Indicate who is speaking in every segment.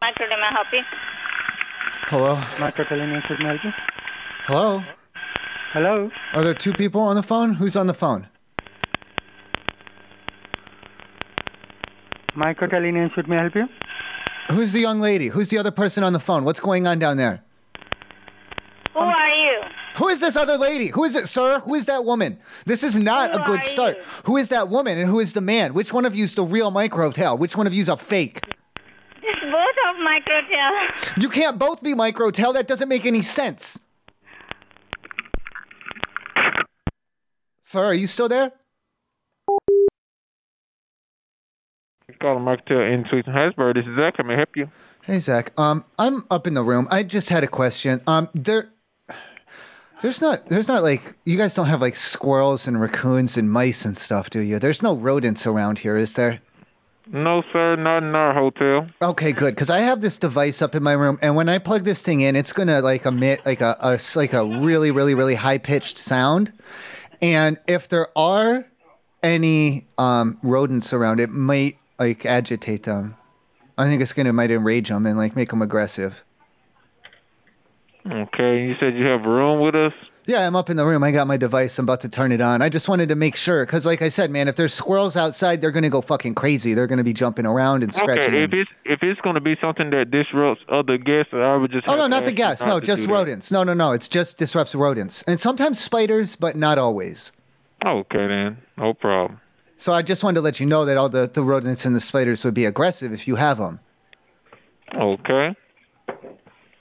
Speaker 1: Saturday. May I help you?
Speaker 2: Hello?
Speaker 3: Metro Telemedicine Medical.
Speaker 2: Hello?
Speaker 3: Hello.
Speaker 2: Are there two people on the phone? Who's on the phone?
Speaker 3: Micro Telemedicine, may I help you?
Speaker 2: Who's the young lady? Who's the other person on the phone? What's going on down there? Um,
Speaker 1: Who are you?
Speaker 2: Who is this other lady? Who is it, sir? Who is that woman? This is not
Speaker 1: Who
Speaker 2: a good
Speaker 1: are
Speaker 2: start.
Speaker 1: you?
Speaker 2: Who is that woman and who is the man? Which one of you's the real microtail? Which one of you's a fake?
Speaker 1: It's both of Microtel.
Speaker 2: You can't both be microtail. That doesn't make any sense. Sir, are you still there?
Speaker 4: Call Microtel in Suites and Hasbro. This is Zach. Can I help you?
Speaker 2: Hey Zach, um, I'm up in the room. I just had a question. Um, there, there's not, there's not like you guys don't have like squirrels and raccoons and mice and stuff, do you? There's no rodents around here, is there?
Speaker 4: No, sir. Not in our hotel.
Speaker 2: Okay, good, because I have this device up in my room, and when I plug this thing in, it's gonna like emit like a, a s- like a really, really, really high pitched sound, and if there are any um rodents around, it might like agitate them. I think it's gonna might enrage them and like make them aggressive.
Speaker 4: Okay. You said you have a room with us?
Speaker 2: Yeah, I'm up in the room. I got my device. I'm about to turn it on. I just wanted to make sure, 'cause like I said, man, if there's squirrels outside, they're gonna go fucking crazy. They're gonna be jumping around and scratching.
Speaker 4: Okay. If
Speaker 2: and-
Speaker 4: it's if it's going to be something that disrupts other guests, I would just.
Speaker 2: oh
Speaker 4: have
Speaker 2: no,
Speaker 4: to
Speaker 2: not the
Speaker 4: ask you
Speaker 2: guests.
Speaker 4: not
Speaker 2: No,
Speaker 4: to
Speaker 2: just
Speaker 4: do that.
Speaker 2: rodents. No, no, no. It's just disrupts rodents and sometimes spiders, but not always.
Speaker 4: Okay then. No problem.
Speaker 2: So I just wanted to let you know that all the, the rodents and the spiders would be aggressive if you have them.
Speaker 4: Okay.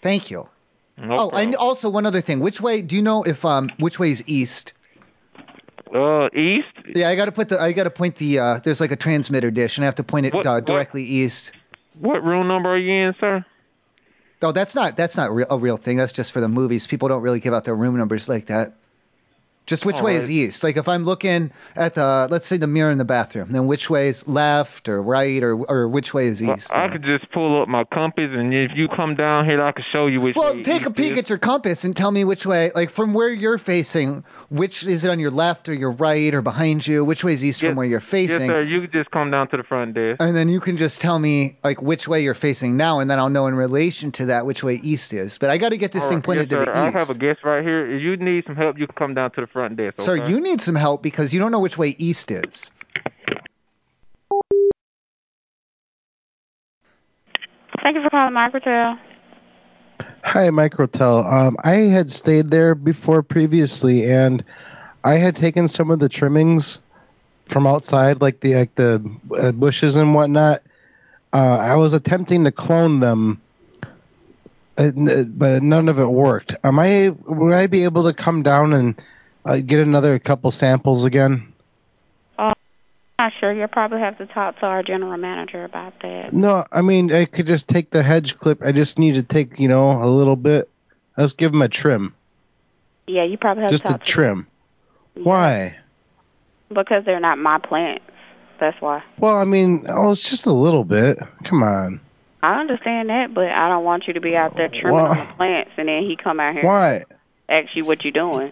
Speaker 2: Thank you.
Speaker 4: No
Speaker 2: oh,
Speaker 4: problem.
Speaker 2: and also one other thing. Which way? Do you know if um which way is east?
Speaker 4: Uh, east.
Speaker 2: Yeah, I gotta put the I gotta point the uh there's like a transmitter dish and I have to point it
Speaker 4: What-
Speaker 2: uh,
Speaker 4: what-
Speaker 2: directly east.
Speaker 4: What room number are you in, sir?
Speaker 2: No, that's not that's not re- a real thing. That's just for the movies. People don't really give out their room numbers like that. Just which
Speaker 4: All
Speaker 2: way
Speaker 4: right.
Speaker 2: is east? Like if I'm looking at the let's say the mirror in the bathroom, then which way is left or right or or which way is
Speaker 4: Well,
Speaker 2: east?
Speaker 4: I
Speaker 2: then?
Speaker 4: could just pull up my compass, and if you come down here, I could show you which.
Speaker 2: well,
Speaker 4: way
Speaker 2: take a
Speaker 4: east
Speaker 2: peek
Speaker 4: is.
Speaker 2: at your compass and tell me which way. Like from where you're facing, which is it on your left or your right or behind you? Which way is east
Speaker 4: Yes-
Speaker 2: from where you're
Speaker 4: Yes,
Speaker 2: facing?
Speaker 4: sir. You could just come down to the front desk.
Speaker 2: and then you can just tell me like which way you're facing now, and then I'll know in relation to that which way east is. But I got to get this
Speaker 4: All
Speaker 2: thing
Speaker 4: right.
Speaker 2: pointed to
Speaker 4: yes, sir.
Speaker 2: the
Speaker 4: I
Speaker 2: east.
Speaker 4: have a guest right here. If you need some help, you can come down to the front desk.
Speaker 2: Sir,
Speaker 4: okay?
Speaker 2: you need some help because you don't know which way east is.
Speaker 1: Thank you for calling Microtel.
Speaker 5: Hi, Microtel. Um, I had stayed there before previously, and I had taken some of the trimmings from outside, like the like the uh, bushes and whatnot. Uh, I was attempting to clone them, uh, n- but none of it worked. Am I? Would I be able to come down and uh, get another couple samples again?
Speaker 1: Not sure. You'll probably have to talk to our general manager about that.
Speaker 5: No, I mean I could just take the hedge clip. I just need to take you know a little bit. Let's give them a trim,
Speaker 1: Yeah, you probably have
Speaker 5: just
Speaker 1: to
Speaker 5: a
Speaker 1: talk to
Speaker 5: trim. Why?
Speaker 1: Because they're not my plants. That's why.
Speaker 5: Well, I mean, oh, it's just a little bit. Come on.
Speaker 1: I understand that, but I don't want you to be out there trimming
Speaker 5: Why-
Speaker 1: on the plants and then he come out here
Speaker 5: Why?
Speaker 1: and ask you what you doing.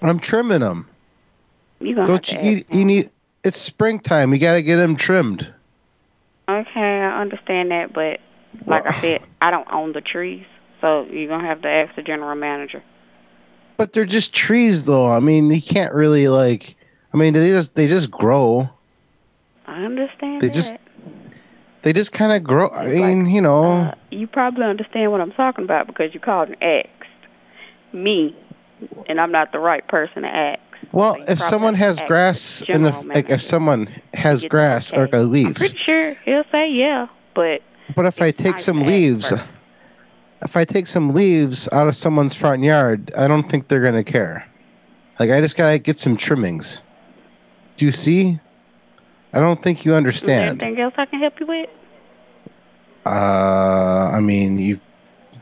Speaker 5: I'm trimming them.
Speaker 1: You gonna
Speaker 5: Don't
Speaker 1: have to
Speaker 5: you, you?
Speaker 1: ask
Speaker 5: You
Speaker 1: him.
Speaker 5: need. It's springtime. You gotta get them trimmed.
Speaker 1: Okay, I understand that, but like I said, I don't own the trees, so you're gonna have to ask the general manager.
Speaker 5: But they're just trees, though. I mean, you can't really like. I mean, they just they just grow.
Speaker 1: I understand
Speaker 5: They
Speaker 1: that.
Speaker 5: just- They just kind of grow. I
Speaker 1: It's like,
Speaker 5: mean, you know.
Speaker 1: Uh, you probably understand what I'm talking about because you called and asked me, and I'm not the right person to ask.
Speaker 5: Well,
Speaker 1: so you
Speaker 5: if
Speaker 1: probably
Speaker 5: someone
Speaker 1: have
Speaker 5: has
Speaker 1: to ask
Speaker 5: grass,
Speaker 1: the
Speaker 5: and if
Speaker 1: general
Speaker 5: like,
Speaker 1: manager.
Speaker 5: if someone has
Speaker 1: Get
Speaker 5: grass
Speaker 1: that
Speaker 5: or like a
Speaker 1: I'm
Speaker 5: leaf,
Speaker 1: pretty sure he'll say yeah, but
Speaker 5: but if I
Speaker 1: it's
Speaker 5: take
Speaker 1: nice
Speaker 5: some
Speaker 1: to ask
Speaker 5: leaves,
Speaker 1: first.
Speaker 5: if I take some leaves out of someone's front yard, I don't think they're gonna care. Like I just gotta get some trimmings. Do you see? I don't think
Speaker 1: is
Speaker 5: you
Speaker 1: there
Speaker 5: understand.
Speaker 1: anything else I can help you with?
Speaker 5: Uh, I mean, you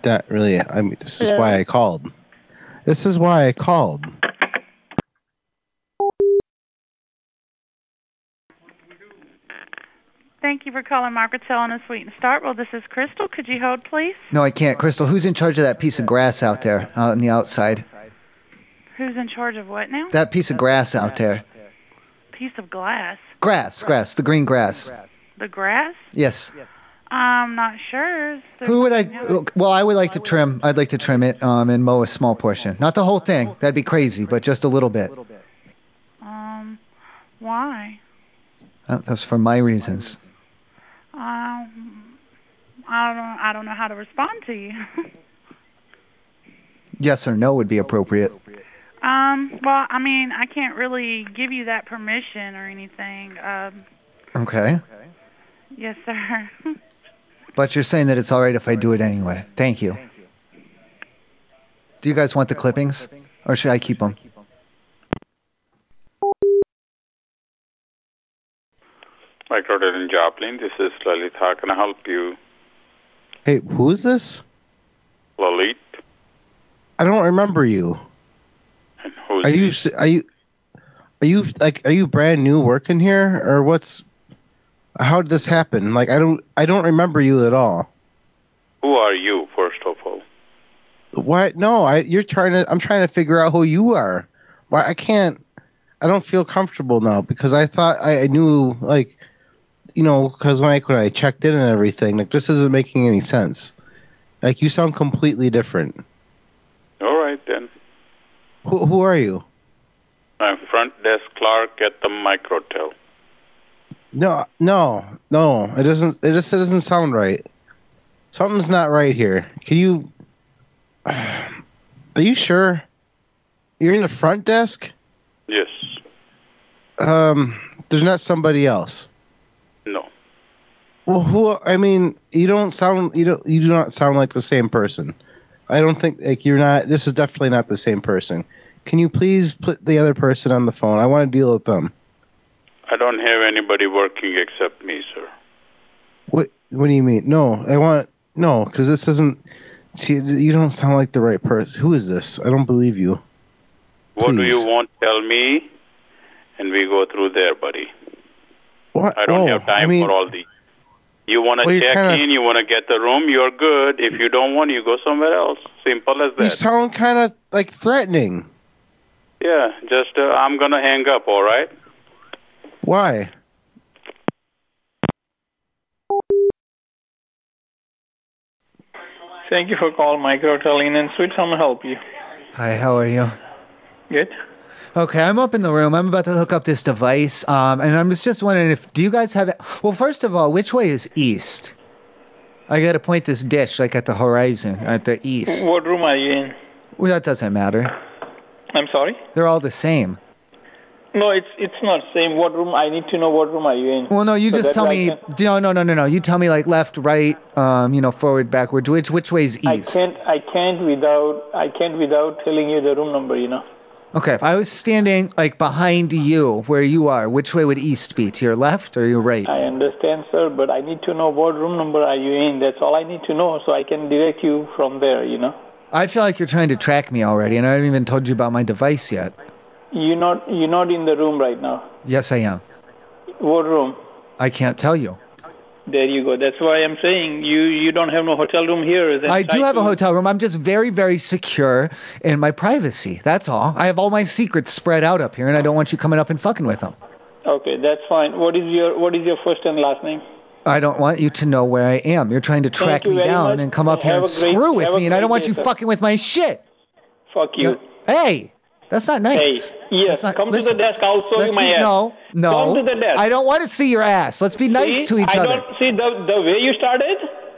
Speaker 5: not really. I mean, this is
Speaker 1: Yeah.
Speaker 5: why I called. This is why I called.
Speaker 6: Thank you for calling Margaret's on a Sweet and Start. Well, this is Crystal. Could you hold, please?
Speaker 2: No, I can't. Crystal, who's in charge of that piece of grass out there, out on the outside?
Speaker 6: Who's in charge of what now?
Speaker 2: That piece of grass out there.
Speaker 6: Piece of glass.
Speaker 2: Grass, grass, the green grass.
Speaker 6: The grass?
Speaker 2: Yes.
Speaker 6: I'm not sure. There's
Speaker 2: Who would I?
Speaker 6: something else.
Speaker 2: Well, I would like to trim. I'd like to trim it um, and mow a small portion, not the whole thing. That'd be crazy, but just a little bit.
Speaker 6: Um, why?
Speaker 2: Uh, That's for my reasons.
Speaker 6: Um, I don't. I don't know how to respond to you.
Speaker 2: Yes or no would be appropriate.
Speaker 6: um, well, I mean, I can't really give you that permission or anything. Um,
Speaker 2: Okay.
Speaker 6: yes, sir.
Speaker 2: But you're saying that it's all right if I do it anyway. Thank you. Do you guys want the clippings, or should I keep them?
Speaker 7: Mike Roder in Joplin. This is Lalit. How can I help you?
Speaker 5: Hey, who is this?
Speaker 7: Lalit?
Speaker 5: I don't remember you.
Speaker 7: And who's
Speaker 5: Are you s- are you are you like are you brand new working here or what's how did this happen? Like I don't I don't remember you at all.
Speaker 7: Who are you, first of all?
Speaker 5: Why? No, I you're trying to I'm trying to figure out who you are. Why I can't I don't feel comfortable now because I thought I, I knew like you know because when I when I checked in and everything like this isn't making any sense. Like you sound completely different.
Speaker 7: All right, then.
Speaker 5: Who who are you?
Speaker 7: I'm front desk clerk at the Microtel.
Speaker 5: No, no, no. It doesn't. It just it doesn't sound right. Something's not right here. Can you? Are you sure? You're in the front desk.
Speaker 7: Yes.
Speaker 5: Um, there's not somebody else.
Speaker 7: No.
Speaker 5: Well, who? I mean, you don't sound. You don't. You do not sound like the same person. I don't think like you're not. This is definitely not the same person. Can you please put the other person on the phone? I want to deal with them.
Speaker 7: I don't have anybody working except me, sir.
Speaker 5: What What do you mean? No, I want no, because this isn't. See, you don't sound like the right person. Who is this? I don't believe you.
Speaker 7: What do
Speaker 5: Please.
Speaker 7: you want? Tell me, and we go through there, buddy.
Speaker 5: What?
Speaker 7: I don't
Speaker 5: Oh,
Speaker 7: have time
Speaker 5: I mean,
Speaker 7: for all the. You want to
Speaker 5: Well, you're
Speaker 7: check
Speaker 5: kinda-
Speaker 7: in, you want to get the room, you're good. If you don't want, you go somewhere else. Simple as
Speaker 5: You
Speaker 7: that.
Speaker 5: sound kind of like threatening.
Speaker 7: yeah, just uh, I'm going to hang up, all right?
Speaker 5: Why?
Speaker 8: Thank you for calling Microtel Inn and Suites. How may I help you?
Speaker 2: Hi, how are you?
Speaker 8: Good.
Speaker 2: Okay, I'm up in the room. I'm about to hook up this device, um, and I'm just wondering if do you guys have it? Well, first of all, which way is east? I gotta point this dish like at the horizon, at the east.
Speaker 8: What room are you in?
Speaker 2: Well, that doesn't matter.
Speaker 8: I'm sorry.
Speaker 2: They're all the same.
Speaker 8: No, it's it's not same. What room? I need to know what room are you in.
Speaker 2: Well, no, you
Speaker 8: So
Speaker 2: just
Speaker 8: that
Speaker 2: tell
Speaker 8: way I
Speaker 2: me.
Speaker 8: can-
Speaker 2: No, no, no, no, no. You tell me like left, right, um, you know, forward, backward. Which which way is
Speaker 8: I
Speaker 2: east?
Speaker 8: can't I can't without I can't without telling you the room number. You know.
Speaker 2: Okay, if I was standing like behind you, where you are, which way would east be? To your left or your right?
Speaker 8: I understand, sir, but I need to know what room number are you in. That's all I need to know, so I can direct you from there. You know.
Speaker 2: I feel like you're trying to track me already, and I haven't even told you about my device yet.
Speaker 8: You're not you're not in the room right now.
Speaker 2: Yes, I am.
Speaker 8: What room?
Speaker 2: I can't tell you.
Speaker 8: There you go. That's why I'm saying you you don't have no hotel room here. Then
Speaker 2: I do
Speaker 8: try
Speaker 2: have a
Speaker 8: to-
Speaker 2: hotel room. I'm just very, very secure in my privacy. That's all. I have all my secrets spread out up here, and I don't want you coming up and fucking with them.
Speaker 8: Okay, that's fine. What is your what is your first and last name?
Speaker 2: I don't want you to know where I am. You're trying to track
Speaker 8: you
Speaker 2: me
Speaker 8: very
Speaker 2: down
Speaker 8: much.
Speaker 2: and come up
Speaker 8: Have
Speaker 2: here
Speaker 8: a
Speaker 2: and
Speaker 8: great-
Speaker 2: screw with
Speaker 8: have a
Speaker 2: me, and I don't
Speaker 8: great
Speaker 2: want
Speaker 8: day,
Speaker 2: you
Speaker 8: sir.
Speaker 2: fucking with my shit.
Speaker 8: Fuck you.
Speaker 2: Hey, that's not
Speaker 8: Hey,
Speaker 2: nice.
Speaker 8: yes,
Speaker 2: That's not-
Speaker 8: come
Speaker 2: listen,
Speaker 8: to the desk. I'll show you
Speaker 2: Let's
Speaker 8: my
Speaker 2: be,
Speaker 8: ass.
Speaker 2: no, no.
Speaker 8: Come to the desk.
Speaker 2: I don't want to see your ass. Let's be
Speaker 8: See?
Speaker 2: nice to each
Speaker 8: I
Speaker 2: other.
Speaker 8: Don't, see the the way you started.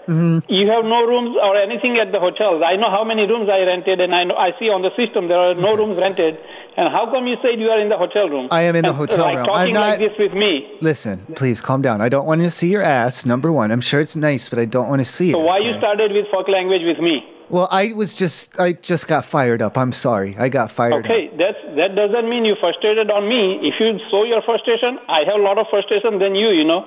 Speaker 2: Mhm.
Speaker 8: You have no rooms or anything at the hotels. I know how many rooms I rented, and I know, I see on the system there are no rooms rented. And how come you said you are in the hotel room?
Speaker 2: I am in the
Speaker 8: And,
Speaker 2: hotel
Speaker 8: like,
Speaker 2: room.
Speaker 8: Talking
Speaker 2: I'm not-
Speaker 8: like this with me.
Speaker 2: Listen, please calm down. I don't want to see your ass. Number one, I'm sure it's nice, but I don't want to see it.
Speaker 8: So why
Speaker 2: okay?
Speaker 8: you started with fuck language with me?
Speaker 2: Well, I was just, I just got fired up. I'm sorry. I got fired up.
Speaker 8: Okay, that's that doesn't mean you frustrated on me. If you show your frustration, I have a lot of frustration than you. You know.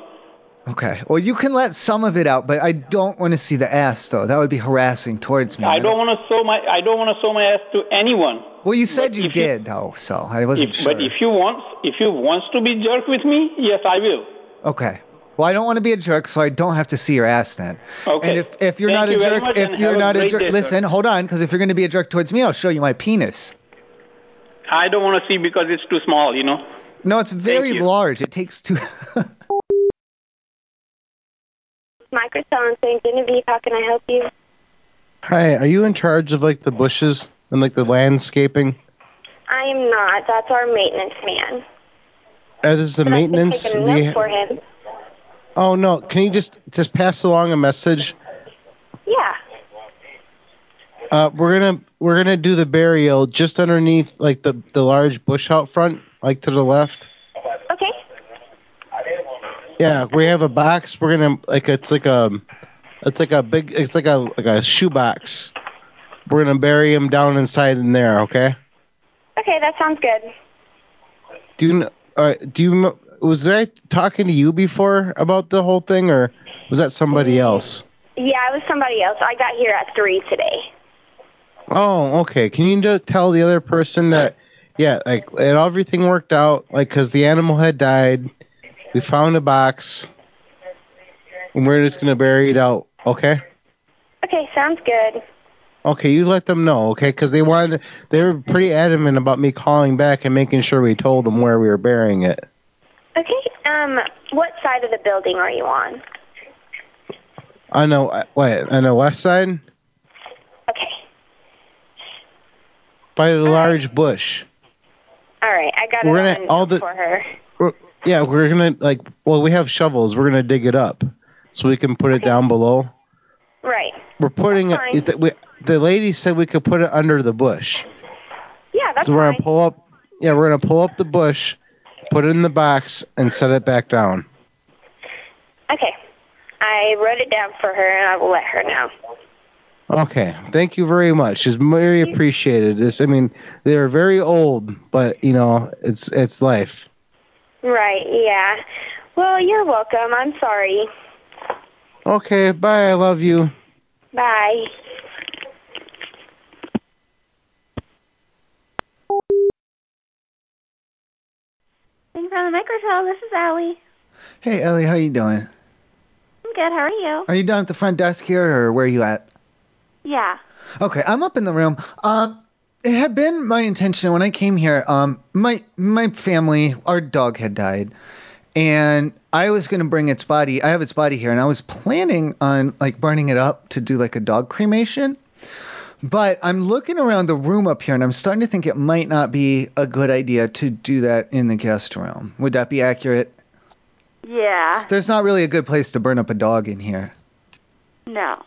Speaker 2: Okay. Well, you can let some of it out, but I don't want to see the ass, though. That would be harassing towards me.
Speaker 8: I don't want to show my I don't want to show my ass to anyone.
Speaker 2: Well, you said
Speaker 8: but
Speaker 2: you
Speaker 8: if you-
Speaker 2: did, though, so I wasn't
Speaker 8: If,
Speaker 2: sure.
Speaker 8: But if you want if you wants to be jerk with me, yes, I will.
Speaker 2: Okay. Well, I don't want to be a jerk, so I don't have to see your ass then.
Speaker 8: Okay.
Speaker 2: And if, if you're
Speaker 8: Thank
Speaker 2: not
Speaker 8: you
Speaker 2: a
Speaker 8: very
Speaker 2: jerk,
Speaker 8: much
Speaker 2: if
Speaker 8: and
Speaker 2: you're
Speaker 8: have a
Speaker 2: not a
Speaker 8: great
Speaker 2: jerk,
Speaker 8: day, sir.
Speaker 2: listen, hold on, because if you're going to be a jerk towards me, I'll show you my penis.
Speaker 8: I don't want to see because it's too small, you know.
Speaker 2: No, it's very
Speaker 8: you.
Speaker 2: large. It takes two.
Speaker 9: Microtel in St. Genevieve. How can I help you?
Speaker 5: Hi, are you in charge of like the bushes and like the landscaping?
Speaker 9: I am not. That's our maintenance man.
Speaker 5: Uh, this is the
Speaker 9: But
Speaker 5: maintenance.
Speaker 9: I can take a
Speaker 5: do
Speaker 9: note
Speaker 5: you-
Speaker 9: for him.
Speaker 5: oh no, can you just just pass along a message?
Speaker 9: Yeah.
Speaker 5: Uh, we're gonna we're gonna do the burial just underneath like the the large bush out front, like to the left.
Speaker 9: Okay.
Speaker 5: Yeah, we have a box. We're gonna like it's like a it's like a big it's like a like a shoe box. We're gonna bury him down inside in there. Okay.
Speaker 9: Okay, that sounds good.
Speaker 5: Do you kn- uh, do you kn- was I talking to you before about the whole thing or was that somebody else?
Speaker 9: Yeah, it was somebody else. I got here at three today.
Speaker 5: Oh, okay. Can you just tell the other person that, yeah, like, it, everything worked out, like, 'cause the animal had died. We found a box. And we're just going to bury it out, okay?
Speaker 9: Okay, sounds good.
Speaker 5: Okay, you let them know, okay? 'Cause they wanted, they were pretty adamant about me calling back and making sure we told them where we were burying it.
Speaker 9: Okay. Um, what side of the building are you on?
Speaker 5: I know, what, on the west side?
Speaker 9: Okay.
Speaker 5: By the large bush.
Speaker 9: All right, I got
Speaker 5: We're
Speaker 9: it
Speaker 5: gonna-
Speaker 9: on
Speaker 5: all the-
Speaker 9: for her.
Speaker 5: We're, yeah, we're going to, like, well, we have shovels. We're going to dig it up so we can put it down below.
Speaker 9: Right.
Speaker 5: We're putting it.
Speaker 9: That's
Speaker 5: Is that we, the lady said we could put it under the bush.
Speaker 9: Yeah, that's
Speaker 5: so we're
Speaker 9: fine.
Speaker 5: gonna pull up. Yeah, we're gonna pull up the bush, put it in the box, and set it back down.
Speaker 9: Okay. I wrote it down for her, and I will let her know.
Speaker 5: Okay. Thank you very much. It's very appreciated. This. I mean, they're very old, but you know, it's it's life.
Speaker 9: Right. Yeah. Well, you're welcome. I'm sorry.
Speaker 5: Okay. Bye. I love you.
Speaker 9: Bye.
Speaker 10: Thanks on the microphone. This is Allie.
Speaker 2: Hey Ellie, how you doing?
Speaker 10: I'm good. How are you?
Speaker 2: Are you down at the front desk here, or where are you at?
Speaker 10: Yeah.
Speaker 2: Okay, I'm up in the room. Um, it had been my intention when I came here. Um, my my family, our dog had died, and I was gonna bring its body. I have its body here, and I was planning on like burning it up to do like a dog cremation. But I'm looking around the room up here, and I'm starting to think it might not be a good idea to do that in the guest room. Would that be accurate?
Speaker 10: Yeah.
Speaker 2: There's not really a good place to burn up a dog in here.
Speaker 10: No.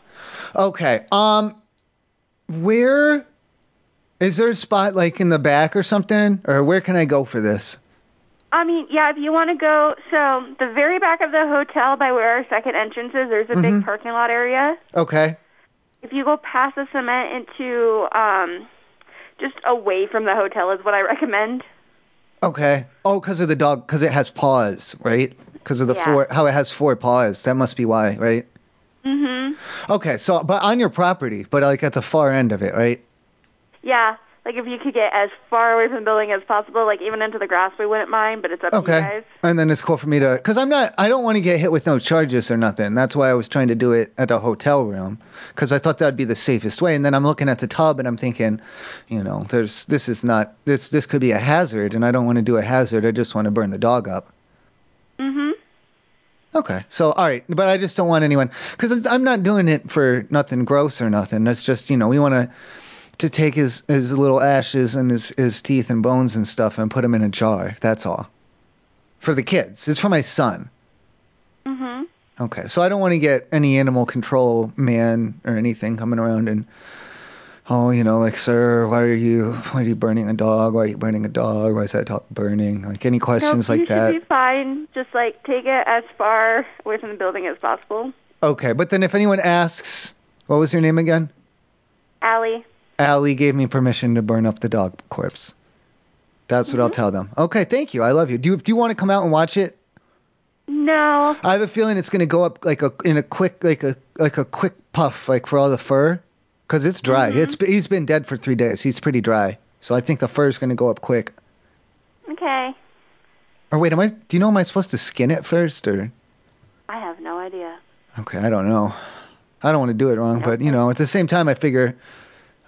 Speaker 2: Okay. Um, where is there a spot like in the back or something, or where can I go for this?
Speaker 10: I mean, yeah, if you want to go, so the very back of the hotel by where our second entrance is, there's a
Speaker 2: Mhm.
Speaker 10: big parking lot area.
Speaker 2: Okay.
Speaker 10: If you go past the cement into, um, just away from the hotel is what I recommend.
Speaker 2: Okay. Oh, 'cause of the dog, 'cause it has paws, right? 'Cause of the
Speaker 10: Yeah.
Speaker 2: four, how it has four paws. That must be why, right?
Speaker 10: hmm
Speaker 2: Okay. So, but on your property, but like at the far end of it, right?
Speaker 10: Yeah. Like if you could get as far away from the building as possible, like even into the grass, we wouldn't mind, but it's up to you
Speaker 2: Okay.
Speaker 10: guys.
Speaker 2: And then it's cool for me to, because I'm not, I don't want to get hit with no charges or nothing. That's why I was trying to do it at a hotel room, because I thought that'd be the safest way. And then I'm looking at the tub and I'm thinking, you know, there's, this is not, this, this could be a hazard, and I don't want to do a hazard. I just want to burn the dog up.
Speaker 10: hmm
Speaker 2: Okay. So, all right. But I just don't want anyone, because I'm not doing it for nothing gross or nothing. That's just, you know, we want to, to take his, his little ashes and his, his teeth and bones and stuff and put them in a jar. That's all. For the kids. It's for my son.
Speaker 11: Mm-hmm.
Speaker 10: hmm
Speaker 2: Okay, so I don't want to get any animal control man or anything coming around and, oh, you know, like, sir, why are you, why are you burning a dog? Why are you burning a dog? Why is that dog burning? Like any questions
Speaker 10: Nope,
Speaker 2: like that.
Speaker 10: You should be fine. Just like take it as far away from the building as possible.
Speaker 2: Okay, but then if anyone asks, what was your name again?
Speaker 10: Allie.
Speaker 2: Allie gave me permission to burn up the dog corpse. That's what I'll tell them. Okay, thank you. I love you. Do you, do you want to come out and watch it?
Speaker 10: No.
Speaker 2: I have a feeling it's gonna go up like a in a quick like a like a quick puff like for all the fur, 'cause it's dry. It's he's been dead for three days. He's pretty dry, so I think the fur's gonna go up quick.
Speaker 10: Okay.
Speaker 2: Or wait, am I? Do you know am I supposed to skin it first or?
Speaker 10: I have no idea.
Speaker 2: Okay, I don't know. I don't want to do it wrong, but you know, at the same time, I figure,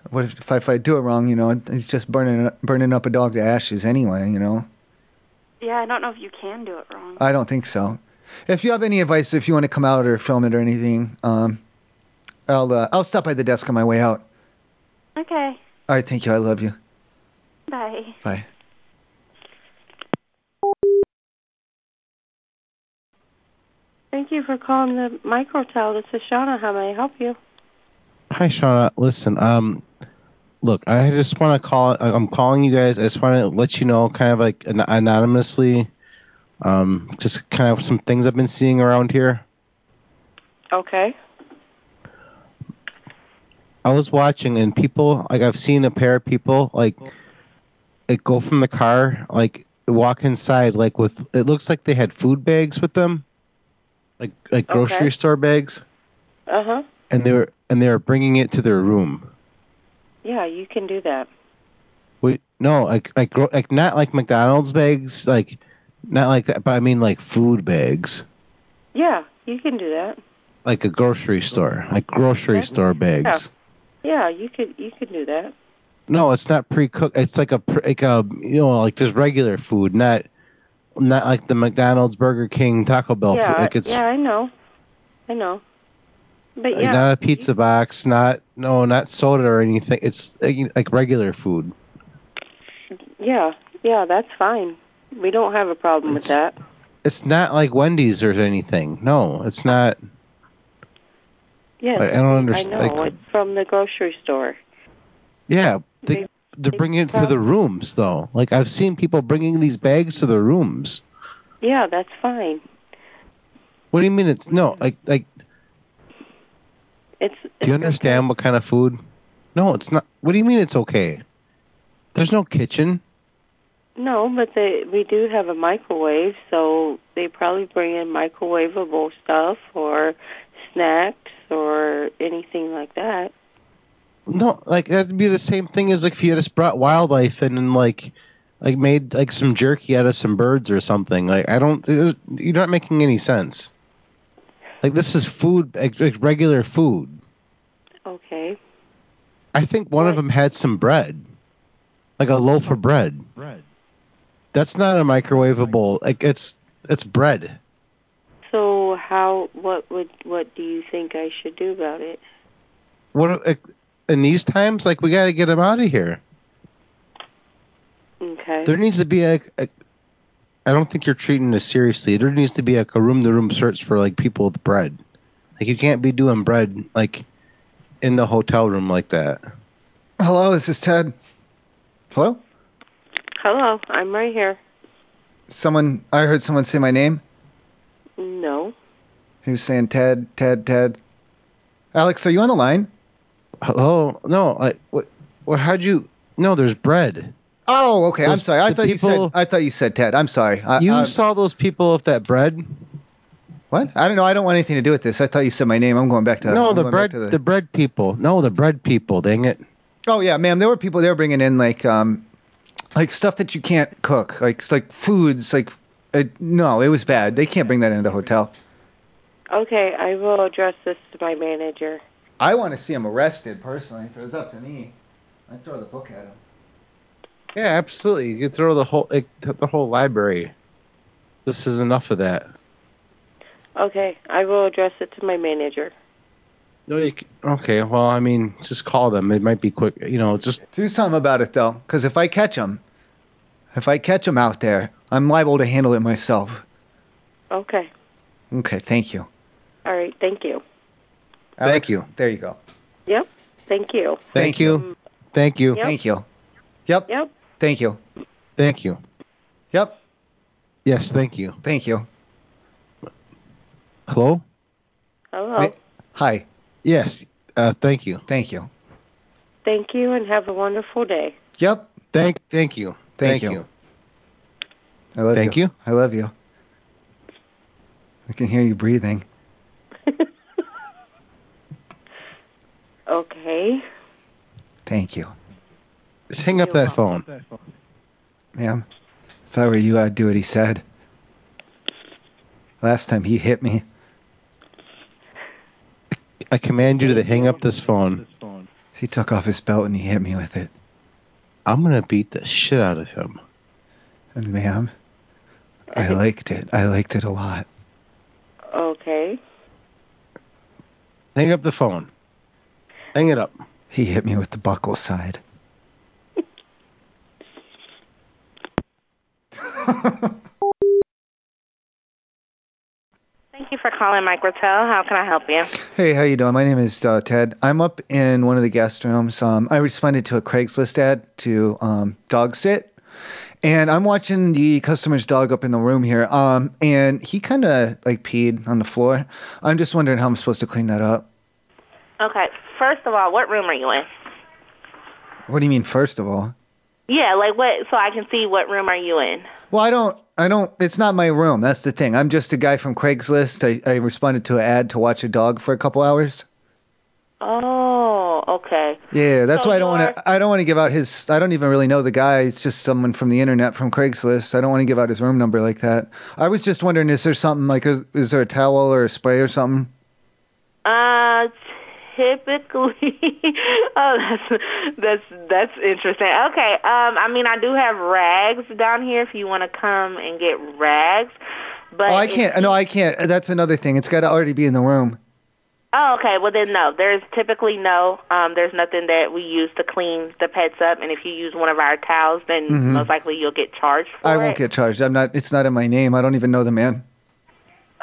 Speaker 2: what if, if I- if I do it wrong? You know, it's just burning burning up a dog to ashes anyway. You know,
Speaker 10: Yeah, I don't know if you can do it wrong.
Speaker 2: I don't think so. if you have any advice, if you want to come out or film it or anything, um, I'll uh, I'll stop by the desk on my way out.
Speaker 10: Okay.
Speaker 2: All right, thank you. I love you.
Speaker 10: Bye.
Speaker 2: Bye.
Speaker 12: Thank you for calling the microtel. This is Shauna. How may I help you?
Speaker 5: Hi, Shauna. Listen, um, look, I just want to call. I- I'm calling you guys. I just want to let you know, kind of like an- anonymously, um, just kind of some things I've been seeing around here.
Speaker 12: Okay.
Speaker 5: I was watching, and people, like, I've seen a pair of people, like, like go from the car, like, walk inside, like, with it looks like they had food bags with them, like, like grocery
Speaker 12: Okay.
Speaker 5: store bags,
Speaker 12: Uh huh.
Speaker 5: and they were and they were bringing it to their room.
Speaker 12: Yeah, you can do that.
Speaker 5: Wait, no, like like gro- like not like McDonald's bags, like not like that, but I mean like food bags,
Speaker 12: Yeah, you can do that.
Speaker 5: like a grocery store, like grocery store bags.
Speaker 12: Yeah, you could you could do that.
Speaker 5: No, it's not pre-cooked. It's like a pre- like a you know like just regular food, not not like the McDonald's, Burger King, Taco Bell
Speaker 12: yeah,
Speaker 5: food.
Speaker 12: I-
Speaker 5: Like it's
Speaker 12: yeah, I know, I know. But
Speaker 5: like
Speaker 12: yeah,
Speaker 5: not a pizza box, not no, not soda or anything. It's like, you- like regular food.
Speaker 12: yeah, yeah, that's fine. We don't have a problem with that.
Speaker 5: It's not like Wendy's or anything. No, it's not.
Speaker 12: Yes,
Speaker 5: I- I don't understand-
Speaker 12: I know
Speaker 5: like-
Speaker 12: it's from the grocery store.
Speaker 5: Yeah, they, they're bringing it to the rooms though. Like I've seen people bringing these bags to the rooms.
Speaker 12: Yeah, that's fine.
Speaker 5: What do you mean it's no? Like like
Speaker 12: It's
Speaker 5: do you understand what kind of food? No, it's not. What do you mean it's okay? There's no kitchen.
Speaker 12: no, but they we do have a microwave, so they probably bring in microwavable stuff or snacks or anything like that.
Speaker 5: No, like that'd be the same thing as like if you just brought wildlife in and like like made like some jerky out of some birds or something. Like I don't, it- you're not making any sense. Like this is food, like, like regular food.
Speaker 12: Okay.
Speaker 5: I think one of them had some bread, like a loaf of bread.
Speaker 12: Bread.
Speaker 5: That's not a microwavable. Like it's it's bread.
Speaker 12: So how what would what do you think I should do about it?
Speaker 5: What like, in these times? Like we got to get them out of here.
Speaker 12: Okay.
Speaker 5: There needs to be a, a. I don't think you're treating this seriously. There needs to be like a room to room search for like people with bread. Like you can't be doing bread like in the hotel room like that.
Speaker 2: Hello, this is Ted. Hello?
Speaker 12: Hello, I'm right here.
Speaker 2: Someone I heard someone say my name.
Speaker 12: No.
Speaker 2: He was saying Ted, Ted, Ted. Alex, are you on the line?
Speaker 5: Hello? No, I what well, how'd you no, there's bread.
Speaker 2: Oh, okay. I'm
Speaker 5: Those-
Speaker 2: sorry. I
Speaker 5: the
Speaker 2: thought you said
Speaker 5: people-
Speaker 2: I thought you said Ted. I'm sorry. I,
Speaker 5: You
Speaker 2: I'm-
Speaker 5: saw those people with that bread?
Speaker 2: What? I don't know. I don't want anything to do with this. I thought you said my name. I'm going back to
Speaker 5: no,
Speaker 2: I'm
Speaker 5: the
Speaker 2: going
Speaker 5: bread
Speaker 2: back to
Speaker 5: the bread people. No, the bread people, dang it.
Speaker 2: Oh yeah, ma'am. There were people. They were bringing in like um, like stuff that you can't cook, like like foods, like it, no, it was bad. They can't bring that into the hotel.
Speaker 12: Okay, I will address this to my manager.
Speaker 2: I want to see him arrested personally. If it was up to me, I'd throw the book at him.
Speaker 5: Yeah, absolutely. You could throw the whole like, the whole library. This is enough of that.
Speaker 12: Okay, I will address it to my manager.
Speaker 5: No, you c okay. Well, I mean, just call them. It might be quick. You know, just
Speaker 2: do something about it though, because if I catch him, if I catch him out there, I'm liable to handle it myself.
Speaker 12: Okay.
Speaker 2: Okay, thank you.
Speaker 12: All right, thank you.
Speaker 2: Thank you. There you go.
Speaker 12: Yep. Thank you.
Speaker 5: Thank you. Thank you.
Speaker 12: Yep.
Speaker 2: Thank you. Yep.
Speaker 12: Yep.
Speaker 2: Thank you.
Speaker 5: Thank you.
Speaker 2: Yep.
Speaker 5: Yes, thank you.
Speaker 2: Thank you.
Speaker 5: Hello?
Speaker 12: Hello.
Speaker 2: Hi.
Speaker 5: Yes. Uh, thank you.
Speaker 2: Thank you.
Speaker 12: Thank you and have a wonderful day.
Speaker 2: Yep.
Speaker 5: Thank thank you.
Speaker 2: Thank,
Speaker 5: Thank
Speaker 2: you.
Speaker 5: you.
Speaker 2: I love
Speaker 5: Thank
Speaker 2: you. I love you. I can hear you breathing.
Speaker 12: Okay.
Speaker 2: Thank you.
Speaker 5: Just hang up that phone.
Speaker 2: Ma'am, if I were you, I'd do what he said. Last time he hit me.
Speaker 5: I command you to hang up this phone.
Speaker 2: He took off his belt and he hit me with it.
Speaker 5: I'm gonna beat the shit out of him.
Speaker 2: And ma'am, I liked it. I liked it a lot.
Speaker 12: Okay.
Speaker 5: Hang up the phone. Hang it up.
Speaker 2: He hit me with the buckle side.
Speaker 9: Thank you for calling Microtel. How can I help you?
Speaker 2: Hey, how you doing? My name is uh, Ted. I'm up in one of the guest rooms. Um, I responded to a Craigslist ad to um, dog sit, and I'm watching the customer's dog up in the room here. Um, and he kind of like peed on the floor. I'm just wondering how I'm supposed to clean that up.
Speaker 9: Okay. First of all, what room are you in?
Speaker 2: What do you mean, first of all?
Speaker 9: Yeah, like what? So I can see what room are you in.
Speaker 2: Well, I don't. I don't. It's not my room. That's the thing. I'm just a guy from Craigslist. I, I responded to an ad to watch a dog for a couple hours.
Speaker 9: Oh, okay.
Speaker 2: Yeah, that's why I don't want to. I don't want to give out his. I don't even really know the guy. It's just someone from the internet from Craigslist. I don't want to give out his room number like that. I was just wondering, is there something like, is, is there a towel or a spray or something?
Speaker 9: Uh, typically, oh, that's that's that's interesting. Okay, um, I mean, I do have rags down here if you want to come and get rags, but
Speaker 2: oh, I
Speaker 9: if-
Speaker 2: can't. No, I can't. That's another thing. It's got to already be in the room.
Speaker 9: Oh, okay. Well, then no. There's typically no. Um, there's nothing that we use to clean the pets up, and if you use one of our towels, then
Speaker 2: Mhm.
Speaker 9: most likely you'll get charged for
Speaker 2: I
Speaker 9: it.
Speaker 2: won't get charged. I'm not. It's not in my name. I don't even know the man.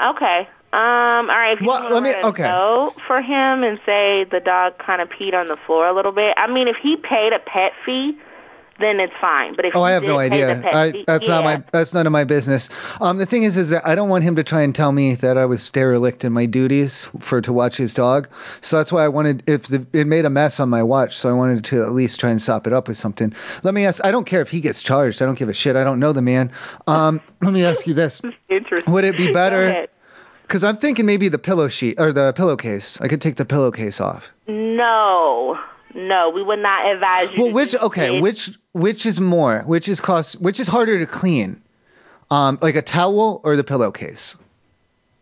Speaker 9: Okay. Um. All right. If you
Speaker 2: Well,
Speaker 9: want
Speaker 2: let me-
Speaker 9: to
Speaker 2: okay.
Speaker 9: note for him and say the dog kind of peed on the floor a little bit. I mean, if he paid a pet fee, then it's fine. But if
Speaker 2: oh,
Speaker 9: he
Speaker 2: I have
Speaker 9: didn't
Speaker 2: no
Speaker 9: pay
Speaker 2: idea.
Speaker 9: the pet
Speaker 2: I,
Speaker 9: fee,
Speaker 2: that's not
Speaker 9: yeah.
Speaker 2: my. That's none of my business. Um, the thing is, is that I don't want him to try and tell me that I was derelict in my duties for to watch his dog. So that's why I wanted. If the, it made a mess on my watch, so I wanted to at least try and sop it up with something. Let me ask. I don't care if he gets charged. I don't give a shit. I don't know the man. Um, let me ask you this.
Speaker 9: Interesting.
Speaker 2: Would it be
Speaker 9: Go
Speaker 2: better?
Speaker 9: ahead.
Speaker 2: Because I'm thinking maybe the pillow sheet or the pillowcase. I could take the pillowcase off.
Speaker 9: No. No, we would not advise you.
Speaker 2: Well, which okay, which which is more? Which is cost? Which is harder to clean? Um, like a towel or the pillowcase?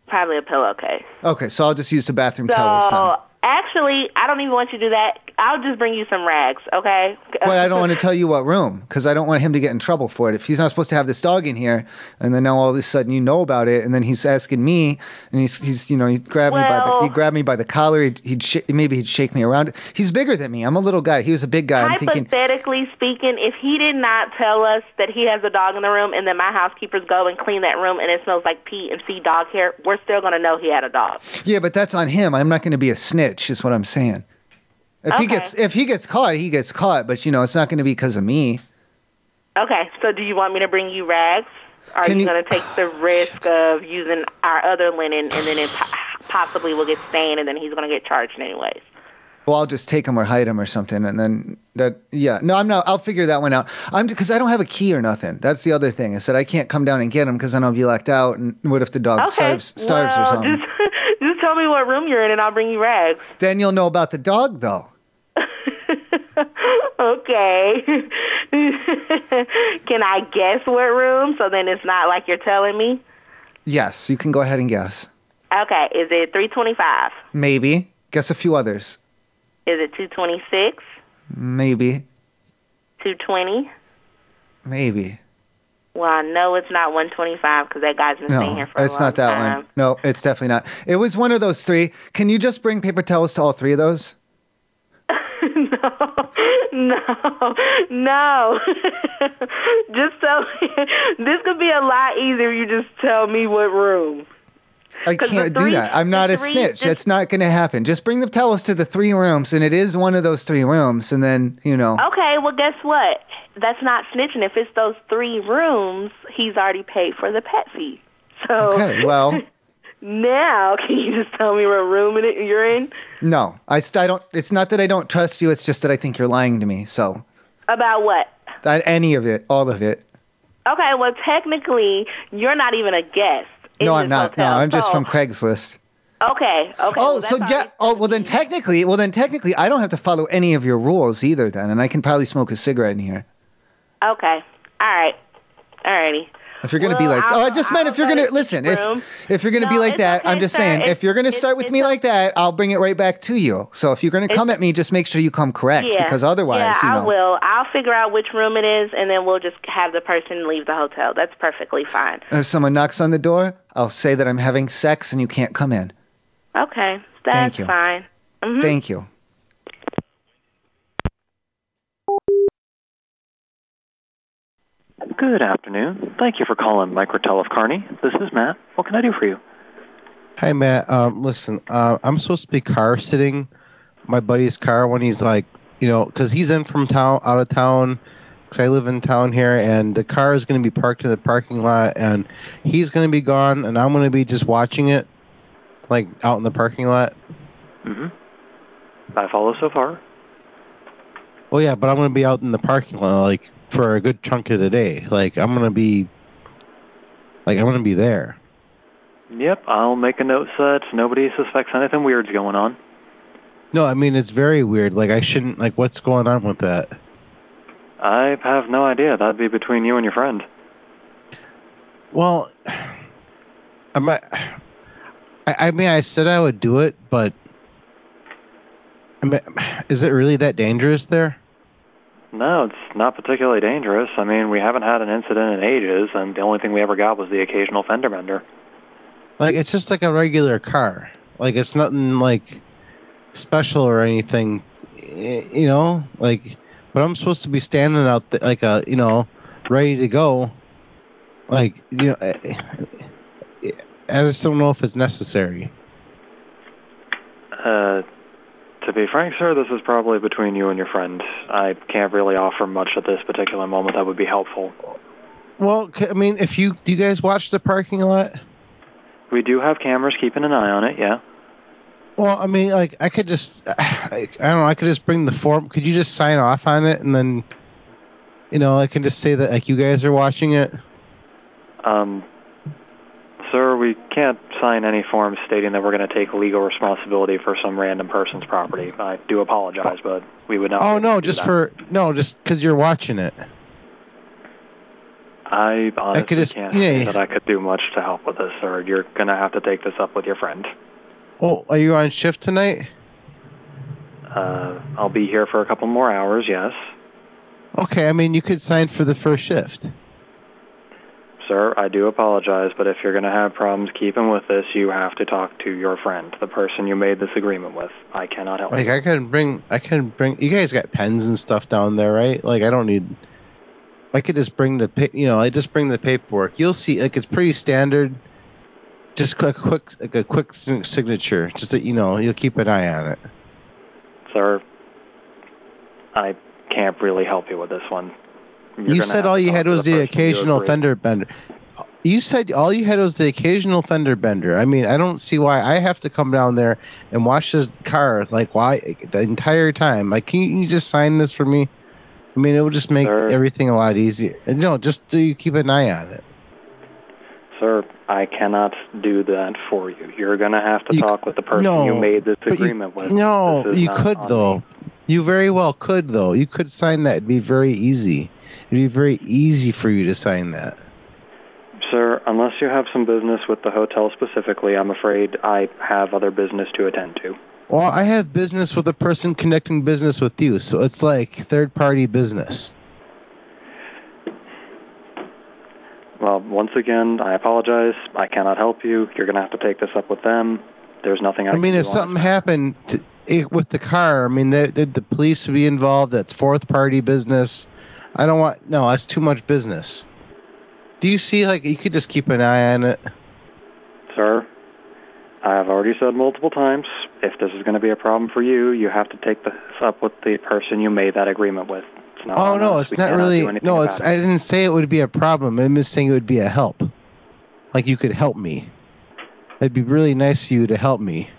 Speaker 9: Probably a pillowcase.
Speaker 2: Okay, so I'll just use the bathroom towels then.
Speaker 9: So uh, actually, I don't even want you to do that. I'll just bring you some rags, okay?
Speaker 2: But I don't want to tell you what room because I don't want him to get in trouble for it. If he's not supposed to have this dog in here, and then now all of a sudden you know about it, and then he's asking me, and he's, he's you know he grabbed me by the
Speaker 9: Well-
Speaker 2: he grabbed me by the collar. He'd, he'd sh- maybe he'd shake me around. He's bigger than me. I'm a little guy. He was a big guy. I'm thinking
Speaker 9: Hypothetically speaking, if he did not tell us that he has a dog in the room, and then my housekeepers go and clean that room, and it smells like pee and see dog hair, we're still gonna know he had a dog.
Speaker 2: yeah, but that's on him. I'm not going to be a snitch, is what I'm saying. If he
Speaker 9: Okay.
Speaker 2: gets if he gets caught, he gets caught. But you know it's not going to be because of me.
Speaker 9: Okay, so do you want me to bring you rags? Are
Speaker 2: Can
Speaker 9: you,
Speaker 2: you-
Speaker 9: gonna take the risk of using our other linen, and then it po- possibly will get stained, and then he's gonna get charged anyways?
Speaker 2: Well, I'll just take him or hide him or something, and then that. Yeah, no, I'm not. I'll figure that one out. I'm because I don't have a key or nothing. That's the other thing. Is that I can't come down and get him because then I'll be locked out. And what if the dog
Speaker 9: okay.
Speaker 2: Oh, starves, starves
Speaker 9: well,
Speaker 2: or something?
Speaker 9: Just, just tell me what room you're in, and I'll bring you rags.
Speaker 2: Then you'll know about the dog though.
Speaker 9: Okay. Can I guess what room? So then it's not like you're telling me.
Speaker 2: Yes, you can go ahead and guess.
Speaker 9: Okay. Is it 325?
Speaker 2: Maybe guess a few others.
Speaker 9: Is it 226?
Speaker 2: Maybe,
Speaker 9: 220?
Speaker 2: maybe.
Speaker 9: Well, I know it's not 125 because that guy's been staying
Speaker 2: No,
Speaker 9: here for a
Speaker 2: it's
Speaker 9: long
Speaker 2: not that
Speaker 9: time.
Speaker 2: one. No, it's definitely not. It was one of those three. Can you just bring paper towels to all three of those?
Speaker 9: No, no. just tell me. This could be a lot easier if you just tell me what room.
Speaker 2: I
Speaker 9: 'Cause the
Speaker 2: can't
Speaker 9: three-
Speaker 2: do that. I'm not
Speaker 9: the
Speaker 2: a
Speaker 9: three
Speaker 2: snitch.
Speaker 9: dis-
Speaker 2: That's not going to happen. Just bring the towels to the three rooms, and it is one of those three rooms, and then, you know.
Speaker 9: Okay, well, guess what? That's not snitching. If it's those three rooms, he's already paid for the pet fee. So
Speaker 2: Okay, well,
Speaker 9: now, can you just tell me what room it- you're in?
Speaker 2: no. I, st- I don't. It's not that I don't trust you. It's just that I think you're lying to me. So,
Speaker 9: About what?
Speaker 2: that, any of it, all of it.
Speaker 9: Okay, well, technically, you're not even a guest. in
Speaker 2: No,
Speaker 9: this
Speaker 2: I'm not.
Speaker 9: Hotel. Oh.
Speaker 2: no, I'm just
Speaker 9: So-
Speaker 2: from Craigslist.
Speaker 9: Okay, okay.
Speaker 2: oh,
Speaker 9: well,
Speaker 2: so
Speaker 9: that's
Speaker 2: yeah. Oh, well then technically, well then technically, I don't have to follow any of your rules either then, and I can probably smoke a cigarette in here.
Speaker 9: Okay. All right. All righty.
Speaker 2: If you're gonna be like, oh, I just meant if you're gonna listen. If if you're gonna be like that, I'm just saying. If you're gonna start with me like that, I'll bring it right back to you. So if you're gonna come at me, just make sure you come correct
Speaker 9: yeah.
Speaker 2: because otherwise,
Speaker 9: yeah,
Speaker 2: you know.
Speaker 9: I will. I'll figure out which room it is, and then we'll just have the person leave the hotel. That's perfectly fine.
Speaker 2: And if someone knocks on the door, I'll say that I'm having sex and you can't come in.
Speaker 9: Okay,
Speaker 2: Thank
Speaker 9: that's
Speaker 2: you.
Speaker 9: fine. Mhm.
Speaker 2: Thank you.
Speaker 13: Good afternoon. Thank you for calling Microtel of Kearney. This is Matt. What can I do for you?
Speaker 5: Hi, Matt. Um, listen, uh, I'm supposed to be car sitting my buddy's car when he's like, you know, 'cause he's in from town, out of town 'cause I live in town here, and the car is going to be parked in the parking lot, and he's going to be gone, and I'm going to be just watching it, like out in the parking lot.
Speaker 13: Mm-hmm. I follow so far.
Speaker 5: Well, Oh, yeah, but I'm going to be out in the parking lot like for a good chunk of the day. Like I'm going to be, like I'm going to be there.
Speaker 13: Yep, I'll make a note so that nobody suspects anything weird's going on.
Speaker 5: No, I mean it's very weird. Like I shouldn't. Like what's going on with that?
Speaker 13: I have no idea. That'd be between you and your friend.
Speaker 5: Well, I'm, I, I mean, I said I would do it, but I mean, is it really that dangerous there?
Speaker 13: No, it's not particularly dangerous. I mean, we haven't had an incident in ages, and the only thing we ever got was the occasional fender bender.
Speaker 5: Like, it's just like a regular car. Like, it's nothing like special or anything, y- you know. Like, but I'm supposed to be standing out there, like a, you know, ready to go. Like, you know, I, I just don't know if it's necessary.
Speaker 13: Uh, to be frank, sir, this is probably between you and your friend. I can't really offer much at this particular moment that would be helpful.
Speaker 5: Well, c- I mean, if you do, you guys watch the parking lot?
Speaker 13: We do have cameras keeping an eye on it, yeah.
Speaker 5: Well, I mean, like I could just, I, I don't know, I could just bring the form. Could you just sign off on it and then, you know, I can just say that like you guys are watching it.
Speaker 13: Um, sir, we can't sign any forms stating that we're going to take legal responsibility for some random person's property. I do apologize, but we would not.
Speaker 5: oh no,
Speaker 13: do
Speaker 5: just
Speaker 13: that.
Speaker 5: for no, just because you're watching it.
Speaker 13: I honestly
Speaker 5: could just-
Speaker 13: can't
Speaker 5: yeah,
Speaker 13: say
Speaker 5: yeah.
Speaker 13: that I could do much to help with this, sir. You're going to have to take this up with your friend.
Speaker 5: Oh, are you on shift tonight?
Speaker 13: Uh, I'll be here for a couple more hours, yes.
Speaker 5: Okay, I mean you could sign for the first shift.
Speaker 13: Sir, I do apologize, but if you're going to have problems keeping with this, you have to talk to your friend, the person you made this agreement with. I cannot help.
Speaker 5: Like I can bring, I can bring. You guys got pens and stuff down there, right? Like I don't need. I could just bring the, pa- you know, I just bring the paperwork. You'll see, like it's pretty standard. Just a quick, like a quick sign- signature, just that you know, you'll keep an eye on it.
Speaker 13: Sir, I can't really help you with this one. You're
Speaker 5: you
Speaker 13: gonna have
Speaker 5: said all
Speaker 13: to
Speaker 5: you
Speaker 13: talk
Speaker 5: had
Speaker 13: to
Speaker 5: was the
Speaker 13: person you
Speaker 5: occasional
Speaker 13: agree-
Speaker 5: fender bender. You said all you had was the occasional fender bender. I mean, I don't see why I have to come down there and watch this car like why the entire time. Like, can you just sign this for me? I mean, it would just make everything a lot easier. And, No, just do you keep an eye on it.
Speaker 13: Sir, I cannot do that for you. You're going to have to talk with the person
Speaker 5: no,
Speaker 13: you made this
Speaker 5: but you-
Speaker 13: agreement with.
Speaker 5: No,
Speaker 13: This is
Speaker 5: you
Speaker 13: not
Speaker 5: could
Speaker 13: on
Speaker 5: though. You very well could though. You could sign that. It'd be very easy. It'd be very easy for you to sign that.
Speaker 13: Sir, unless you have some business with the hotel specifically, I'm afraid I have other business to attend to.
Speaker 5: Well, I have business with a person connecting business with you, so it's like third party business.
Speaker 13: Well, once again, I apologize. I cannot help you. You're going to have to take this up with them. There's nothing I,
Speaker 5: I mean,
Speaker 13: can
Speaker 5: if
Speaker 13: do on
Speaker 5: something happened to, it, with the car, I mean, the, the, the police would be involved. That's fourth party business. I don't want, no, that's too much business. Do you see, like, you could just keep an eye on it?
Speaker 13: Sir, I have already said multiple times, if this is going to be a problem for you, you have to take this up with the person you made that agreement with. It's not
Speaker 5: oh,
Speaker 13: on
Speaker 5: no,
Speaker 13: us.
Speaker 5: it's
Speaker 13: We
Speaker 5: not
Speaker 13: cannot
Speaker 5: really,
Speaker 13: do anything
Speaker 5: no,
Speaker 13: about
Speaker 5: it's,
Speaker 13: it.
Speaker 5: I didn't say it would be a problem. I'm just saying it would be a help. Like, you could help me. It'd be really nice of you to help me.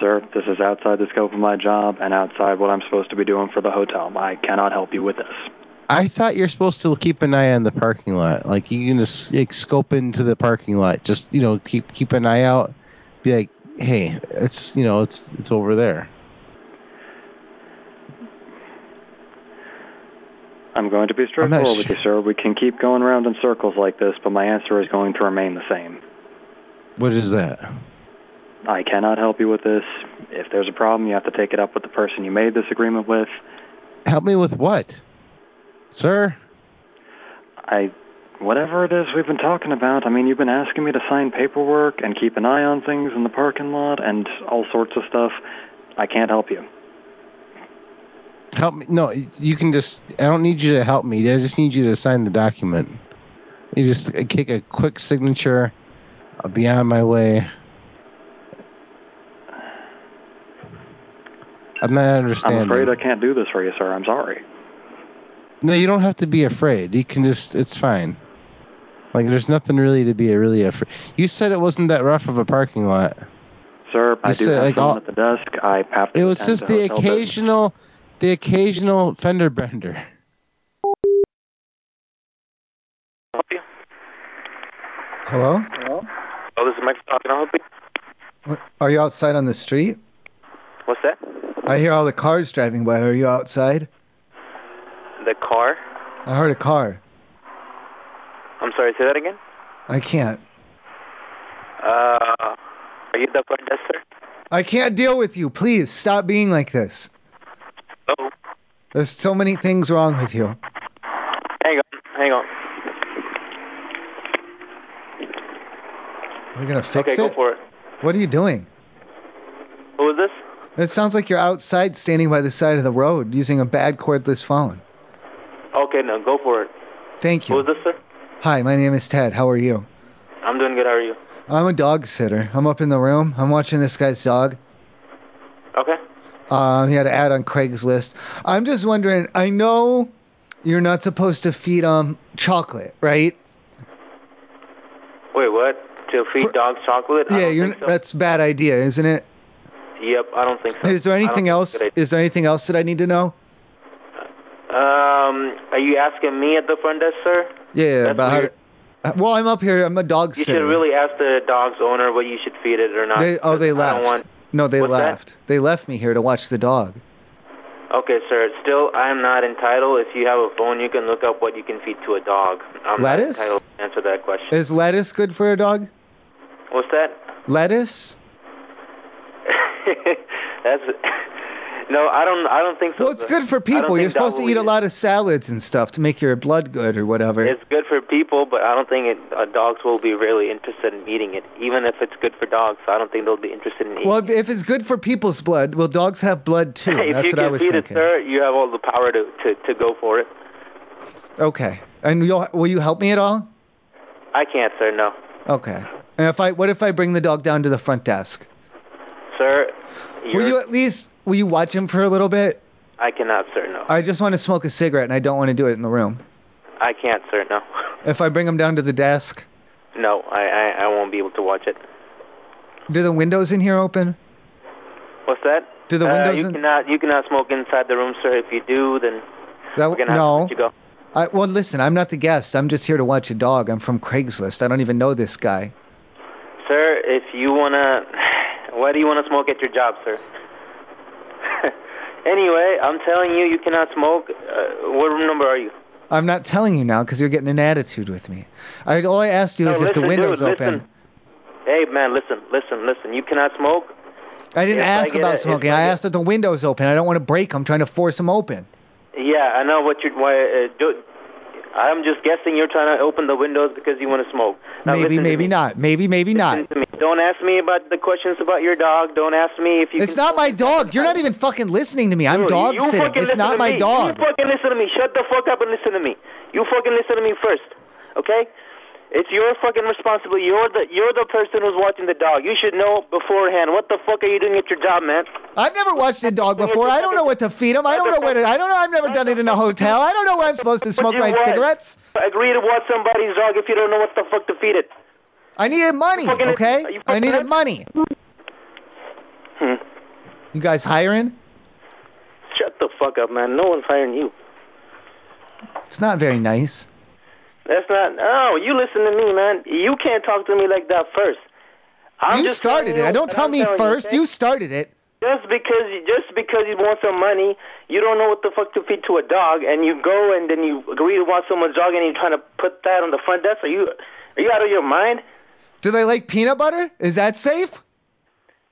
Speaker 13: Sir, this is outside the scope of my job and outside what I'm supposed to be doing for the hotel. I cannot help you with this.
Speaker 5: I thought you're supposed to keep an eye on the parking lot. Like you can just like, scope into the parking lot. Just you know, keep keep an eye out. Be like, hey, it's you know, it's it's over there.
Speaker 13: I'm going to be straightforward with you, sir. We can keep going around in circles like this, but my answer is going to remain the same.
Speaker 5: What is that?
Speaker 13: I cannot help you with this. If there's a problem, you have to take it up with the person you made this agreement with.
Speaker 5: Help me with what? Sir?
Speaker 13: I, whatever it is we've been talking about, I mean, you've been asking me to sign paperwork and keep an eye on things in the parking lot and all sorts of stuff. I can't help you.
Speaker 5: Help me. No, you can just. I don't need you to help me. I just need you to sign the document. You just uh, kick a quick signature. I'll be on my way. I'm not understanding.
Speaker 13: I'm afraid I can't do this for you, sir. I'm sorry.
Speaker 5: No, you don't have to be afraid. You can just. It's fine. Like there's nothing really to be really afraid. You said it wasn't that rough of a parking lot.
Speaker 13: Sir, I
Speaker 5: You
Speaker 13: do
Speaker 5: said,
Speaker 13: have
Speaker 5: like,
Speaker 13: someone
Speaker 5: all-
Speaker 13: at the desk. I have to
Speaker 5: It was
Speaker 13: attend
Speaker 5: just
Speaker 13: to
Speaker 5: the
Speaker 13: hotel business.
Speaker 5: occasional, the occasional fender bender.
Speaker 2: Hello?
Speaker 14: Oh, this is Mike. How can I help you?
Speaker 2: What- Are you outside on the street?
Speaker 14: What's that?
Speaker 2: I hear all the cars driving by. Are you outside?
Speaker 14: The car?
Speaker 2: I heard a car.
Speaker 14: I'm sorry, say that again?
Speaker 2: I can't.
Speaker 14: Uh, are you the front desk, sir?
Speaker 2: I can't deal with you. Please stop being like this.
Speaker 14: Oh,
Speaker 2: There's so many things wrong with you.
Speaker 14: hang on, hang on.
Speaker 2: Are you gonna fix
Speaker 14: okay,
Speaker 2: it?
Speaker 14: go for it.
Speaker 2: What are you doing?
Speaker 14: Who is this?
Speaker 2: It sounds like you're outside standing by the side of the road using a bad cordless phone.
Speaker 14: Okay, no, go for it.
Speaker 2: Thank
Speaker 14: Who
Speaker 2: you.
Speaker 14: is this, sir?
Speaker 2: Hi, my name is Ted. How are you?
Speaker 14: I'm doing good. How are you?
Speaker 2: I'm a dog sitter. I'm up in the room. I'm watching this guy's dog.
Speaker 14: Okay.
Speaker 2: Um, he had an ad on Craigslist. I'm just wondering. I know you're not supposed to feed him chocolate, right?
Speaker 14: Wait, what? To feed dogs chocolate? I
Speaker 2: yeah,
Speaker 14: don't
Speaker 2: you're,
Speaker 14: think so.
Speaker 2: that's a bad idea, isn't it?
Speaker 14: Yep, I don't think so.
Speaker 2: Is there
Speaker 14: I don't
Speaker 2: anything
Speaker 14: think
Speaker 2: else?
Speaker 14: it's a good idea.
Speaker 2: Is there anything else that I need to know?
Speaker 14: Um, are you asking me at the front desk, sir?
Speaker 2: Yeah, about how. To, well, I'm up here. I'm a dog
Speaker 14: You
Speaker 2: sitter.
Speaker 14: should really ask the dog's owner what you should feed it or not.
Speaker 2: They, oh, they
Speaker 14: I
Speaker 2: left.
Speaker 14: don't want.
Speaker 2: no, they
Speaker 14: What's that?
Speaker 2: left. They left me here to watch the dog.
Speaker 14: Okay, sir. Still, I'm not entitled. If you have a phone, you can look up what you can feed to a dog. I'm
Speaker 2: Lettuce?
Speaker 14: not entitled to answer that question.
Speaker 2: Is lettuce good for a dog?
Speaker 14: What's that?
Speaker 2: Lettuce?
Speaker 14: That's. No, I don't. I don't think so.
Speaker 2: Well, it's good for
Speaker 14: I don't
Speaker 2: people. You're
Speaker 14: think dog
Speaker 2: supposed to
Speaker 14: will
Speaker 2: eat a lot of salads and stuff to make your blood good or whatever.
Speaker 14: It's good for people, but I don't think it, uh, dogs will be really interested in eating it. Even if it's good for dogs, I don't think they'll be interested in eating.
Speaker 2: well, if it's good for people's blood, well, dogs have blood too.
Speaker 14: if
Speaker 2: That's
Speaker 14: you
Speaker 2: what
Speaker 14: can
Speaker 2: I was
Speaker 14: feed
Speaker 2: thinking.
Speaker 14: it, sir, you have all the power to, to, to go for it.
Speaker 2: Okay. And you'll, will you help me at all?
Speaker 14: I can't, sir. No,
Speaker 2: Okay. And if I, what if I bring the dog down to the front desk?
Speaker 14: sir.
Speaker 2: Will
Speaker 14: you're-
Speaker 2: you at least, will you watch him for a little bit?
Speaker 14: I cannot, sir. No,
Speaker 2: I just want to smoke a cigarette and I don't want to do it in the room.
Speaker 14: I can't, sir. No,
Speaker 2: If I bring him down to the desk,
Speaker 14: no. I, I I won't be able to watch it.
Speaker 2: do the windows in here open?
Speaker 14: What's that?
Speaker 2: Do the
Speaker 14: Uh,
Speaker 2: windows
Speaker 14: you
Speaker 2: in-
Speaker 14: cannot you cannot smoke inside the room, sir. If you do, then
Speaker 2: That,
Speaker 14: we're gonna have to
Speaker 2: no.
Speaker 14: let you go.
Speaker 2: I, well, listen, I'm not the guest. I'm just here to watch a dog. I'm from Craigslist. I don't even know this guy.
Speaker 14: Sir, if you wanna, why do you wanna smoke at your job, sir? anyway, I'm telling you, you cannot smoke. Uh, what room number are you?
Speaker 2: I'm not telling you now because you're getting an attitude with me. I, all I asked you
Speaker 14: No,
Speaker 2: is if the
Speaker 14: listen,
Speaker 2: window's
Speaker 14: dude,
Speaker 2: open.
Speaker 14: listen. Hey man, listen, listen, listen. You cannot smoke.
Speaker 2: I didn't
Speaker 14: If I
Speaker 2: ask
Speaker 14: get
Speaker 2: about
Speaker 14: a- if
Speaker 2: smoking. I asked if the window's open. I don't want to break them trying to force them open.
Speaker 14: Yeah, I know what you're. Why, uh, do, I'm just guessing you're trying to open the windows because you want to smoke. Now,
Speaker 2: maybe,
Speaker 14: listen to
Speaker 2: maybe
Speaker 14: me.
Speaker 2: not. Maybe, maybe not.
Speaker 14: Listen to me. Don't ask me about the questions about your dog. Don't ask me if you.
Speaker 2: It's not my dog. You're not even fucking listening to me. I'm dog
Speaker 14: you
Speaker 2: sitting.
Speaker 14: fucking
Speaker 2: It's
Speaker 14: listen to
Speaker 2: not my
Speaker 14: me.
Speaker 2: dog.
Speaker 14: You fucking listen to me. Shut the fuck up and listen to me. You fucking listen to me first, okay? It's your fucking responsibility. You're the you're the person who's watching the dog. You should know beforehand. What the fuck are you doing at your job, man?
Speaker 2: I've never watched a dog before. I don't know what to feed him. I don't know what. I don't know. I've never done it in a hotel. I don't know where I'm supposed to smoke
Speaker 14: you
Speaker 2: my
Speaker 14: was.
Speaker 2: cigarettes.
Speaker 14: Agree to watch somebody's dog if you don't know what the fuck to feed it.
Speaker 2: I needed money,
Speaker 14: fucking-
Speaker 2: okay?
Speaker 14: you
Speaker 2: I
Speaker 14: fucking
Speaker 2: needed
Speaker 14: nuts?
Speaker 2: money.
Speaker 14: Hmm.
Speaker 2: You guys hiring?
Speaker 14: Shut the fuck up, man. No one's hiring you.
Speaker 2: It's not very nice.
Speaker 14: That's not. No, you listen to me, man. You can't talk to me like that first. I'm
Speaker 2: you
Speaker 14: just
Speaker 2: started
Speaker 14: telling
Speaker 2: it.
Speaker 14: you
Speaker 2: I don't
Speaker 14: what
Speaker 2: tell
Speaker 14: I'm
Speaker 2: me
Speaker 14: telling
Speaker 2: first.
Speaker 14: okay?
Speaker 2: You started it.
Speaker 14: Just because just because you want some money, you don't know what the fuck to feed to a dog, and you go and then you agree to want someone's dog, and you're trying to put that on the front desk. Are you are you out of your mind,
Speaker 2: Do they like peanut butter? Is that safe?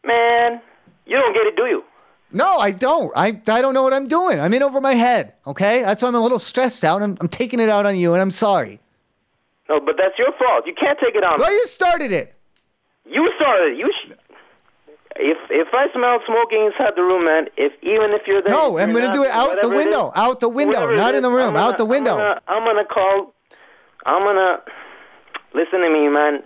Speaker 14: man? You don't get it, do you?
Speaker 2: No, I don't. I, I don't know what I'm doing. I'm in over my head. Okay, that's why I'm a little stressed out. I'm I'm taking it out on you, and I'm sorry.
Speaker 14: No, but that's your fault. You can't take it on.
Speaker 2: Well, you started it.
Speaker 14: You started. it. You. Sh- if if I smell smoking inside the room, man. If even if you're there.
Speaker 2: No, I'm
Speaker 14: you're
Speaker 2: gonna
Speaker 14: not,
Speaker 2: do it out the
Speaker 14: whatever it
Speaker 2: window.
Speaker 14: is,
Speaker 2: Out the window,
Speaker 14: whatever it
Speaker 2: not in
Speaker 14: is,
Speaker 2: the room.
Speaker 14: I'm
Speaker 2: Out the
Speaker 14: gonna- I'm
Speaker 2: window.
Speaker 14: gonna- I'm gonna call. I'm gonna. Listen to me, man.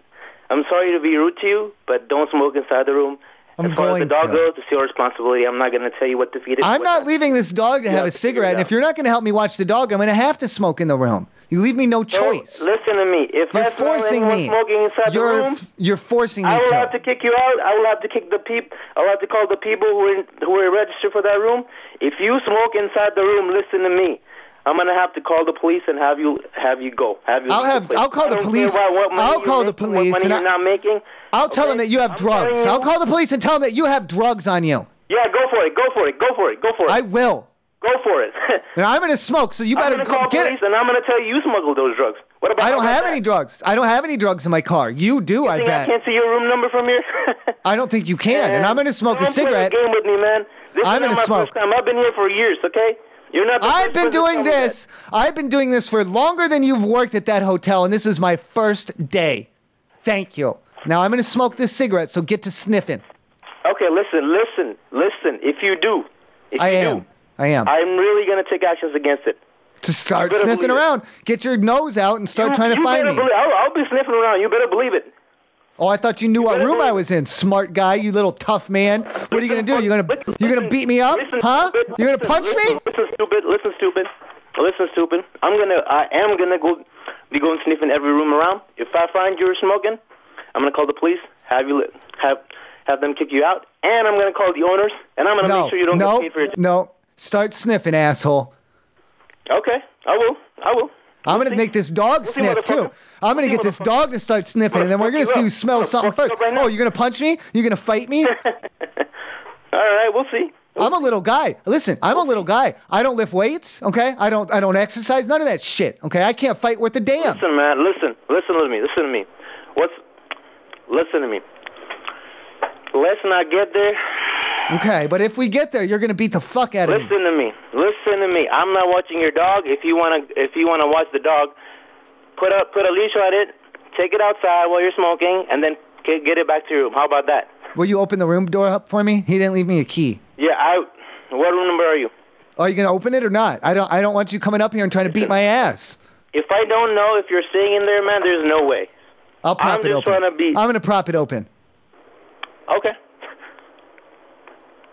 Speaker 14: I'm sorry to be rude to you, but don't smoke inside the room.
Speaker 2: I'm
Speaker 14: as far as the
Speaker 2: going
Speaker 14: dog
Speaker 2: to.
Speaker 14: goes, it's your responsibility. I'm not gonna tell you what to feed it.
Speaker 2: I'm not leaving this dog to have a cigarette. And if you're not gonna help me watch the dog, I'm gonna have to smoke in the room. You leave me no choice.
Speaker 14: Listen to me. If
Speaker 2: You're
Speaker 14: I smell
Speaker 2: forcing
Speaker 14: anyone
Speaker 2: me.
Speaker 14: smoking inside
Speaker 2: You're
Speaker 14: the room,
Speaker 2: f- you're forcing me
Speaker 14: I will
Speaker 2: to.
Speaker 14: have to kick you out. I will have to kick the peep. I will have to call the people who are in, who are registered for that room. If you smoke inside the room, listen to me. I'm gonna have to call the police and have you have you go. Have you?
Speaker 2: I'll
Speaker 14: leave
Speaker 2: have-
Speaker 14: the place.
Speaker 2: I'll call
Speaker 14: I
Speaker 2: the
Speaker 14: don't
Speaker 2: police.
Speaker 14: Care about what money
Speaker 2: I'll
Speaker 14: you're
Speaker 2: call the
Speaker 14: making,
Speaker 2: police
Speaker 14: What money
Speaker 2: and I-
Speaker 14: you're not making?
Speaker 2: I'll tell them that you have drugs.
Speaker 14: telling you-
Speaker 2: I'll call the police and tell them that you have drugs on you.
Speaker 14: Yeah, go for it. Go for it. Go for it. Go for it.
Speaker 2: I will.
Speaker 14: Go for it.
Speaker 2: And I'm gonna smoke, so you
Speaker 14: I'm
Speaker 2: better
Speaker 14: gonna
Speaker 2: go
Speaker 14: call
Speaker 2: get
Speaker 14: police and I'm gonna tell you you smuggled those drugs. What
Speaker 2: it.
Speaker 14: about?
Speaker 2: I don't
Speaker 14: how about
Speaker 2: have
Speaker 14: that?
Speaker 2: any drugs. I don't have any drugs in my car. You do, I
Speaker 14: Think I
Speaker 2: bet.
Speaker 14: can't see your room number from here.
Speaker 2: I don't think you can. And I'm gonna smoke a
Speaker 14: Don't
Speaker 2: cigarette.
Speaker 14: Play the game with me, man. This
Speaker 2: I'm gonna
Speaker 14: is not my
Speaker 2: smoke.
Speaker 14: first time. I've been here for years, okay? You're not. The
Speaker 2: I've
Speaker 14: first
Speaker 2: been
Speaker 14: person to
Speaker 2: doing
Speaker 14: tell me that.
Speaker 2: this. I've been doing this for longer than you've worked at that hotel, and this is my first day. Thank you. Now I'm gonna smoke this cigarette, so get to sniffing.
Speaker 14: Okay, listen, listen, listen. If you do, if
Speaker 2: I
Speaker 14: you
Speaker 2: am.
Speaker 14: do,
Speaker 2: I am.
Speaker 14: I'm really gonna take actions against it.
Speaker 2: to start
Speaker 14: better
Speaker 2: sniffing
Speaker 14: believe it.
Speaker 2: around. Get your nose out and start
Speaker 14: you,
Speaker 2: trying to
Speaker 14: you
Speaker 2: find
Speaker 14: better
Speaker 2: me.
Speaker 14: Believe, I'll, I'll be sniffing around. You better believe it.
Speaker 2: Oh, I thought you knew what room I was in, smart guy, you little tough man. What are you gonna do? You gonna you gonna beat me up, huh? You gonna punch me?
Speaker 14: Listen, stupid. Listen, stupid. Listen, stupid. I'm gonna. I am gonna go. Be going sniffing every room around. If I find you're smoking, I'm gonna call the police. Have you li- have have them kick you out, and I'm gonna call the owners, and I'm gonna
Speaker 2: No,
Speaker 14: make sure you don't
Speaker 2: no,
Speaker 14: get paid for your.
Speaker 2: no. Start sniffing, asshole.
Speaker 14: Okay, I will. I will.
Speaker 2: I'm gonna make this dog
Speaker 14: We'll see,
Speaker 2: sniff too.
Speaker 14: motherfucker.
Speaker 2: I'm gonna get this dog to start sniffing, and then we're gonna see who smells something first. Oh, you're gonna punch me? You're gonna fight me?
Speaker 14: All right, we'll see.
Speaker 2: I'm a little guy. Listen, I'm a little guy. I don't lift weights, okay? I don't I don't exercise, none of that shit, okay? I can't fight worth a damn.
Speaker 14: Listen, man. Listen. Listen to me. Listen to me. What's? Listen to me. Let's not get there.
Speaker 2: Okay, but if we get there, you're gonna beat the fuck out of me.
Speaker 14: Listen to me. Listen to me. I'm not watching your dog. If you wanna, if you wanna watch the dog, put a put a leash on it. Take it outside while you're smoking, and then get, get it back to your room. How about that?
Speaker 2: Will you open the room door up for me? He didn't leave me a key.
Speaker 14: Yeah. I. What room number are you?
Speaker 2: Are you gonna open it or not? I don't I don't want you coming up here and trying to beat my ass.
Speaker 14: If I don't know if you're staying in there, man, there's no way.
Speaker 2: I'll prop
Speaker 14: I'm
Speaker 2: it
Speaker 14: just
Speaker 2: open.
Speaker 14: trying to be.
Speaker 2: I'm gonna prop it open.
Speaker 14: Okay.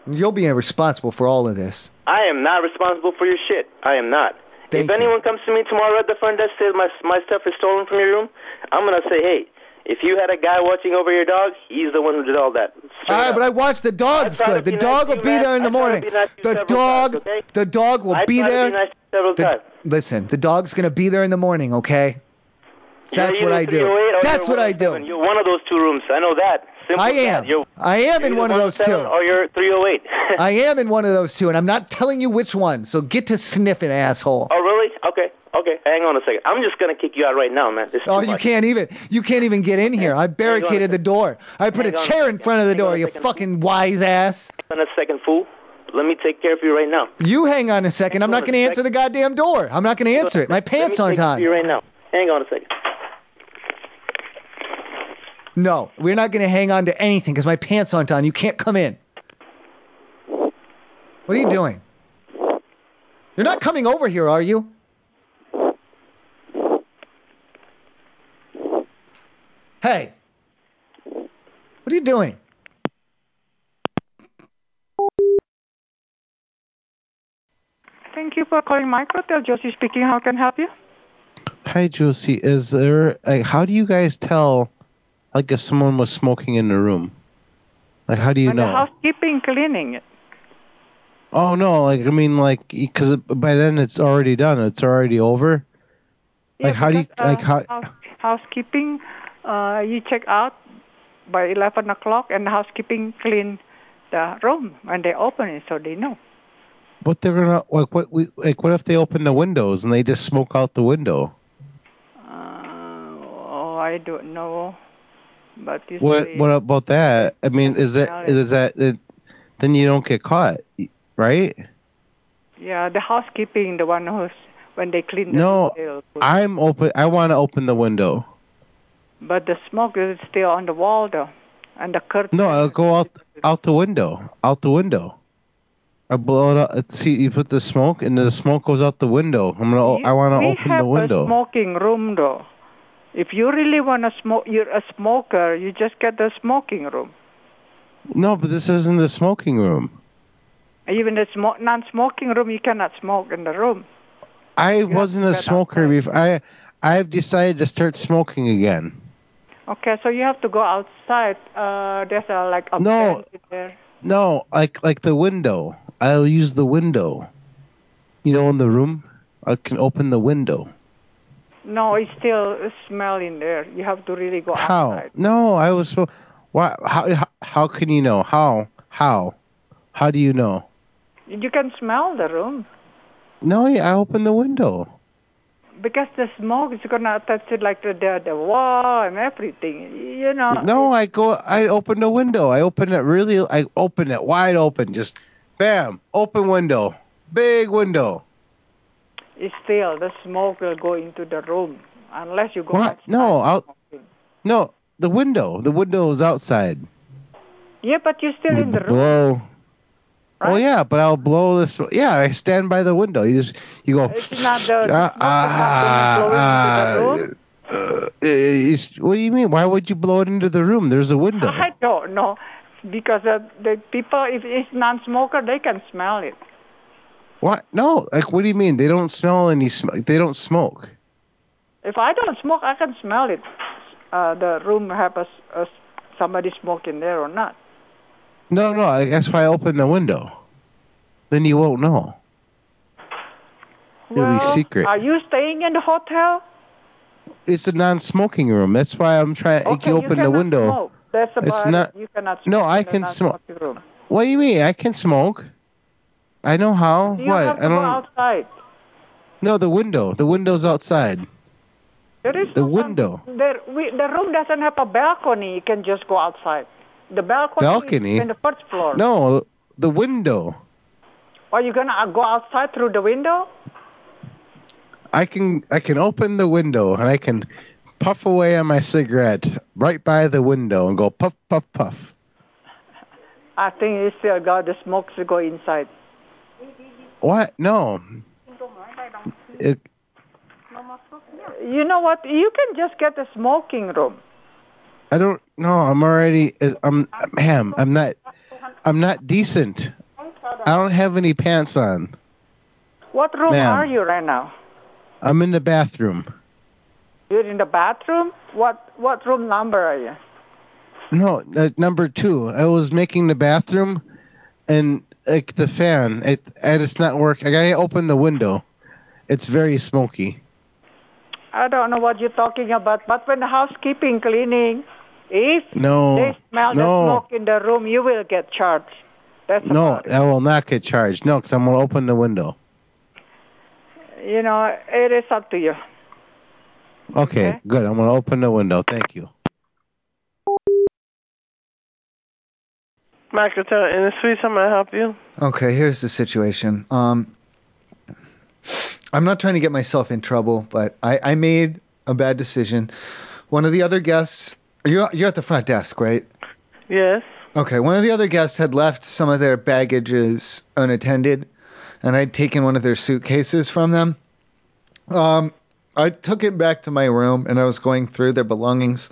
Speaker 2: You'll be responsible for all of this.
Speaker 14: I am not responsible for your shit. I am not.
Speaker 2: Thank
Speaker 14: if anyone comes to me tomorrow at the front desk says my my stuff is stolen from your room, I'm gonna say, hey, if you had a guy watching over your dog, he's the one who did all that.
Speaker 2: All right, but I watched the dog's
Speaker 14: tried to
Speaker 2: good. The
Speaker 14: be
Speaker 2: dog
Speaker 14: nice to
Speaker 2: will
Speaker 14: you,
Speaker 2: be
Speaker 14: man.
Speaker 2: there in the
Speaker 14: I tried to
Speaker 2: morning.
Speaker 14: be nice to you
Speaker 2: The
Speaker 14: several
Speaker 2: dog,
Speaker 14: times, okay?
Speaker 2: the dog will
Speaker 14: I
Speaker 2: be
Speaker 14: tried to
Speaker 2: there.
Speaker 14: be nice to you several
Speaker 2: The-
Speaker 14: times.
Speaker 2: listen, the dog's gonna be there in the morning, okay? That's
Speaker 14: You're
Speaker 2: what
Speaker 14: either
Speaker 2: I
Speaker 14: 308
Speaker 2: do.
Speaker 14: or
Speaker 2: That's
Speaker 14: you're
Speaker 2: what I
Speaker 14: 107.
Speaker 2: do.
Speaker 14: You're one of those two rooms. I know that. Simple
Speaker 2: I
Speaker 14: as that.
Speaker 2: am.
Speaker 14: You're
Speaker 2: I am in
Speaker 14: either
Speaker 2: one of those
Speaker 14: 107
Speaker 2: two.
Speaker 14: Or you're 308.
Speaker 2: I am in one of those two, and I'm not telling you which one. So get to sniffing, asshole.
Speaker 14: oh really? Okay. Okay. Hang on a second. I'm just gonna kick you out right now, man. This is
Speaker 2: Oh,
Speaker 14: too
Speaker 2: you
Speaker 14: much.
Speaker 2: can't even. You can't even get in here. I barricaded the door. I put a
Speaker 14: Hang on a
Speaker 2: chair in front of the door. You fucking wise ass.
Speaker 14: Hang on a second, fool. Let me take care of you right now.
Speaker 2: You hang on a second. I'm not going to answer the goddamn door. I'm not going to answer it. My pants
Speaker 14: Let me
Speaker 2: aren't
Speaker 14: take care of
Speaker 2: on.
Speaker 14: You right now. Hang on a second.
Speaker 2: No, we're not going to hang on to anything because my pants aren't on. You can't come in. What are you doing? You're not coming over here, are you? Hey, what are you doing?
Speaker 15: Thank you for calling Microtel. Josie speaking. How can I help you?
Speaker 5: Hi, Josie. Is there like how do you guys tell like if someone was smoking in the room? Like how do you
Speaker 15: and the
Speaker 5: know?
Speaker 15: housekeeping cleaning.
Speaker 5: Oh no, like I mean like because by then it's already done. It's already over.
Speaker 15: Yeah,
Speaker 5: like how do you
Speaker 15: because, uh,
Speaker 5: like how?
Speaker 15: house, housekeeping? Uh, you check out by 11 o'clock and housekeeping clean the room and they open it so they know.
Speaker 5: But they're gonna like what we like. What if they open the windows and they just smoke out the window?
Speaker 15: Oh, I don't know. But
Speaker 5: What
Speaker 15: usually,
Speaker 5: what about that? I mean, is that is that it, then you don't get caught, right?
Speaker 15: yeah, the housekeeping, the one who's when they clean the
Speaker 5: No,
Speaker 15: they'll put-
Speaker 5: I'm open. I want to open the window.
Speaker 15: but the smoke is still on the wall though, and the curtain.
Speaker 5: No, I'll go out out the window. Out the window. I blow it out. See, you put the smoke, and the smoke goes out the window. I'm gonna. I want to
Speaker 15: we
Speaker 5: open
Speaker 15: have
Speaker 5: the window.
Speaker 15: a smoking room though. If you really want to smoke, you're a smoker. You just get the smoking room.
Speaker 5: No, but this isn't the smoking room.
Speaker 15: Even the smoke, non-smoking room, you cannot smoke in the room.
Speaker 5: I wasn't a smoker before. I I've decided to start smoking again.
Speaker 15: Okay, so you have to go outside. Uh, there's a like a
Speaker 5: No.
Speaker 15: bench there.
Speaker 5: No, like like the window. I'll use the window. You know, in the room, I can open the window.
Speaker 15: No, it's still smell in there. You have to really go
Speaker 5: How?
Speaker 15: outside.
Speaker 5: No, I was. so- Why? How, how? How can you know? How? How? How do you know?
Speaker 15: You can smell the room
Speaker 5: No, yeah, I opened the window.
Speaker 15: because the smoke is gonna touch it like the the, the wall and everything. You know.
Speaker 5: No, I go. I opened the window. I opened it really. I opened it wide open. Just bam, open window, big window.
Speaker 15: It's still the smoke will go into the room unless you go.
Speaker 5: What? No, out. No, the window. The window is outside.
Speaker 15: Yeah, but you're still in the room.
Speaker 5: Blow. Oh yeah, but I'll blow this. Yeah, I stand by the window. You just you go.
Speaker 15: It's not the- it's
Speaker 5: Ah, ah, ah, uh, it's- what do you mean? Why would you blow it into the room? There's a window.
Speaker 15: I don't know because uh, the people, if it's non-smoker, they can smell it.
Speaker 5: What? No, like what do you mean? They don't smell any smoke. They don't smoke.
Speaker 15: If I don't smoke, I can smell it. Uh, the room have a, s- a s- somebody smoke in there or not.
Speaker 5: No, no. I- That's why I opened the window. Then you won't know. It'll
Speaker 15: well,
Speaker 5: be secret.
Speaker 15: Are you staying in the hotel?
Speaker 5: It's a non-smoking room. That's why I'm trying.
Speaker 15: Okay,
Speaker 5: you
Speaker 15: you
Speaker 5: open the
Speaker 15: cannot
Speaker 5: window.
Speaker 15: Smoke. That's about
Speaker 5: It's
Speaker 15: it.
Speaker 5: not-
Speaker 15: You cannot smoke
Speaker 5: No, I
Speaker 15: in the
Speaker 5: can smoke.
Speaker 15: non-smoking Room.
Speaker 5: What do you mean? I can smoke. I know how.
Speaker 15: You
Speaker 5: what?
Speaker 15: have to
Speaker 5: I don't.
Speaker 15: go outside.
Speaker 5: No, the window. The window's outside.
Speaker 15: There is
Speaker 5: The window.
Speaker 15: there. We, the room doesn't have a balcony. You can just go outside. The balcony. is
Speaker 5: Balcony?
Speaker 15: In the first floor.
Speaker 5: No, the window.
Speaker 15: Are you gonna uh, go outside through the window?
Speaker 5: I can I can open the window and I can puff away on my cigarette right by the window and go puff puff puff.
Speaker 15: I think you still got the smokes to go inside.
Speaker 5: What? No. It,
Speaker 15: You know what? You can just get a smoking room.
Speaker 5: I don't. No, I'm already. I'm ma'am. I'm not. I'm not decent. I don't have any pants on.
Speaker 15: What room
Speaker 5: Ma'am.
Speaker 15: are you right now?
Speaker 5: I'm in the bathroom.
Speaker 15: You're in the bathroom. What what room number are you?
Speaker 5: No, uh, number two. I was making the bathroom, and like the fan, it and it's not working. I gotta open the window. It's very smoky.
Speaker 15: I don't know what you're talking about. But when the housekeeping cleaning, if
Speaker 5: No,
Speaker 15: they smell the
Speaker 5: no,
Speaker 15: smoke in the room, you will get charged. That's
Speaker 5: no. I will not get charged. No, because I'm gonna open the window.
Speaker 15: you know it is up to you.
Speaker 5: Okay, good. I'm gonna open the window. Thank you.
Speaker 16: Microtel, in the suite, how may I help you?
Speaker 2: Okay, here's the situation. Um, I'm not trying to get myself in trouble, but I, I made a bad decision. One of the other guests, you're, you're at the front desk, right?
Speaker 16: Yes.
Speaker 2: Okay, one of the other guests had left some of their baggages unattended, and I'd taken one of their suitcases from them. Um, I took it back to my room, and I was going through their belongings,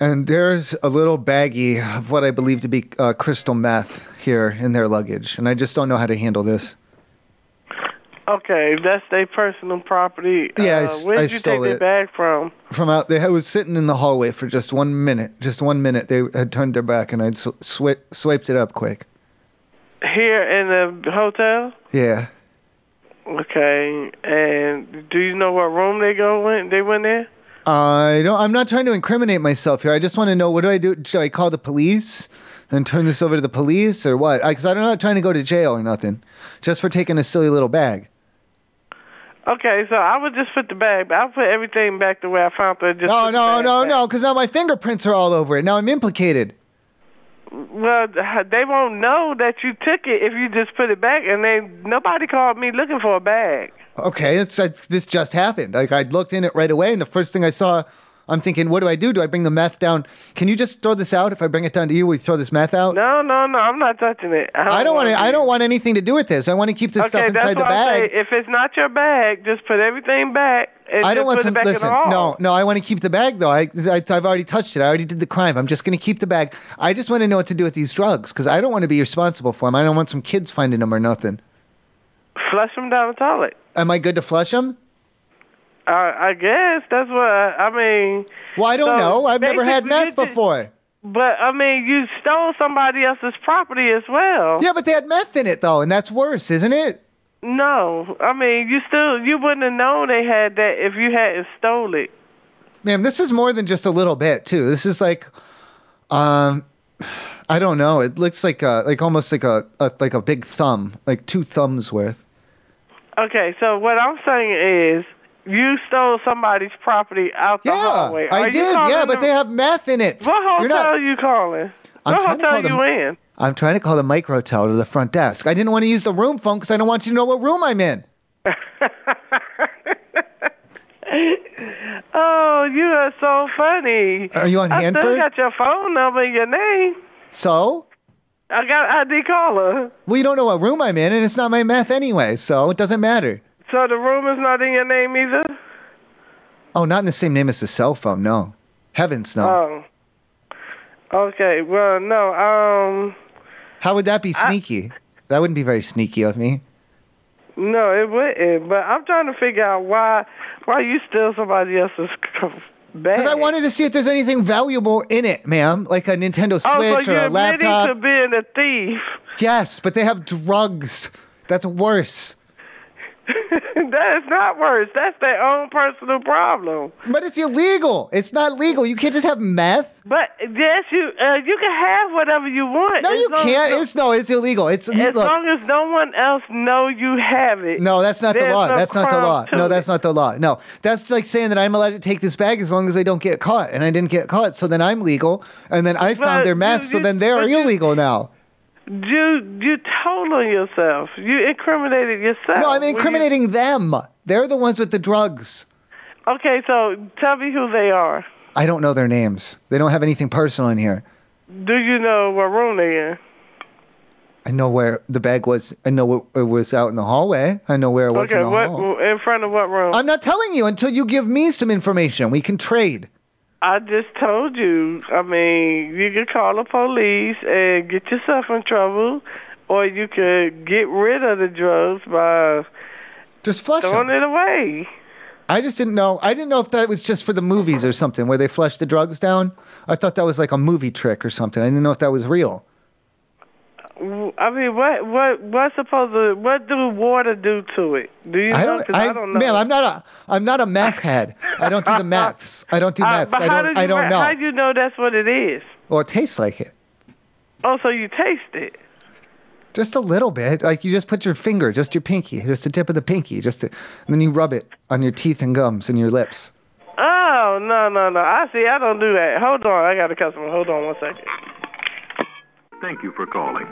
Speaker 2: and there's a little baggie of what I believe to be uh, crystal meth here in their luggage, and I just don't know how to handle this.
Speaker 16: Okay, if that's their personal property.
Speaker 2: Yeah, I
Speaker 16: uh,
Speaker 2: s-
Speaker 16: where
Speaker 2: I
Speaker 16: did you
Speaker 2: stole
Speaker 16: take
Speaker 2: it.
Speaker 16: their bag from?
Speaker 2: From out there, I was sitting in the hallway for just one minute. Just one minute, they had turned their back, and I'd sw- swi swiped it up quick.
Speaker 16: Here in the hotel?
Speaker 2: Yeah.
Speaker 16: Okay, and do you know what room they go in? They went in?
Speaker 2: I don't. I'm not trying to incriminate myself here. I just want to know what do I do? Should I call the police? and turn this over to the police or what? Because I'm not trying to go to jail or nothing, just for taking a silly little bag.
Speaker 16: Okay, so I would just put the bag. I'll put everything back the way I found it. Just
Speaker 2: No, no,
Speaker 16: put the bag
Speaker 2: no,
Speaker 16: back.
Speaker 2: no, because now my fingerprints are all over it. Now I'm implicated.
Speaker 16: Well, they won't know that you took it if you just put it back, and they nobody called me looking for a bag.
Speaker 2: Okay, it's, it's this just happened. Like I looked in it right away, and the first thing I saw, I'm thinking, what do I do? Do I bring the meth down? Can you just throw this out? If I bring it down to you, will you throw this meth out?
Speaker 16: No, no, no, I'm not touching it. I
Speaker 2: I don't want to.
Speaker 16: wanna
Speaker 2: I
Speaker 16: do-
Speaker 2: don't want anything to do with this. I want to keep this
Speaker 16: okay,
Speaker 2: stuff
Speaker 16: that's
Speaker 2: inside the
Speaker 16: why I say
Speaker 2: bag.
Speaker 16: if it's not your bag, just put everything back. And
Speaker 2: I don't
Speaker 16: just
Speaker 2: want
Speaker 16: put
Speaker 2: some.
Speaker 16: it back
Speaker 2: Listen,
Speaker 16: in the hall.
Speaker 2: no, no. I want to keep the bag though. I, I I've already touched it. I already did the crime. I'm just gonna keep the bag. I just want to know what to do with these drugs because I don't want to be responsible for them. I don't want some kids finding them or nothing.
Speaker 16: Flush them down the toilet.
Speaker 2: Am I good to flush them?
Speaker 16: I, I guess that's what I, I mean.
Speaker 2: Well, I don't know. I've never had meth before.
Speaker 16: But I mean, you stole somebody else's property as well.
Speaker 2: Yeah, but they had meth in it though, and that's worse, isn't it?
Speaker 16: No, I mean, you still you wouldn't have known they had that if you hadn't stole it.
Speaker 2: Ma'am, this is more than just a little bit too. This is like, um, I don't know. It looks like a, like almost like a, a like a big thumb, like two thumbs worth.
Speaker 16: Okay, so what I'm saying is you stole somebody's property out the hallway. Are
Speaker 2: I
Speaker 16: you
Speaker 2: did,
Speaker 16: calling
Speaker 2: yeah, but
Speaker 16: the-
Speaker 2: they have meth in it.
Speaker 16: What hotel
Speaker 2: You're not-
Speaker 16: are you calling?
Speaker 2: I'm
Speaker 16: what
Speaker 2: trying to call
Speaker 16: hotel you in?
Speaker 2: I'm trying to call the microtel to the front desk. I didn't want to use the room phone because I don't want you to know what room I'm in.
Speaker 16: Oh, you are so funny.
Speaker 2: Are you on
Speaker 16: I still
Speaker 2: Hanford?
Speaker 16: got your phone number and your name.
Speaker 2: So?
Speaker 16: I got ID caller.
Speaker 2: Well, you don't know what room I'm in, and it's not my meth anyway, so it doesn't matter.
Speaker 16: So the room is not in your name either?
Speaker 2: Oh, not in the same name as the cell phone, no. Heavens, no.
Speaker 16: Oh. Okay, well, no. Um,
Speaker 2: How would that be
Speaker 16: I-
Speaker 2: sneaky? that wouldn't be very sneaky of me.
Speaker 16: no, it wouldn't. But I'm trying to figure out why why you steal somebody else's c- bag.
Speaker 2: Because I wanted to see if there's anything valuable in it, ma'am, like a Nintendo Switch
Speaker 16: oh, so
Speaker 2: or
Speaker 16: you're
Speaker 2: a
Speaker 16: admitting
Speaker 2: laptop.
Speaker 16: to being a thief.
Speaker 2: Yes, but they have drugs. That's worse.
Speaker 16: that is not worse. That's their own personal problem.
Speaker 2: But it's illegal. It's not legal. You can't just have meth.
Speaker 16: But yes, you uh, you can have whatever you want.
Speaker 2: No,
Speaker 16: as
Speaker 2: you
Speaker 16: long as
Speaker 2: can't.
Speaker 16: no-
Speaker 2: It's no, it's illegal. It's
Speaker 16: as
Speaker 2: look.
Speaker 16: long as no one else know you have it.
Speaker 2: No, that's not the
Speaker 16: There's
Speaker 2: law.
Speaker 16: no
Speaker 2: that's not the
Speaker 16: crime
Speaker 2: law.
Speaker 16: to
Speaker 2: No,
Speaker 16: it.
Speaker 2: that's not the law. No, that's like saying that I'm allowed to take this bag as long as I don't get caught, and I didn't get caught, so then I'm legal, and then I found
Speaker 16: But
Speaker 2: their meth,
Speaker 16: you-
Speaker 2: so
Speaker 16: you-
Speaker 2: then they're
Speaker 16: but you-
Speaker 2: illegal now.
Speaker 16: You you told on yourself. You incriminated yourself.
Speaker 2: No, I'm
Speaker 16: when you-
Speaker 2: incriminating them. They're the ones with the drugs.
Speaker 16: okay, so tell me who they are.
Speaker 2: I don't know their names. They don't have anything personal in here.
Speaker 16: Do you know what room they in?
Speaker 2: I know where the bag was. I know what- it was out in the hallway. I know where it was
Speaker 16: okay,
Speaker 2: in the
Speaker 16: what
Speaker 2: hall.
Speaker 16: in front of what room?
Speaker 2: I'm not telling you until you give me some information. We can trade.
Speaker 16: I just told you. I mean, you could call the police and get yourself in trouble, or you could get rid of the drugs by
Speaker 2: Just flush
Speaker 16: throwing
Speaker 2: 'em.
Speaker 16: it away.
Speaker 2: I just didn't know. I didn't know if that was just for the movies or something where they flush the drugs down. I thought that was like a movie trick or something. I didn't know if that was real.
Speaker 16: I mean, what what what's supposed to what do water do to it? Do you
Speaker 2: I
Speaker 16: know?
Speaker 2: don't.
Speaker 16: 'Cause I, don't know.
Speaker 2: Ma'am, I'm not a. I'm not a meth head. I don't do the meths. I don't do
Speaker 16: Uh,
Speaker 2: meths.
Speaker 16: but
Speaker 2: I
Speaker 16: how
Speaker 2: don't.
Speaker 16: do
Speaker 2: I
Speaker 16: you
Speaker 2: don't
Speaker 16: re-
Speaker 2: know.
Speaker 16: How do you know that's what it is?
Speaker 2: Well, it tastes like it.
Speaker 16: Oh, so you taste it.
Speaker 2: Just a little bit. Like you just put your finger, just your pinky, just the tip of the pinky, just to, and then you rub it on your teeth and gums and your lips.
Speaker 16: Oh no no no! I see. I don't do that. Hold on, I got a customer. Hold on one second.
Speaker 17: Thank you for calling.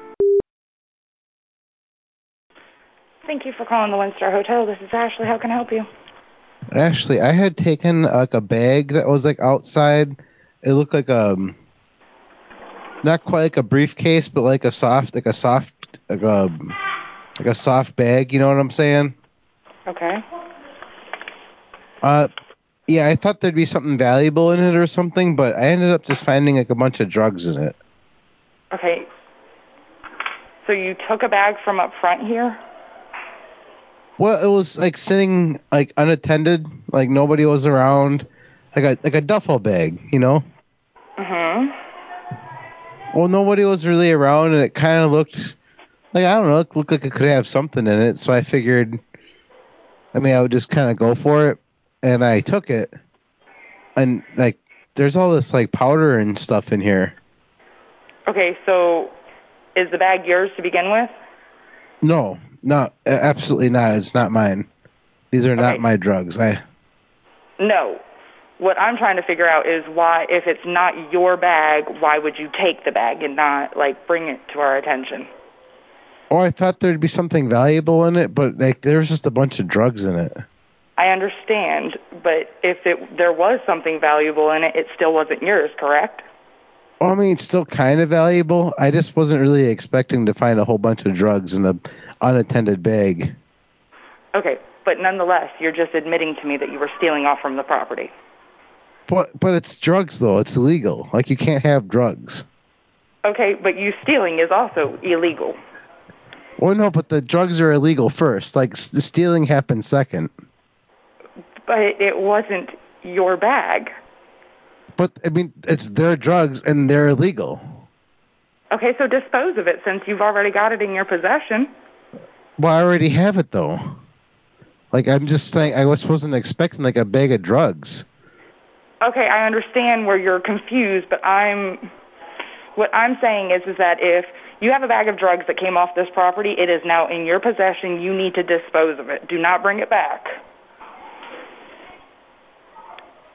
Speaker 18: Thank you for calling the One Star Hotel. This is Ashley. How can I help you?
Speaker 5: Ashley, I had taken like a bag that was like outside. It looked like um, not quite like a briefcase, but like a soft, like a soft, like a, like a soft bag. You know what I'm saying?
Speaker 18: Okay.
Speaker 5: Uh, yeah, I thought there'd be something valuable in it or something, but I ended up just finding like a bunch of drugs in it.
Speaker 18: Okay. So you took a bag from up front here?
Speaker 5: Well, it was like sitting like unattended, like nobody was around, like a like a duffel bag, you know.
Speaker 18: Mm-hmm.
Speaker 5: Well, nobody was really around, and it kind of looked like I don't know, it looked like it could have something in it. So I figured, I mean, I would just kind of go for it, and I took it, and like there's all this like powder and stuff in here.
Speaker 18: Okay, so is the bag yours to begin with?
Speaker 5: No, no, a- absolutely not. It's not mine. These are not my drugs. I
Speaker 18: No. What I'm trying to figure out is why, if it's not your bag, why would you take the bag and not like bring it to our attention?
Speaker 5: oh, I thought there'd be something valuable in it, but like there was just a bunch of drugs in it.
Speaker 18: I understand, but if it, there was something valuable in it, it still wasn't yours, correct?
Speaker 5: Well, I mean, it's still kind of valuable. I just wasn't really expecting to find a whole bunch of drugs in a unattended bag.
Speaker 18: Okay, but nonetheless, you're just admitting to me that you were stealing off from the property.
Speaker 5: But but it's drugs though. It's illegal. Like you can't have drugs.
Speaker 18: Okay, but you stealing is also illegal.
Speaker 5: Well, no, but the drugs are illegal first. Like s- the stealing happens second.
Speaker 18: But it wasn't your bag.
Speaker 5: But I mean, it's their drugs and they're illegal.
Speaker 18: Okay, so dispose of it since you've already got it in your possession.
Speaker 5: Well, I already have it though. Like I'm just saying, I was wasn't expecting like a bag of drugs.
Speaker 18: Okay, I understand where you're confused, but I'm what I'm saying is is that if you have a bag of drugs that came off this property, it is now in your possession. You need to dispose of it. Do not bring it back.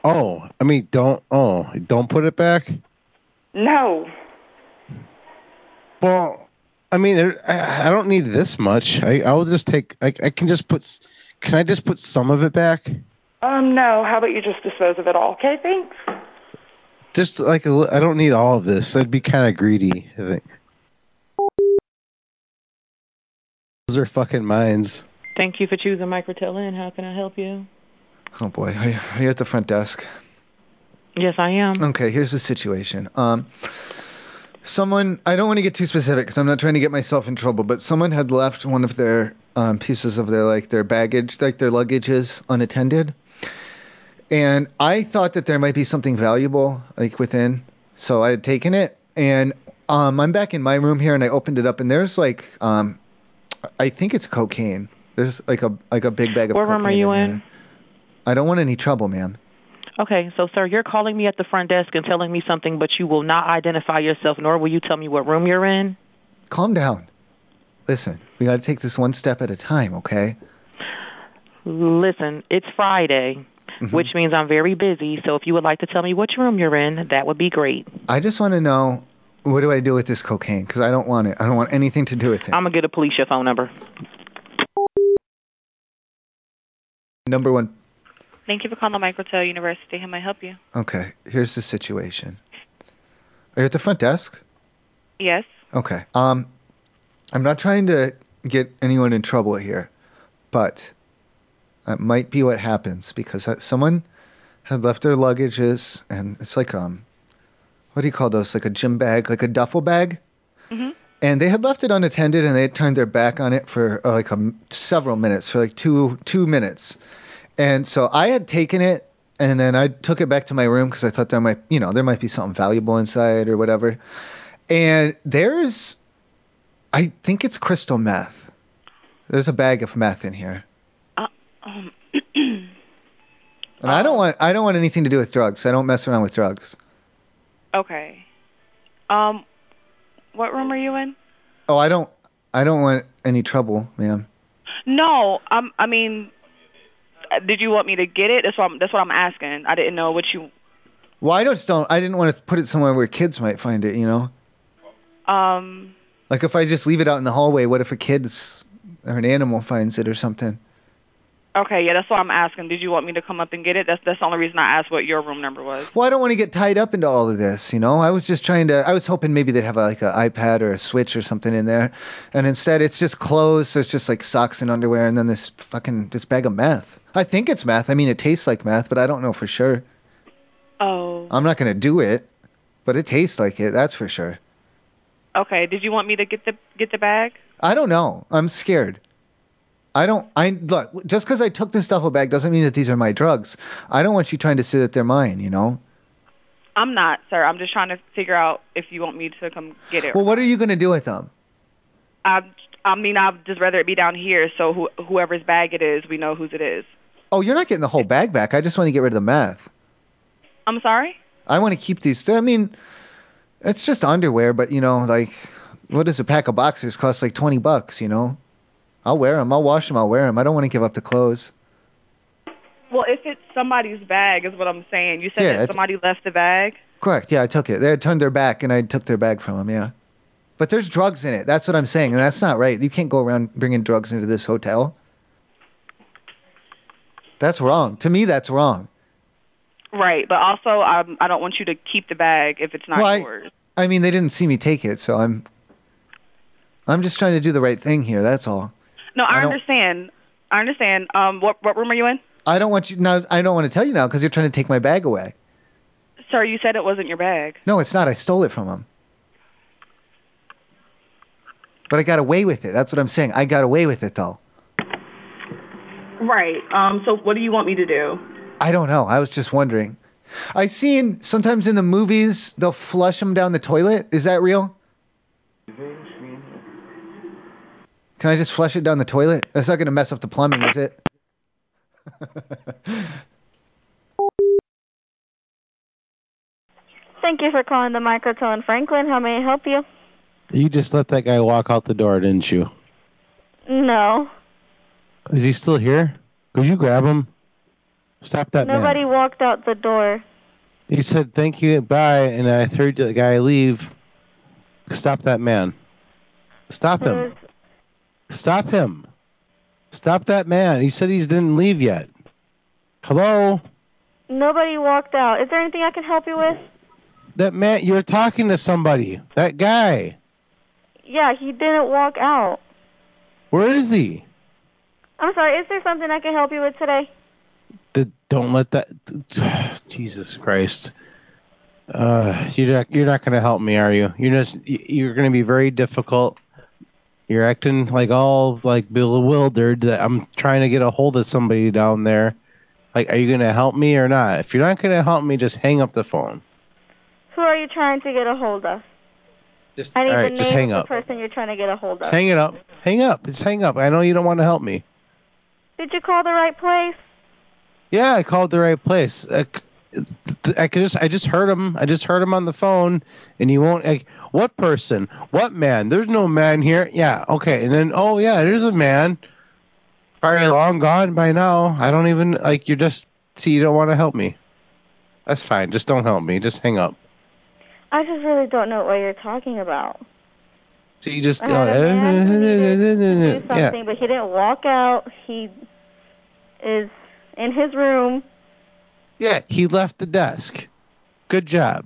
Speaker 5: Oh, I mean, don't oh, don't put it back.
Speaker 18: No.
Speaker 5: Well, I mean, it- I, I don't need this much. I I'll just take. I, I can just put. s- Can I just put some of it back?
Speaker 18: Um no, how about you just dispose of it all? Okay, thanks.
Speaker 5: Just like a li- I don't need all of this. I'd be kind of greedy. I think. Those are fucking mines.
Speaker 19: Thank you for choosing Microtel Inn. How can I help you?
Speaker 2: Oh boy, are you, are you at the front desk?
Speaker 19: Yes, I am.
Speaker 2: Okay, here's the situation. Um, someone, I don't want to get too specific because I'm not trying to get myself in trouble, but someone had left one of their um, pieces of their like their baggage, like their luggages, unattended, and I thought that there might be something valuable like within, so I had taken it, and um, I'm back in my room here, and I opened it up, and there's like, um, I think it's cocaine. There's like a like a big bag of
Speaker 19: What
Speaker 2: cocaine.
Speaker 19: room are you in?
Speaker 2: here. I don't want any trouble, ma'am.
Speaker 19: Okay, so sir, you're calling me at the front desk and telling me something, but you will not identify yourself, nor will you tell me what room you're in.
Speaker 2: calm down. Listen, we got to take this one step at a time, okay?
Speaker 19: Listen, it's Friday,
Speaker 2: Mm-hmm.
Speaker 19: which means I'm very busy. So if you would like to tell me which room you're in, that would be great.
Speaker 2: I just want to know what do I do with this cocaine? Because I don't want it. I don't want anything to do with it.
Speaker 19: I'm gonna get a police your phone number.
Speaker 2: Number one.
Speaker 20: Thank you for calling Microtel University. How may I help you?
Speaker 2: Okay, here's the situation. Are you at the front desk?
Speaker 20: Yes.
Speaker 2: Okay. Um, I'm not trying to get anyone in trouble here, but that might be what happens because uh, someone had left their luggages, and it's like um, what do you call those? Like a gym bag, like a duffel bag.
Speaker 20: Mhm.
Speaker 2: and they had left it unattended and they had turned their back on it for uh, like um several minutes for like two two minutes and so i had taken it and then i took it back to my room because i thought there might you know there might be something valuable inside or whatever and there's i think it's crystal meth there's a bag of meth in here
Speaker 20: Um,
Speaker 2: and i don't want i don't want anything to do with drugs i don't mess around with drugs
Speaker 20: okay. Um, what room are you in?
Speaker 2: oh i don't i don't want any trouble ma'am
Speaker 20: No, um, I mean, uh, did you want me to get it? That's what I'm, that's what I'm asking. I didn't know what you.
Speaker 2: well i just don't i didn't want to put it somewhere where kids might find it you know
Speaker 20: Um,
Speaker 2: Like if I just leave it out in the hallway, what if a kid's or an animal finds it or something?
Speaker 20: okay, yeah, that's what I'm asking. Did you want me to come up and get it? That's that's the only reason I asked what your room number was.
Speaker 2: Well, I don't want to get tied up into all of this, you know. I was just trying to. I was hoping maybe they'd have a, like an iPad or a Switch or something in there, and instead it's just clothes. So it's just like socks and underwear, and then this fucking this bag of meth. I think it's meth. I mean, it tastes like meth, but I don't know for sure.
Speaker 20: Oh,
Speaker 2: I'm not gonna do it, but it tastes like it. That's for sure.
Speaker 20: okay. Did you want me to get the get the bag?
Speaker 2: I don't know. I'm scared. I don't. I look. Just because I took this duffel bag doesn't mean that these are my drugs. I don't want you trying to say that they're mine. You know.
Speaker 20: I'm not, sir. I'm just trying to figure out if you want me to come get it.
Speaker 2: Well, what are you gonna do with them?
Speaker 20: I I mean, I'd just rather it be down here, so who, whoever's bag it is, we know whose it is.
Speaker 2: Oh, you're not getting the whole bag back. I just want to get rid of the meth.
Speaker 20: I'm sorry.
Speaker 2: I want to keep these. I mean, It's just underwear, but you know, like, what does a pack of boxers cost? Like twenty bucks, you know. I'll wear them. I'll wash them. I'll wear them. I don't want to give up the clothes.
Speaker 20: Well, if it's somebody's bag, is what I'm saying. You said
Speaker 2: Yeah,
Speaker 20: that
Speaker 2: it-
Speaker 20: somebody left the bag.
Speaker 2: Correct. Yeah, I took it. They had turned their back, and I took their bag from them. Yeah. But there's drugs in it. That's what I'm saying, and that's not right. You can't go around bringing drugs into this hotel. That's wrong. To me, that's wrong.
Speaker 20: Right, but also um, I don't want you to keep the bag if it's not
Speaker 2: Well, I-
Speaker 20: yours.
Speaker 2: I mean, they didn't see me take it, so I'm. I'm just trying to do the right thing here. That's all.
Speaker 20: No,
Speaker 2: I
Speaker 20: I,
Speaker 2: don't-
Speaker 20: understand. I understand. Um, what what room are you in,
Speaker 2: I don't want you now. I don't want to tell you now because you're trying to take my bag away.
Speaker 20: sir? You said it wasn't your bag.
Speaker 2: No, it's not. I stole it from him. But I got away with it. That's what I'm saying. I got away with it though.
Speaker 21: Right. Um. So what do you want me to do?
Speaker 2: I don't know. I was just wondering. I seen sometimes in the movies they'll flush them down the toilet. Is that real? Can I just flush it down the toilet? That's not going to mess up the plumbing, is it?
Speaker 10: Thank you for calling the Microtel in Franklin. How may I help you?
Speaker 5: You just let that guy walk out the door, didn't you?
Speaker 10: No.
Speaker 5: Is he still here? Could you grab him? Stop that man.
Speaker 10: Nobody walked out the door.
Speaker 5: He said thank you, bye, and I heard the guy leave. Stop that man. Stop him. Stop him. Stop that man. He said he didn't leave yet. Hello?
Speaker 10: Nobody walked out. Is there anything I can help you with?
Speaker 5: That man, you're talking to somebody. That guy.
Speaker 10: Yeah, he didn't walk out.
Speaker 5: Where is he?
Speaker 10: I'm sorry. Is there something I can help you with today?
Speaker 5: The, don't let that. Jesus Christ. Uh, you're not, you're not going to help me, are you? You're just you- you're going to be very difficult. You're acting like all like bewildered that I'm trying to get a hold of somebody down there. Like, are you going to help me or not? If you're not going to help me, just hang up the phone.
Speaker 10: Who are you trying to get a hold of?
Speaker 5: Just
Speaker 10: I need
Speaker 5: all right,
Speaker 10: the
Speaker 5: just
Speaker 10: name
Speaker 5: hang
Speaker 10: of
Speaker 5: up.
Speaker 10: the person you're trying to get a hold of.
Speaker 5: Just hang it up. Hang up. Just hang up. I know you don't want to help me.
Speaker 10: Did you call the right place?
Speaker 5: Yeah, I called the right place. I, c- th- I could just, I just heard him. I just heard him on the phone, and you won't. Like, what person? What man? There's no man here. Yeah, okay. And then, oh yeah, there's a man. Probably long gone by now. I don't even like. You're just see. You don't want to help me. That's fine. Just don't help me. Just hang up.
Speaker 10: I just really don't know what you're talking about.
Speaker 5: So you just. oh,
Speaker 10: I had a man Do
Speaker 5: yeah.
Speaker 10: something, but he didn't walk out. He is in his room.
Speaker 5: Yeah. He left the desk. Good job.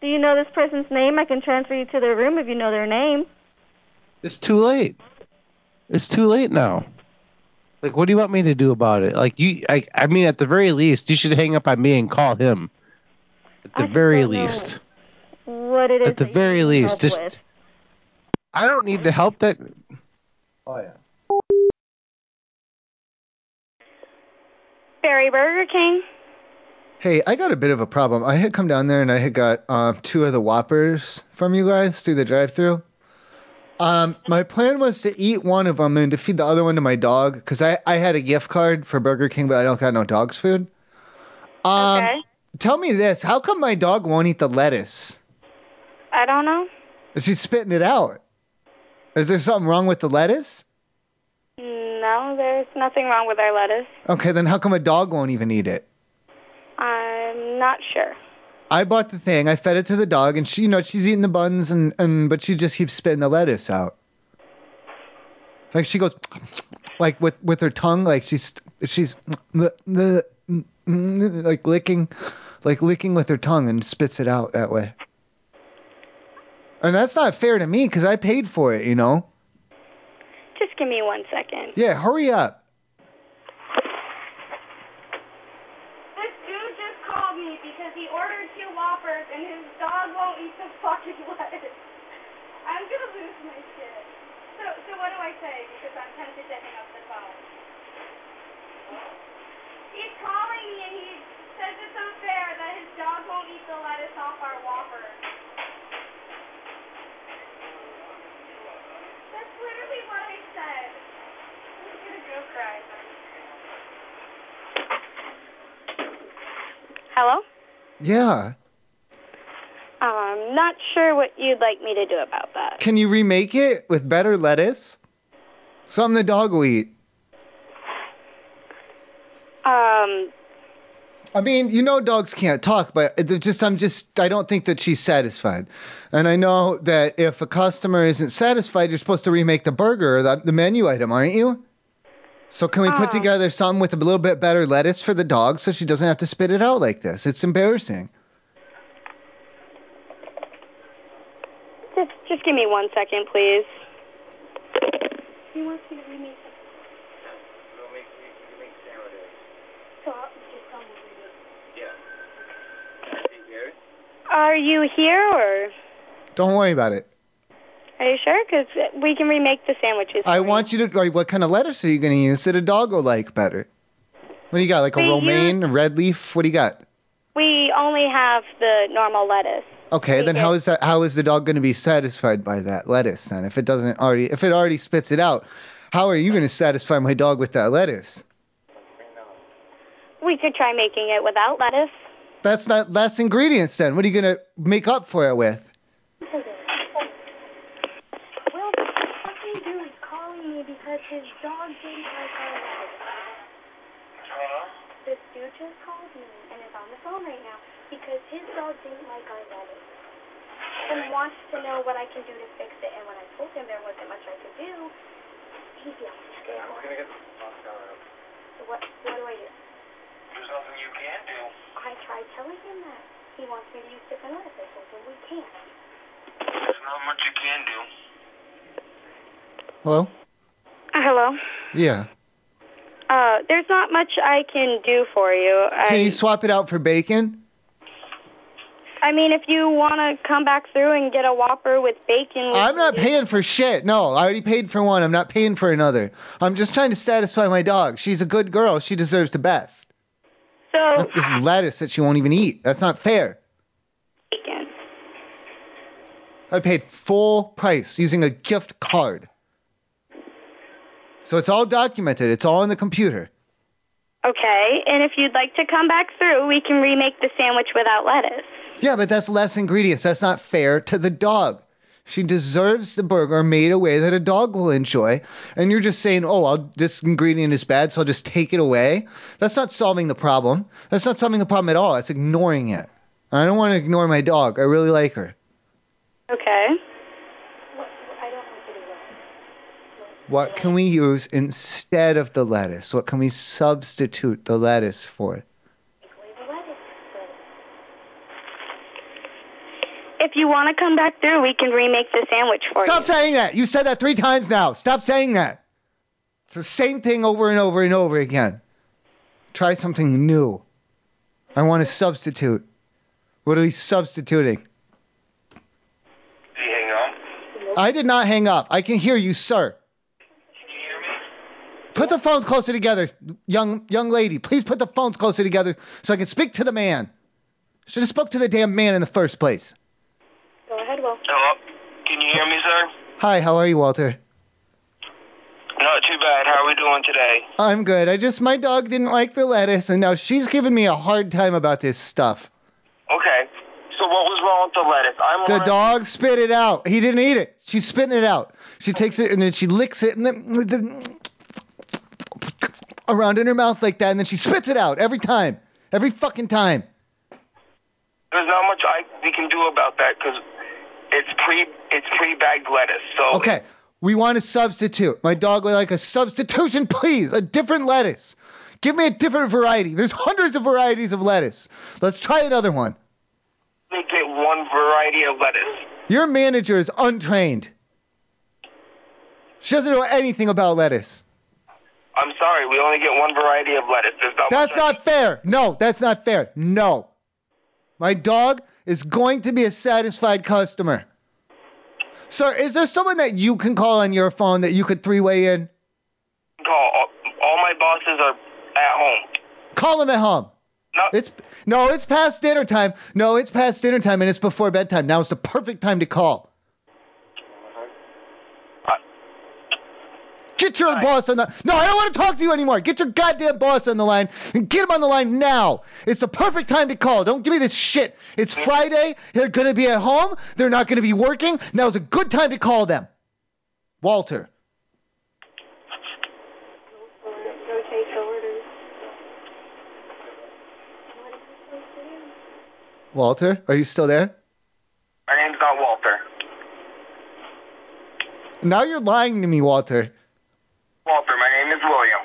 Speaker 10: Do you know this person's name? I can transfer you to their room if you know their name.
Speaker 5: It's too late. It's too late now. Like, what do you want me to do about it? Like, you, I, I mean, at the very least, you should hang up on me and call him. At the very least.
Speaker 10: What it is
Speaker 5: At the
Speaker 10: that you
Speaker 5: very
Speaker 10: need
Speaker 5: least,
Speaker 10: help
Speaker 5: just.
Speaker 10: with.
Speaker 5: I don't need to help that. Oh yeah.
Speaker 10: Barry Burger King.
Speaker 2: Hey, I got a bit of a problem. I had come down there and I had got um, two of the Whoppers from you guys through the drive-through. Um, my plan was to eat one of them and to feed the other one to my dog because I, I had a gift card for Burger King, but I don't got no dog's food. Um, okay. Tell me this: How come my dog won't eat the lettuce?
Speaker 10: I don't know.
Speaker 2: She's spitting it out. Is there something wrong with the lettuce?
Speaker 22: No, there's nothing wrong with our lettuce.
Speaker 2: Okay, then how come a dog won't even eat it?
Speaker 22: I'm not sure.
Speaker 2: I bought the thing, I fed it to the dog, and she, you know, she's eating the buns, and, and but she just keeps spitting the lettuce out. Like she goes, like with with her tongue, like she's she's like licking, like licking with her tongue, and spits it out that way. And that's not fair to me, 'cause I paid for it, you know.
Speaker 22: Just give me one second.
Speaker 2: Yeah, hurry up.
Speaker 22: This dude just called me because he ordered two Whoppers and his dog won't eat the fucking lettuce. I'm gonna lose my shit. So, so what do I say? Because I'm tempted to hang up the phone. He's calling me and he says it's unfair that his dog won't eat the lettuce off our Whopper. That's literally what I said. I'm gonna go cry. Hello?
Speaker 2: Yeah.
Speaker 22: Um,
Speaker 3: not sure what you'd like me to do about that.
Speaker 2: Can you remake it with better lettuce? Something the dog will eat.
Speaker 3: Um,
Speaker 2: I mean, you know, dogs can't talk, but it- they're just I'm just I don't think that she's satisfied. And I know that if a customer isn't satisfied, you're supposed to remake the burger or the, the menu item, aren't you? So can we put together something with a little bit better lettuce for the dog, so she doesn't have to spit it out like this? It's embarrassing.
Speaker 3: just just give me one second, please.
Speaker 22: He wants me to remake it. So I'll just come and remake it.
Speaker 3: Are you here or
Speaker 2: Don't worry about it.
Speaker 3: are you sure? Because we can remake the sandwiches.
Speaker 2: I want you to. Like, what kind of lettuce are you going to use that a dog will like better? What do you got? Like a
Speaker 3: We
Speaker 2: romaine, a red leaf? What do you got?
Speaker 3: We only have the normal lettuce.
Speaker 2: Okay, then how is that? How is the dog going to be satisfied by that lettuce then? If it doesn't already, if it already spits it out, how are you going to satisfy my dog with that lettuce?
Speaker 3: We could try making it without lettuce.
Speaker 2: That's not less ingredients then. What are you going to make up for it with?
Speaker 22: Well, the fucking dude is calling me because his dog didn't like our lettuce. This dude just called me and is on the phone right now because his dog didn't like our lettuce and wants to know what I can do to fix it. And when I told him there wasn't much I could do, he yelled. So what? What do I do?
Speaker 23: There's nothing you can do.
Speaker 22: I tried telling him that. He wants me to use different lettuce. I told him we can't.
Speaker 23: There's not much you can do.
Speaker 2: Hello?
Speaker 3: Hello.
Speaker 2: Yeah.
Speaker 3: Uh, there's not much I can do for you. I
Speaker 2: Can you swap it out for bacon?
Speaker 3: I mean, if you want to come back through and get a Whopper with bacon, we
Speaker 2: I'm not
Speaker 3: can do-
Speaker 2: paying for shit. No, I already paid for one. I'm not paying for another. I'm just trying to satisfy my dog. She's a good girl. She deserves the best.
Speaker 3: So
Speaker 2: Not this lettuce that she won't even eat. That's not fair. I paid full price using a gift card. So it's all documented. It's all on the computer.
Speaker 3: Okay, and if you'd like to come back through, we can remake the sandwich without lettuce.
Speaker 2: Yeah, but that's less ingredients. That's not fair to the dog. She deserves the burger made a way that a dog will enjoy. And you're just saying, oh, I'll, this ingredient is bad, so I'll just take it away. That's not solving the problem. That's not solving the problem at all. That's ignoring it. I don't want to ignore my dog. I really like her.
Speaker 3: Okay.
Speaker 2: What can we use instead of the lettuce? What can we substitute the lettuce for?
Speaker 3: If you want to come back through, we can remake the sandwich for
Speaker 2: Stop saying that. You said that three times now. Stop saying that. It's the same thing over and over and over again. Try something new. I want to substitute. What are we substituting?
Speaker 23: Did you hang up?
Speaker 2: I did not hang up. I can hear you, sir. Put the phones closer together, young young lady. Please put the phones closer together so I can speak to the man. Should have spoke to the damn man in the first place.
Speaker 3: you. Go ahead, Will.
Speaker 23: Hello? Can you hear me, sir?
Speaker 2: Hi, how are you, Walter?
Speaker 23: Not too bad. How are we doing today?
Speaker 2: I'm good. I just my dog didn't like the lettuce, and now she's giving me a hard time about this stuff.
Speaker 23: Okay. So what was wrong with the lettuce? I'm
Speaker 2: The
Speaker 23: one-
Speaker 2: dog spit it out. He didn't eat it. She's spitting it out. She takes it and then she licks it and then, then around in her mouth like that, and then she spits it out every time, every fucking time.
Speaker 23: There's not much I we can do about that because it's pre it's pre-bagged lettuce. So
Speaker 2: Okay, we want a substitute. My dog would like a substitution, please. A different lettuce. Give me a different variety. There's hundreds of varieties of lettuce. Let's try another one.
Speaker 23: they get one variety of lettuce.
Speaker 2: Your manager is untrained. She doesn't know anything about lettuce.
Speaker 23: I'm sorry, we only get one variety of lettuce. There's not
Speaker 2: That's not fair. No, that's not fair. No. My dog is going to be a satisfied customer. Sir, is there someone that you can call on your phone that you could three way in?
Speaker 23: call. All, all my bosses are at home.
Speaker 2: Call him at home. No. It's no, it's past dinner time. No, it's past dinner time and it's before bedtime. Now it's the perfect time to call. Get your boss on the. No, I don't want to talk to you anymore. Get your goddamn boss on the line and get him on the line now. It's the perfect time to call. Don't give me this shit. It's Friday. They're gonna be at home. They're not gonna be working. Now's a good time to call them. Walter. Walter, are you still there?
Speaker 23: My name's not Walter.
Speaker 2: Now you're lying to me, Walter.
Speaker 23: Walter, my name is William.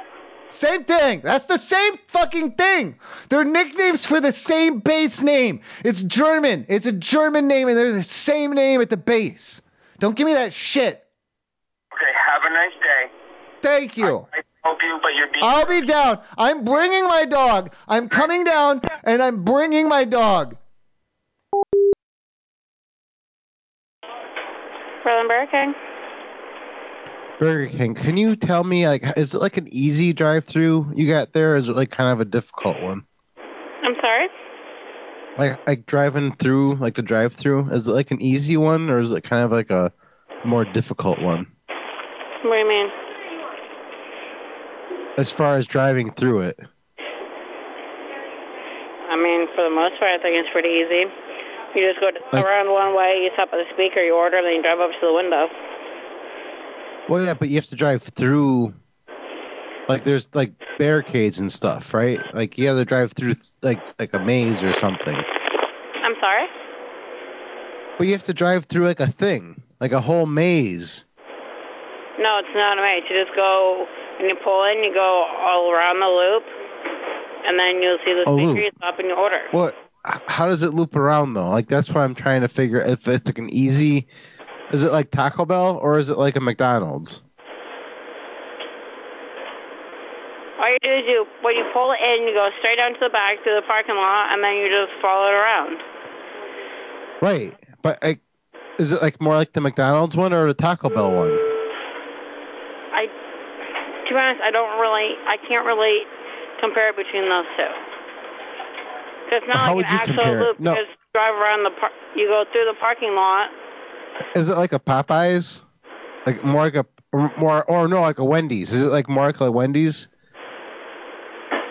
Speaker 2: Same thing. That's the same fucking thing. They're nicknames for the same base name. It's German. It's a German name, and they're the same name at the base. Don't give me that shit.
Speaker 23: Okay, have a nice day.
Speaker 2: Thank you.
Speaker 23: Hope you, but you're being.
Speaker 2: I'll be down. I'm bringing my dog. I'm coming down, and I'm bringing my dog.
Speaker 3: Berlin Burger King.
Speaker 5: Burger King. Can you tell me like is it like an easy drive-through you got there? Or is it like kind of a difficult one?
Speaker 3: I'm sorry.
Speaker 5: Like like driving through like the drive-through is it like an easy one or is it kind of like a more difficult one
Speaker 3: What do you mean?
Speaker 5: as far as driving through it?
Speaker 1: I mean, for the most part, I think it's pretty easy. You just go around one way, you stop at the speaker, you order, and then you drive up to the window.
Speaker 5: Well, yeah, but you have to drive through. Like there's like barricades and stuff, right? Like you have to drive through like like a maze or something.
Speaker 3: I'm sorry.
Speaker 5: But you have to drive through like a thing, like a whole maze.
Speaker 1: No, it's not a maze. You just go and you pull in, you go all around the loop, and then you'll see the
Speaker 5: A
Speaker 1: speaker,
Speaker 5: loop.
Speaker 1: you stop and you order.
Speaker 5: What? h- How does it loop around though? Like that's what I'm trying to figure. If it's like an easy, is it like Taco Bell or is it like a McDonald's?
Speaker 1: All you do is you when you pull in, you go straight down to the back through the parking lot, and then you just follow it around.
Speaker 5: Right, but like, is it like more like the McDonald's one or the Taco Bell one?
Speaker 1: I, to be honest, I don't really, I can't really compare it between those two. 'Cause it's not
Speaker 5: How
Speaker 1: like
Speaker 5: would
Speaker 1: an
Speaker 5: you
Speaker 1: actual
Speaker 5: compare it?
Speaker 1: loop.
Speaker 5: No.
Speaker 1: You just drive around the par- you go through the parking lot.
Speaker 5: Is it like a Popeyes? Like more like a more or no like a Wendy's? Is it like more like a Wendy's?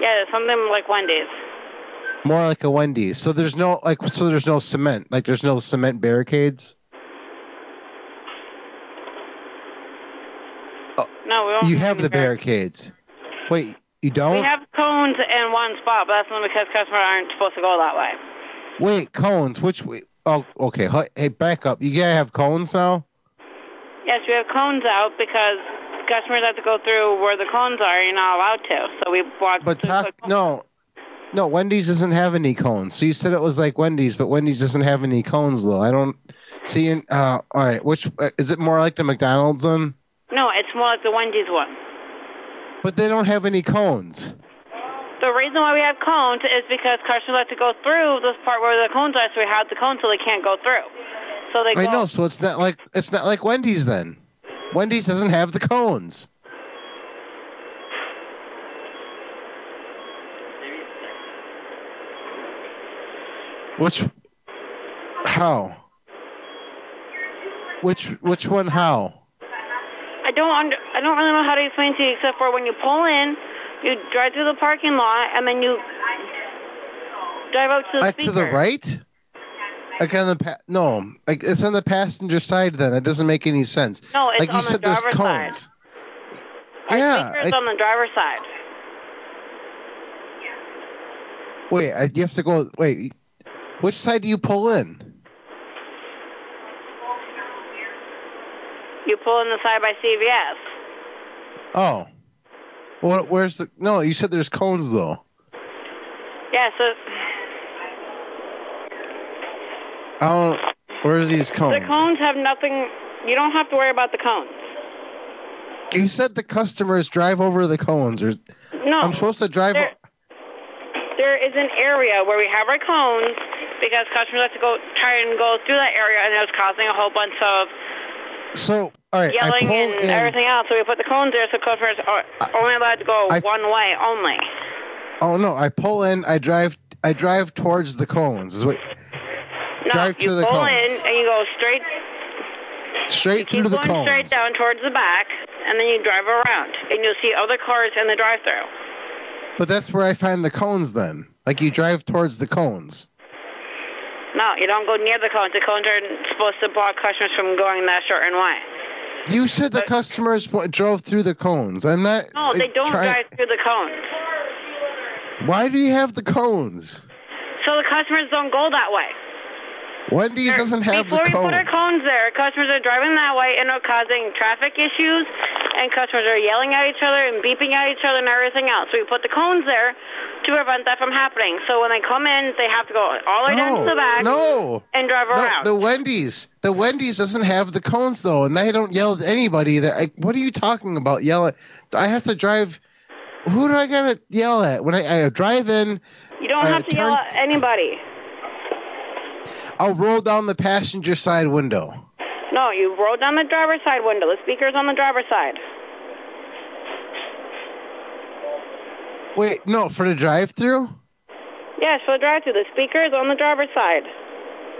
Speaker 1: Yeah, it's something like Wendy's.
Speaker 5: More like a Wendy's. So there's no like so there's no cement. Like there's no cement barricades.
Speaker 1: No, we don't.
Speaker 5: You have the barricades. Wait, you
Speaker 1: We
Speaker 5: don't?
Speaker 1: have cones in one spot, but that's only because customers aren't supposed to go that way.
Speaker 5: Wait, cones. Which way? Oh, okay. hu- Hey, back up. You gotta have cones now.
Speaker 1: Yes, we have cones out because customers have to go through where the cones are. You're not allowed to. So we want
Speaker 5: But Taco no, no. Wendy's doesn't have any cones. So you said it was like Wendy's, but Wendy's doesn't have any cones though. I don't see. an- Uh, all right. Which uh, is it? More like the McDonald's then?
Speaker 1: no, it's more like the Wendy's one.
Speaker 5: But they don't have any cones.
Speaker 1: The reason why we have cones is because customers have to go through this part where the cones are, so we have the cones so they can't go through. So they
Speaker 5: I
Speaker 1: go.
Speaker 5: know. So it's not like it's not like Wendy's then. Wendy's doesn't have the cones. Which? How? Which which one? How?
Speaker 1: I don't under, I don't really know how to explain to you except for when you pull in, you drive through the parking lot and then you drive out to the
Speaker 5: Like
Speaker 1: speaker.
Speaker 5: to the right? Like on the pa- no, like it's on the passenger side. Then it doesn't make any sense.
Speaker 1: No, it's
Speaker 5: like you
Speaker 1: on the
Speaker 5: said, there's
Speaker 1: driver's side.
Speaker 5: cones. Yeah.
Speaker 1: Speaker is
Speaker 5: I-
Speaker 1: on the driver's side.
Speaker 5: Wait, I, you have to go. Wait, which side do you pull in?
Speaker 1: You pull in the side by CVS.
Speaker 5: Oh, what? Where's the? No, you said there's cones though.
Speaker 1: Yeah, so
Speaker 5: I don't. Where's these
Speaker 1: the
Speaker 5: cones?
Speaker 1: cones have nothing. You don't have to worry about the cones.
Speaker 5: You said the customers drive over the cones, or
Speaker 1: No.
Speaker 5: I'm supposed to drive.
Speaker 1: There- There is an area where we have our cones because customers have to go try and go through that area, and it was causing a whole bunch of
Speaker 5: So, all right, I
Speaker 1: yelling
Speaker 5: pull
Speaker 1: and
Speaker 5: in.
Speaker 1: everything else. So we put the cones there so customers are only allowed to go one way only.
Speaker 5: Oh no, I pull in. I drive. I drive towards the cones. Is what?
Speaker 1: No,
Speaker 5: drive
Speaker 1: you
Speaker 5: to the
Speaker 1: pull
Speaker 5: cones.
Speaker 1: in and you go straight
Speaker 5: Straight through to the
Speaker 1: going
Speaker 5: cones.
Speaker 1: straight down towards the back, and then you drive around and you'll see other cars in the drive-through.
Speaker 5: But that's where I find the cones then. Like you drive towards the cones.
Speaker 1: No, you don't go near the cones. The cones are supposed to block customers from going that certain way.
Speaker 5: You said the customers w- drove through the cones. I'm not.
Speaker 1: No, they
Speaker 5: like,
Speaker 1: don't
Speaker 5: trying-
Speaker 1: drive through the cones.
Speaker 5: Why do you have the cones?
Speaker 1: So the customers don't go that way.
Speaker 5: Wendy's doesn't have
Speaker 1: Before
Speaker 5: the
Speaker 1: we
Speaker 5: cones.
Speaker 1: put our cones there, customers are driving that way and are causing traffic issues, and customers are yelling at each other and beeping at each other and everything else. So we put the cones there to prevent that from happening. So when they come in, they have to go all the way down to the back
Speaker 5: no.
Speaker 1: and drive
Speaker 5: No,
Speaker 1: around.
Speaker 5: the Wendy's. The Wendy's doesn't have the cones though, and they don't yell at anybody. That like, what are you talking about? Yell at? I have to drive. Who do I gotta yell at when I, I drive in?
Speaker 1: you don't
Speaker 5: uh,
Speaker 1: have to
Speaker 5: turn-
Speaker 1: yell at anybody.
Speaker 5: I'll roll down the passenger side window.
Speaker 1: No, you roll down the driver's side window. The speaker's on the driver's side.
Speaker 5: Wait, no, for the drive-through.
Speaker 1: Yes, for the drive-through. The speaker is on the driver's side.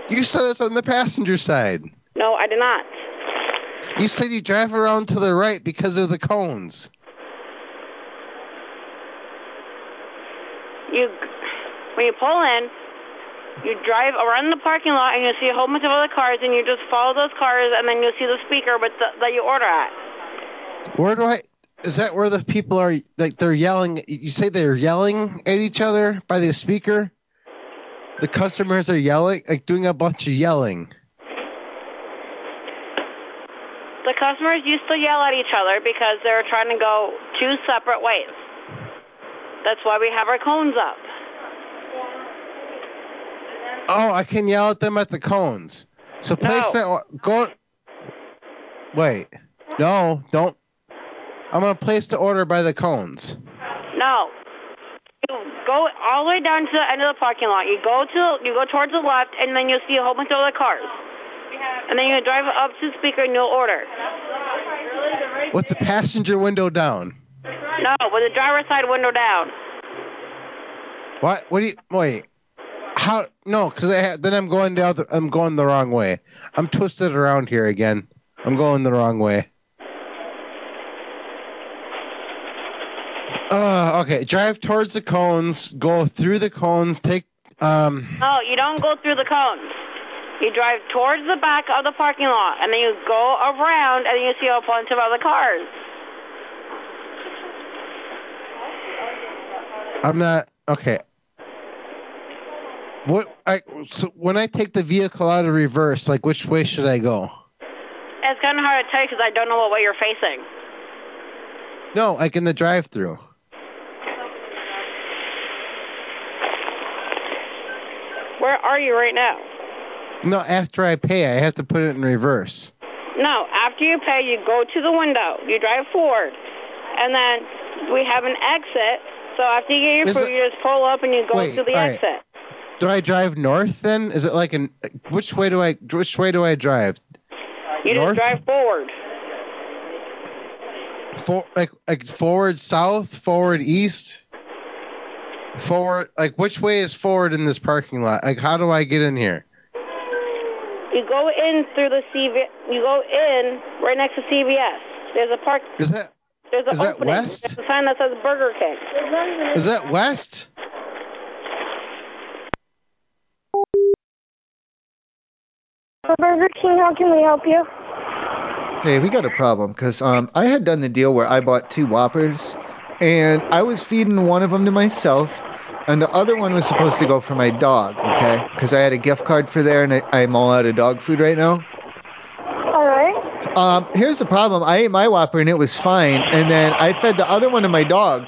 Speaker 5: You said it's on the passenger side.
Speaker 1: No, I did not.
Speaker 5: You said you drive around to the right because of the cones.
Speaker 1: you when you pull in, you drive around the parking lot and you see a whole bunch of other cars and you just follow those cars and then you'll see the speaker with the, that you order at.
Speaker 5: Where do I? Is that where the people are? Like they're yelling. You say they're yelling at each other by the speaker. The customers are yelling, like doing a bunch of yelling.
Speaker 1: The customers used to yell at each other because they were trying to go two separate ways. That's why we have our cones up.
Speaker 5: Oh, I can yell at them at the cones. So placement. Go. Wait. No, don't. I'm gonna place the order by the cones.
Speaker 1: No. You go all the way down to the end of the parking lot. You go to you go towards the left and then you'll see a whole bunch of other cars. And then you drive up to the speaker and you'll order.
Speaker 5: With the passenger window down.
Speaker 1: No, with the driver's side window down.
Speaker 5: What? What do you? Wait. How? No, because I ha- then I'm going the other. I'm going the wrong way. I'm twisted around here again. I'm going the wrong way. Uh, okay. Drive towards the cones. Go through the cones. Take um.
Speaker 1: No, you don't go through the cones. You drive towards the back of the parking lot, and then you go around, and then you see a bunch of other cars.
Speaker 5: I'm not okay. What I so when I take the vehicle out of reverse, like which way should I go?
Speaker 1: It's kind of hard to tell because I don't know what way you're facing.
Speaker 5: No, like in the drive-through.
Speaker 1: Where are you right now?
Speaker 5: No, after I pay, I have to put it in reverse.
Speaker 1: No, after you pay, you go to the window, you drive forward, and then we have an exit. So after you get your
Speaker 5: Is
Speaker 1: food,
Speaker 5: it-
Speaker 1: you just pull up and you go
Speaker 5: Wait,
Speaker 1: to the
Speaker 5: all right.
Speaker 1: exit.
Speaker 5: Do I drive north then? Is it like an which way do I which way do I drive?
Speaker 1: You
Speaker 5: north,
Speaker 1: just drive forward.
Speaker 5: for, like like forward south, forward east, forward like which way is forward in this parking lot? Like how do I get in here?
Speaker 1: You go in through the CV. You go in right next to CVS. There's a park.
Speaker 5: Is that
Speaker 1: There's an
Speaker 5: is that
Speaker 1: opening.
Speaker 5: west?
Speaker 1: There's a sign that says Burger King.
Speaker 5: Is that west?
Speaker 22: Burger King, how can we help you?
Speaker 2: Hey, we got a problem because um, I had done the deal where I bought two Whoppers, and I was feeding one of them to myself, and the other one was supposed to go for my dog, okay? Because I had a gift card for there, and I, I'm all out of dog food right now.
Speaker 22: All right.
Speaker 2: Um, here's the problem: I ate my Whopper and it was fine, and then I fed the other one to my dog,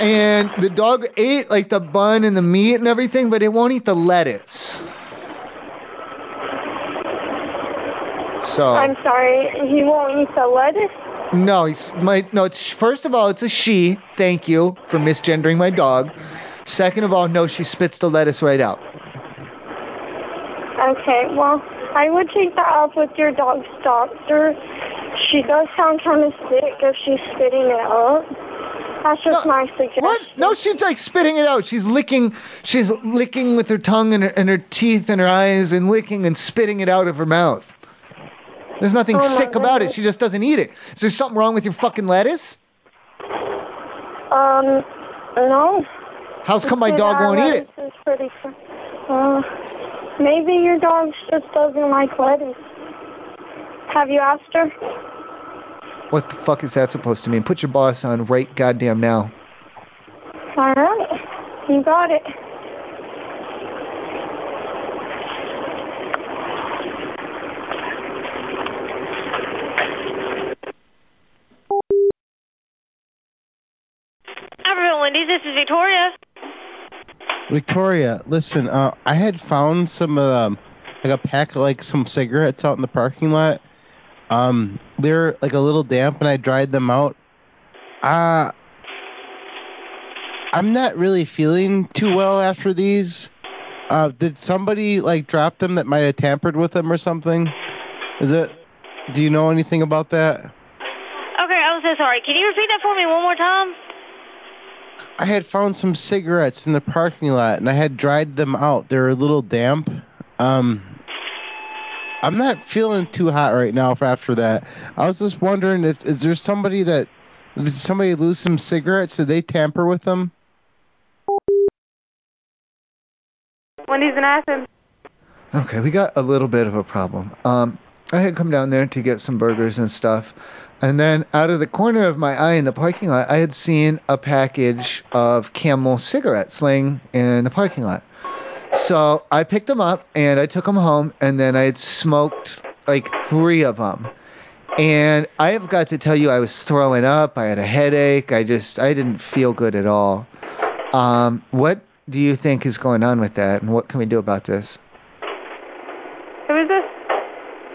Speaker 2: and the dog ate like the bun and the meat and everything, but it won't eat the lettuce. So.
Speaker 22: I'm sorry, he won't eat the lettuce.
Speaker 2: No, he's my no. It's first of all, it's a she. Thank you for misgendering my dog. Second of all, no, she spits the lettuce right out.
Speaker 22: Okay, well, I would take that up with your dog's doctor. She does sound kind of sick if she's spitting it up. That's just my suggestion.
Speaker 2: No, she's like spitting it out. She's licking. She's licking with her tongue and her, and her teeth and her eyes and licking and spitting it out of her mouth. There's nothing sick about it. She just doesn't eat it. Is there something wrong with your fucking lettuce?
Speaker 4: Um, no.
Speaker 2: How's come my dog won't eat it?
Speaker 4: This is pretty fun. Uh, maybe your dog just doesn't like lettuce. Have you asked her?
Speaker 2: What the fuck is that supposed to mean? Put your boss on right goddamn now.
Speaker 4: All right. You got it.
Speaker 1: Everyone, Wendy's, this is Victoria.
Speaker 5: Victoria, listen, uh, I had found some um, like a pack of like some cigarettes out in the parking lot. Um, they're like a little damp, and I dried them out. Uh, I'm not really feeling too well after these. Uh, did somebody like drop them that might have tampered with them or something? Is it? Do you know anything about that?
Speaker 1: Okay, I'm so sorry. Can you repeat that for me one more time?
Speaker 5: I had found some cigarettes in the parking lot and I had dried them out. They're a little damp. Um, I'm not feeling too hot right now for after that. I was just wondering if is there somebody that did somebody lose some cigarettes? Did they tamper with them?
Speaker 6: Wendy's in Athens.
Speaker 2: Okay, we got a little bit of a problem. Um, I had come down there to get some burgers and stuff, and then out of the corner of my eye in the parking lot, I had seen a package of Camel cigarettes laying in the parking lot. So I picked them up and I took them home, and then I had smoked like three of them. And I have got to tell you, I was throwing up. I had a headache. I just I didn't feel good at all. Um, what do you think is going on with that, and what can we do about this?
Speaker 6: Who is this?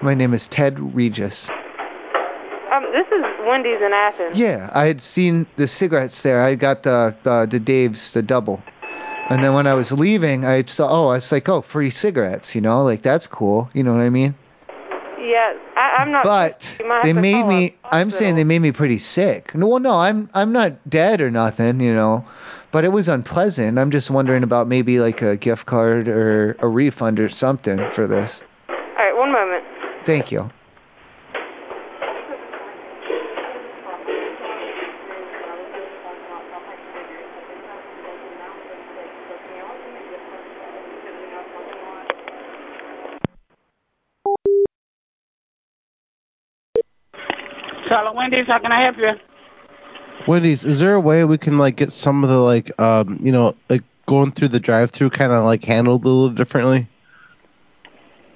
Speaker 2: My name is Ted Regis.
Speaker 6: Um, this is Wendy's in Athens.
Speaker 2: Yeah, I had seen the cigarettes there. I got the uh, the Dave's, the double. And then when I was leaving, I saw, oh, I was like, oh, free cigarettes, you know, like that's cool, you know what I mean?
Speaker 6: Yeah, I, I'm not.
Speaker 2: But
Speaker 6: you might have
Speaker 2: they
Speaker 6: to
Speaker 2: made
Speaker 6: call
Speaker 2: me.
Speaker 6: a
Speaker 2: I'm saying they made me pretty sick. No, well, no, I'm I'm not dead or nothing, you know, but it was unpleasant. I'm just wondering about maybe like a gift card or a refund or something for this.
Speaker 6: All right, one moment.
Speaker 2: Thank you.
Speaker 24: Charlotte Wendy's, how can I help you?
Speaker 5: Wendy's, is there a way we can like get some of the like um you know like going through the drive-through kind of like handled a little differently?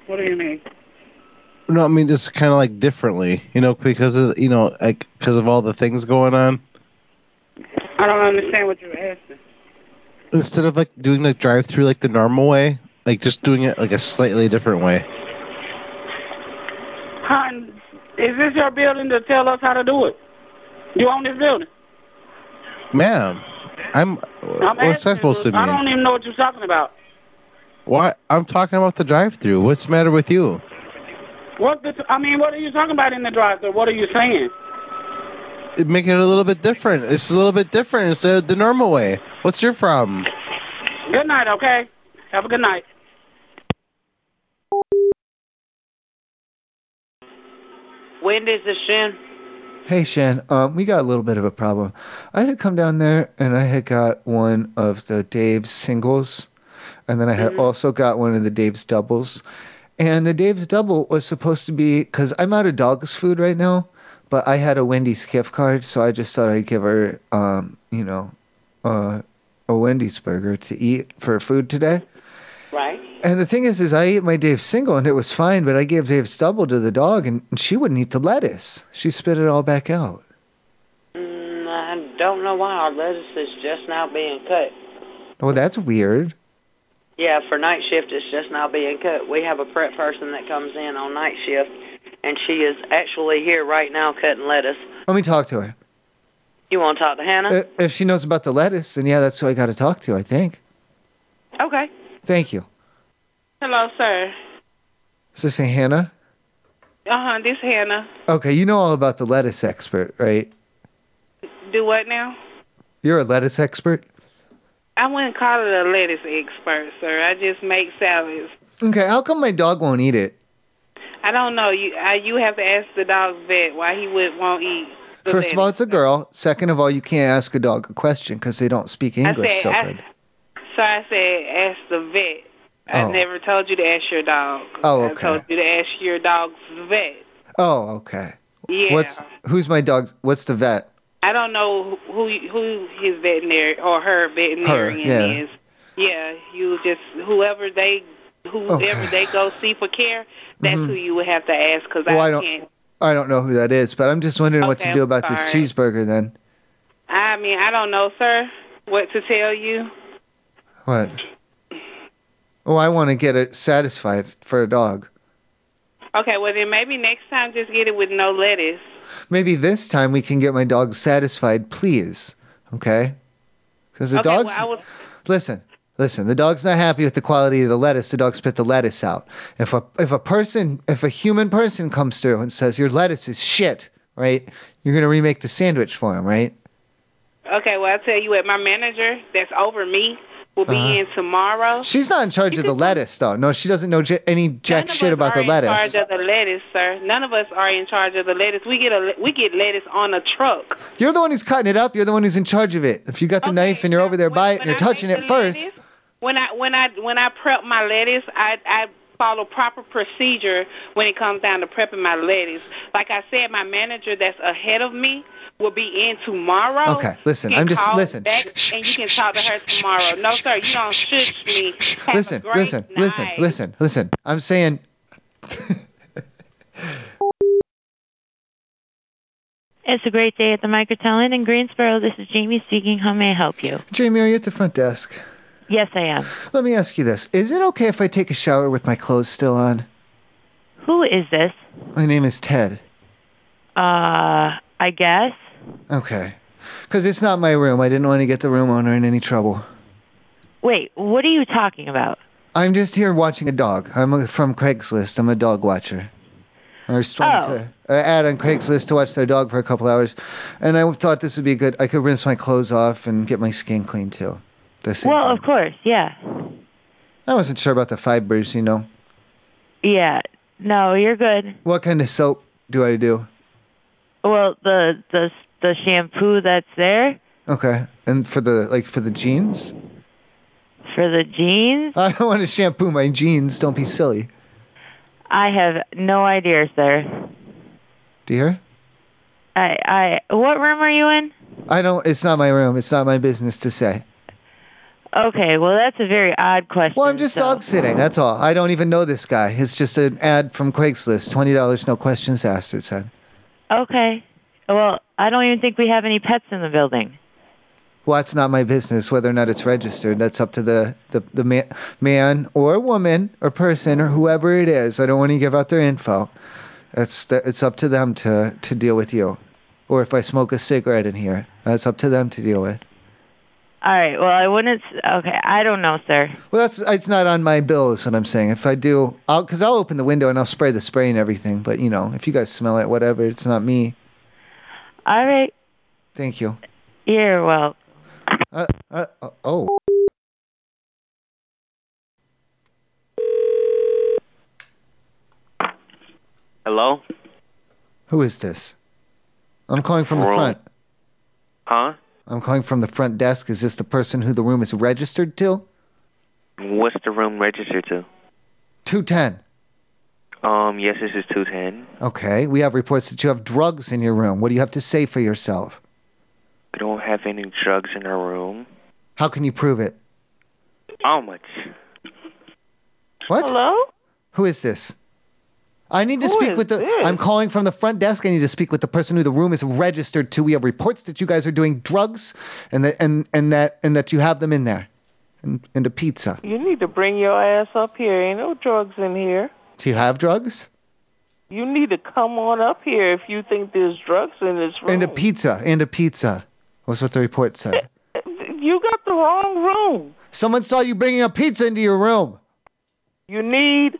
Speaker 24: What do you mean?
Speaker 5: No, I mean just kind of like differently, you know, because of you know like because of all the things going on.
Speaker 24: I don't understand what you're asking.
Speaker 5: Instead of like doing the drive-through like the normal way, like just doing it like a slightly different way.
Speaker 24: Hon, is this your building to tell us how to do it? You own this building.
Speaker 5: Ma'am, I'm.
Speaker 24: I'm
Speaker 5: what's
Speaker 24: asking
Speaker 5: that supposed
Speaker 24: you.
Speaker 5: to mean?
Speaker 24: I don't even know what you're talking about.
Speaker 5: Why? I'm talking about the drive-through. What's the matter with you?
Speaker 24: What this, I mean, what are you talking about in the drive-thru? What are you saying?
Speaker 5: It- Make it a little bit different. It's a little bit different instead of the normal way. What's your problem?
Speaker 24: Good night, okay? Have a good night.
Speaker 25: Wendy's is Shin.
Speaker 2: Hey Shan, um, we got a little bit of a problem. I had come down there and I had got one of the Dave's singles, and then I had also got one of the Dave's doubles. And the Dave's double was supposed to be because I'm out of dog's food right now, but I had a Wendy's gift card, so I just thought I'd give her, um, you know, uh, a Wendy's burger to eat for food today.
Speaker 25: Right.
Speaker 2: And the thing is, is I ate my Dave's single and it was fine, but I gave Dave's double to the dog and, and she wouldn't eat the lettuce. She spit it all back out.
Speaker 25: Mm, I don't know why our lettuce is just now being cut.
Speaker 2: Well, Oh, that's weird.
Speaker 25: Yeah, for night shift, it's just now being cut. We have a prep person that comes in on night shift, and she is actually here right now cutting lettuce.
Speaker 2: Let me talk to her.
Speaker 25: You want to talk to Hannah?
Speaker 2: I- If she knows about the lettuce, then yeah, that's who I got to talk to, I think.
Speaker 5: Uh,
Speaker 24: Okay.
Speaker 2: Thank you.
Speaker 24: Hello, sir.
Speaker 2: Is this a Hannah?
Speaker 24: Uh
Speaker 7: Uh-huh,
Speaker 24: huh. This Hannah.
Speaker 2: Okay, you know all about the lettuce expert, right?
Speaker 24: Do what now?
Speaker 2: You're a lettuce expert?
Speaker 24: I wouldn't call it a lettuce expert, sir. I just make salads.
Speaker 2: Okay, how come my dog won't eat it?
Speaker 7: I don't know. You I, you have to ask the dog's vet why he would won't eat. the
Speaker 2: First of all, it's a girl. Second of all, you can't ask a dog a question because they don't speak English
Speaker 7: said-
Speaker 2: so
Speaker 7: I-
Speaker 2: good.
Speaker 7: So I said, ask the vet. I
Speaker 2: Oh.
Speaker 7: never told you to ask your dog.
Speaker 2: Oh,
Speaker 7: I told
Speaker 2: okay.
Speaker 7: you to ask your dog's vet.
Speaker 2: Oh, okay.
Speaker 7: Yeah.
Speaker 2: What's who's my dog? What's the vet?
Speaker 7: I don't know who who his veterinary or her veterinarian
Speaker 2: yeah.
Speaker 7: is. Yeah, you just whoever they whoever
Speaker 2: Okay.
Speaker 7: they go see for care, that's
Speaker 2: Mhm.
Speaker 7: who you would have to ask because
Speaker 2: Well,
Speaker 7: I,
Speaker 2: I don't-
Speaker 7: can't.
Speaker 2: I don't know who that is, but I'm just wondering what
Speaker 7: Okay,
Speaker 2: to do about
Speaker 7: sorry.
Speaker 2: this cheeseburger then.
Speaker 7: I mean, I don't know, sir, what to tell you.
Speaker 2: What? Oh, I want to get it satisfied for a dog.
Speaker 7: Okay, well then maybe next time just get it with no lettuce.
Speaker 2: Maybe this time we can get my dog satisfied, please. Okay? Because the
Speaker 7: okay,
Speaker 2: dog's
Speaker 7: well I was
Speaker 2: listen, listen. The dog's not happy with the quality of the lettuce. The dog spit the lettuce out. If a if a person, if a human person comes through and says your lettuce is shit, right? You're gonna remake the sandwich for him, right?
Speaker 7: okay. Well, I tell you what, my manager that's over me will be
Speaker 2: Uh-huh.
Speaker 7: in tomorrow.
Speaker 2: She's not in charge of the lettuce though. No, she doesn't know j- any jack shit about
Speaker 7: are
Speaker 2: the
Speaker 7: in
Speaker 2: lettuce.
Speaker 7: charge of the lettuce, sir. None of us are in charge of the lettuce. We get a we get lettuce on a truck.
Speaker 2: You're the one who's cutting it up. You're the one who's in charge of it. If you got the knife and you're over there by it and you're touching it first,
Speaker 7: When I when I when I prep my lettuce, I I follow proper procedure when it comes down to prepping my lettuce. Like I said, my manager that's ahead of me will be in tomorrow.
Speaker 2: Okay, listen,
Speaker 7: You can
Speaker 2: I'm just-
Speaker 7: call
Speaker 2: listen.
Speaker 7: back and you can talk to her tomorrow. No, sir, you don't shush me. Have a
Speaker 2: listen,
Speaker 7: great
Speaker 2: listen, listen,
Speaker 7: night.
Speaker 2: listen, listen. I'm saying
Speaker 8: It's a great day at the Microtalent in Greensboro. This is Jamie speaking. How may I help you?
Speaker 2: Jamie, are you at the front desk?
Speaker 8: Yes, I am.
Speaker 2: Let me ask you this. Is it okay if I take a shower with my clothes still on?
Speaker 8: Who is this?
Speaker 2: My name is Ted.
Speaker 8: Uh, I guess.
Speaker 2: Okay. Because it's not my room. I didn't want to get the room owner in any trouble.
Speaker 8: Wait, what are you talking about?
Speaker 2: I'm just here watching a dog. I'm a, from Craigslist. I'm a dog watcher. I was trying
Speaker 8: Oh.
Speaker 2: to an ad on Craigslist to watch their dog for a couple hours, and I thought this would be good. I could rinse my clothes off and get my skin clean too. The same
Speaker 8: well,
Speaker 2: time.
Speaker 8: of course, yeah.
Speaker 2: I wasn't sure about the fibers, you know.
Speaker 8: Yeah. No, you're good.
Speaker 2: What kind of soap do I do?
Speaker 8: Well, the the the shampoo that's there
Speaker 2: Okay. And for the like for the jeans?
Speaker 8: for the jeans,
Speaker 2: I don't want to shampoo my jeans. Don't be silly,
Speaker 8: I have no idea, sir.
Speaker 2: dear.
Speaker 8: I I what room are you in?
Speaker 2: I don't. It's not my room. It's not my business to say.
Speaker 8: Okay, well that's a very odd question.
Speaker 2: Well, I'm just dog sitting. That's all. I don't even know this guy. It's just an ad from Craigslist. Twenty dollars, no questions asked. It said.
Speaker 8: Okay. Well, I don't even think we have any pets in the building.
Speaker 2: Well, it's not my business whether or not it's registered. That's up to the the, the man, man or woman or person or whoever it is. I don't want to give out their info. That's that. It's up to them to to deal with you. Or if I smoke a cigarette in here, that's up to them to deal with.
Speaker 8: All right. Well, I wouldn't. s Okay, I don't know, sir.
Speaker 2: Well, that's it's not on my bill is what I'm saying. If I do, I'll because I'll open the window and I'll spray the spray and everything. But you know, if you guys smell it, whatever, it's not me.
Speaker 8: All right.
Speaker 2: Thank you.
Speaker 8: You're welcome.
Speaker 2: Uh, uh, uh, oh.
Speaker 9: Hello?
Speaker 2: Who is this? I'm calling from the
Speaker 9: Room.
Speaker 2: front.
Speaker 9: Huh?
Speaker 2: I'm calling from the front desk. Is this the person who the room is registered to?
Speaker 9: What's the room registered to?
Speaker 2: 210.
Speaker 9: Um, yes, this is 210.
Speaker 2: Okay. We have reports that you have drugs in your room. What do you have to say for yourself?
Speaker 9: We don't have any drugs in our room.
Speaker 2: How can you prove it?
Speaker 9: How much?
Speaker 2: What? Hello? Who is this? I need to
Speaker 9: Who
Speaker 2: speak
Speaker 9: is
Speaker 2: with the.
Speaker 9: this?
Speaker 2: I'm calling from the front desk. I need to speak with the person who the room is registered to. We have reports that you guys are doing drugs, and that and and that and that you have them in there, and and a pizza.
Speaker 16: You need to bring your ass up here. Ain't no drugs in here.
Speaker 2: Do you have drugs?
Speaker 16: You need to come on up here if you think there's drugs in this room.
Speaker 2: And a pizza. And a pizza. Was what the report said.
Speaker 16: You got the wrong room.
Speaker 2: Someone saw you bringing a pizza into your room.
Speaker 16: You need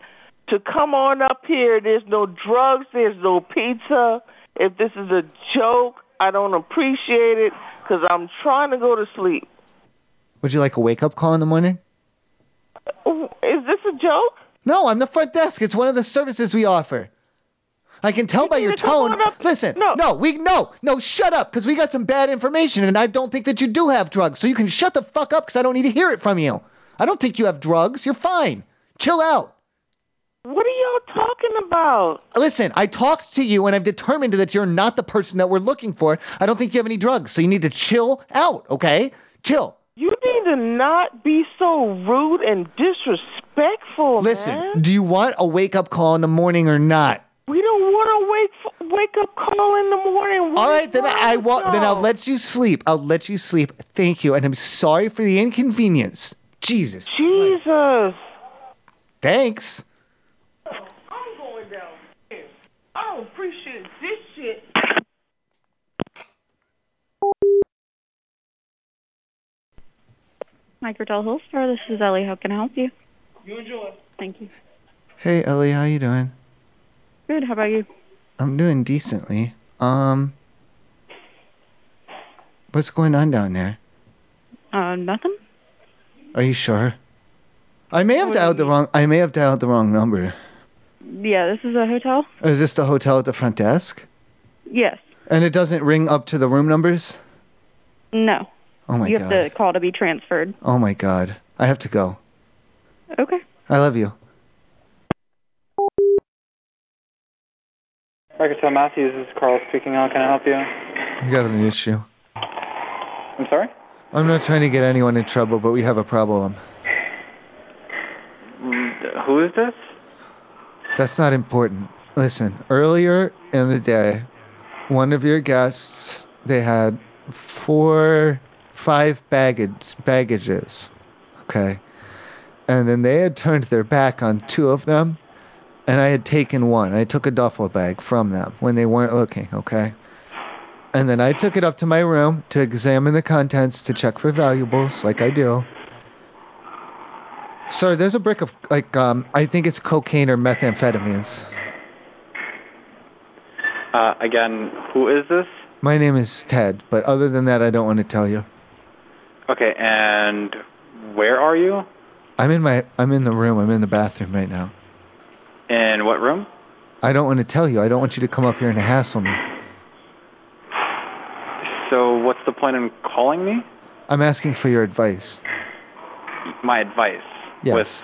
Speaker 16: to come on up here. There's no drugs. There's no pizza. If this is a joke, I don't appreciate it because I'm trying to go to sleep.
Speaker 2: Would you like a wake up call in the morning?
Speaker 16: Is this a joke?
Speaker 2: No, I'm the front desk. It's one of the services we offer. I can tell by your tone. Listen, no. we no, no, shut up, because we got some bad information, and I don't think that you do have drugs. So you can shut the fuck up, because I don't need to hear it from you. I don't think you have drugs. You're fine. Chill out.
Speaker 15: What are y'all talking about?
Speaker 2: Listen, I talked to you, and I've determined that you're not the person that we're looking for. I don't think you have any drugs, so you need to chill out, okay? Chill.
Speaker 15: You need to not be so rude and disrespectful,
Speaker 2: Listen,
Speaker 15: man.
Speaker 2: do you want a wake up call in the morning or not?
Speaker 15: We don't want to wake wake up call in the morning.
Speaker 2: All right, then I will. Then I'll let you sleep. I'll let you sleep. Thank you, and I'm sorry for the inconvenience. Jesus.
Speaker 15: Jesus.
Speaker 2: Thanks.
Speaker 15: I'm going down. I don't appreciate this shit.
Speaker 11: Microtel Health Store, this is Ellie. How can I help you?
Speaker 10: You enjoy.
Speaker 11: Thank you.
Speaker 2: Hey Ellie, how you doing?
Speaker 11: Good, how about you?
Speaker 2: I'm doing decently. Um, what's going on down there?
Speaker 11: Uh, nothing?
Speaker 2: Are you sure? I may have dialed the wrong. I may have dialed the wrong number. Oh,
Speaker 11: Yeah, this is a hotel?
Speaker 2: Is this the hotel at the front desk?
Speaker 11: Yes.
Speaker 2: And it doesn't ring up to the room numbers?
Speaker 11: No.
Speaker 2: Oh my
Speaker 11: you
Speaker 2: god.
Speaker 11: have to call to be transferred.
Speaker 2: Oh my god. I have to go.
Speaker 11: Okay.
Speaker 2: I love you.
Speaker 23: Microtel Matthews, this is Carl speaking. How can I help you?
Speaker 2: I got an issue.
Speaker 23: I'm sorry?
Speaker 2: I'm not trying to get anyone in trouble, but we have a problem.
Speaker 23: Mm, Who is this?
Speaker 2: That's not important. Listen, earlier in the day, one of your guests, they had four, five baggage baggages, okay, and then they had turned their back on two of them, and I had taken one. I took a duffel bag from them when they weren't looking, okay, and then I took it up to my room to examine the contents to check for valuables, like I do. Sir, there's a brick of like um, I think it's cocaine or methamphetamines.
Speaker 23: Uh, again, who is this?
Speaker 2: My name is Ted, but other than that, I don't want to tell you.
Speaker 23: Okay, and where are you?
Speaker 2: I'm in my I'm in the room. I'm in the bathroom right now.
Speaker 23: In what room?
Speaker 2: I don't want to tell you. I don't want you to come up here and hassle me.
Speaker 23: So, what's the point in calling me?
Speaker 2: I'm asking for your advice.
Speaker 23: My advice
Speaker 2: Yes.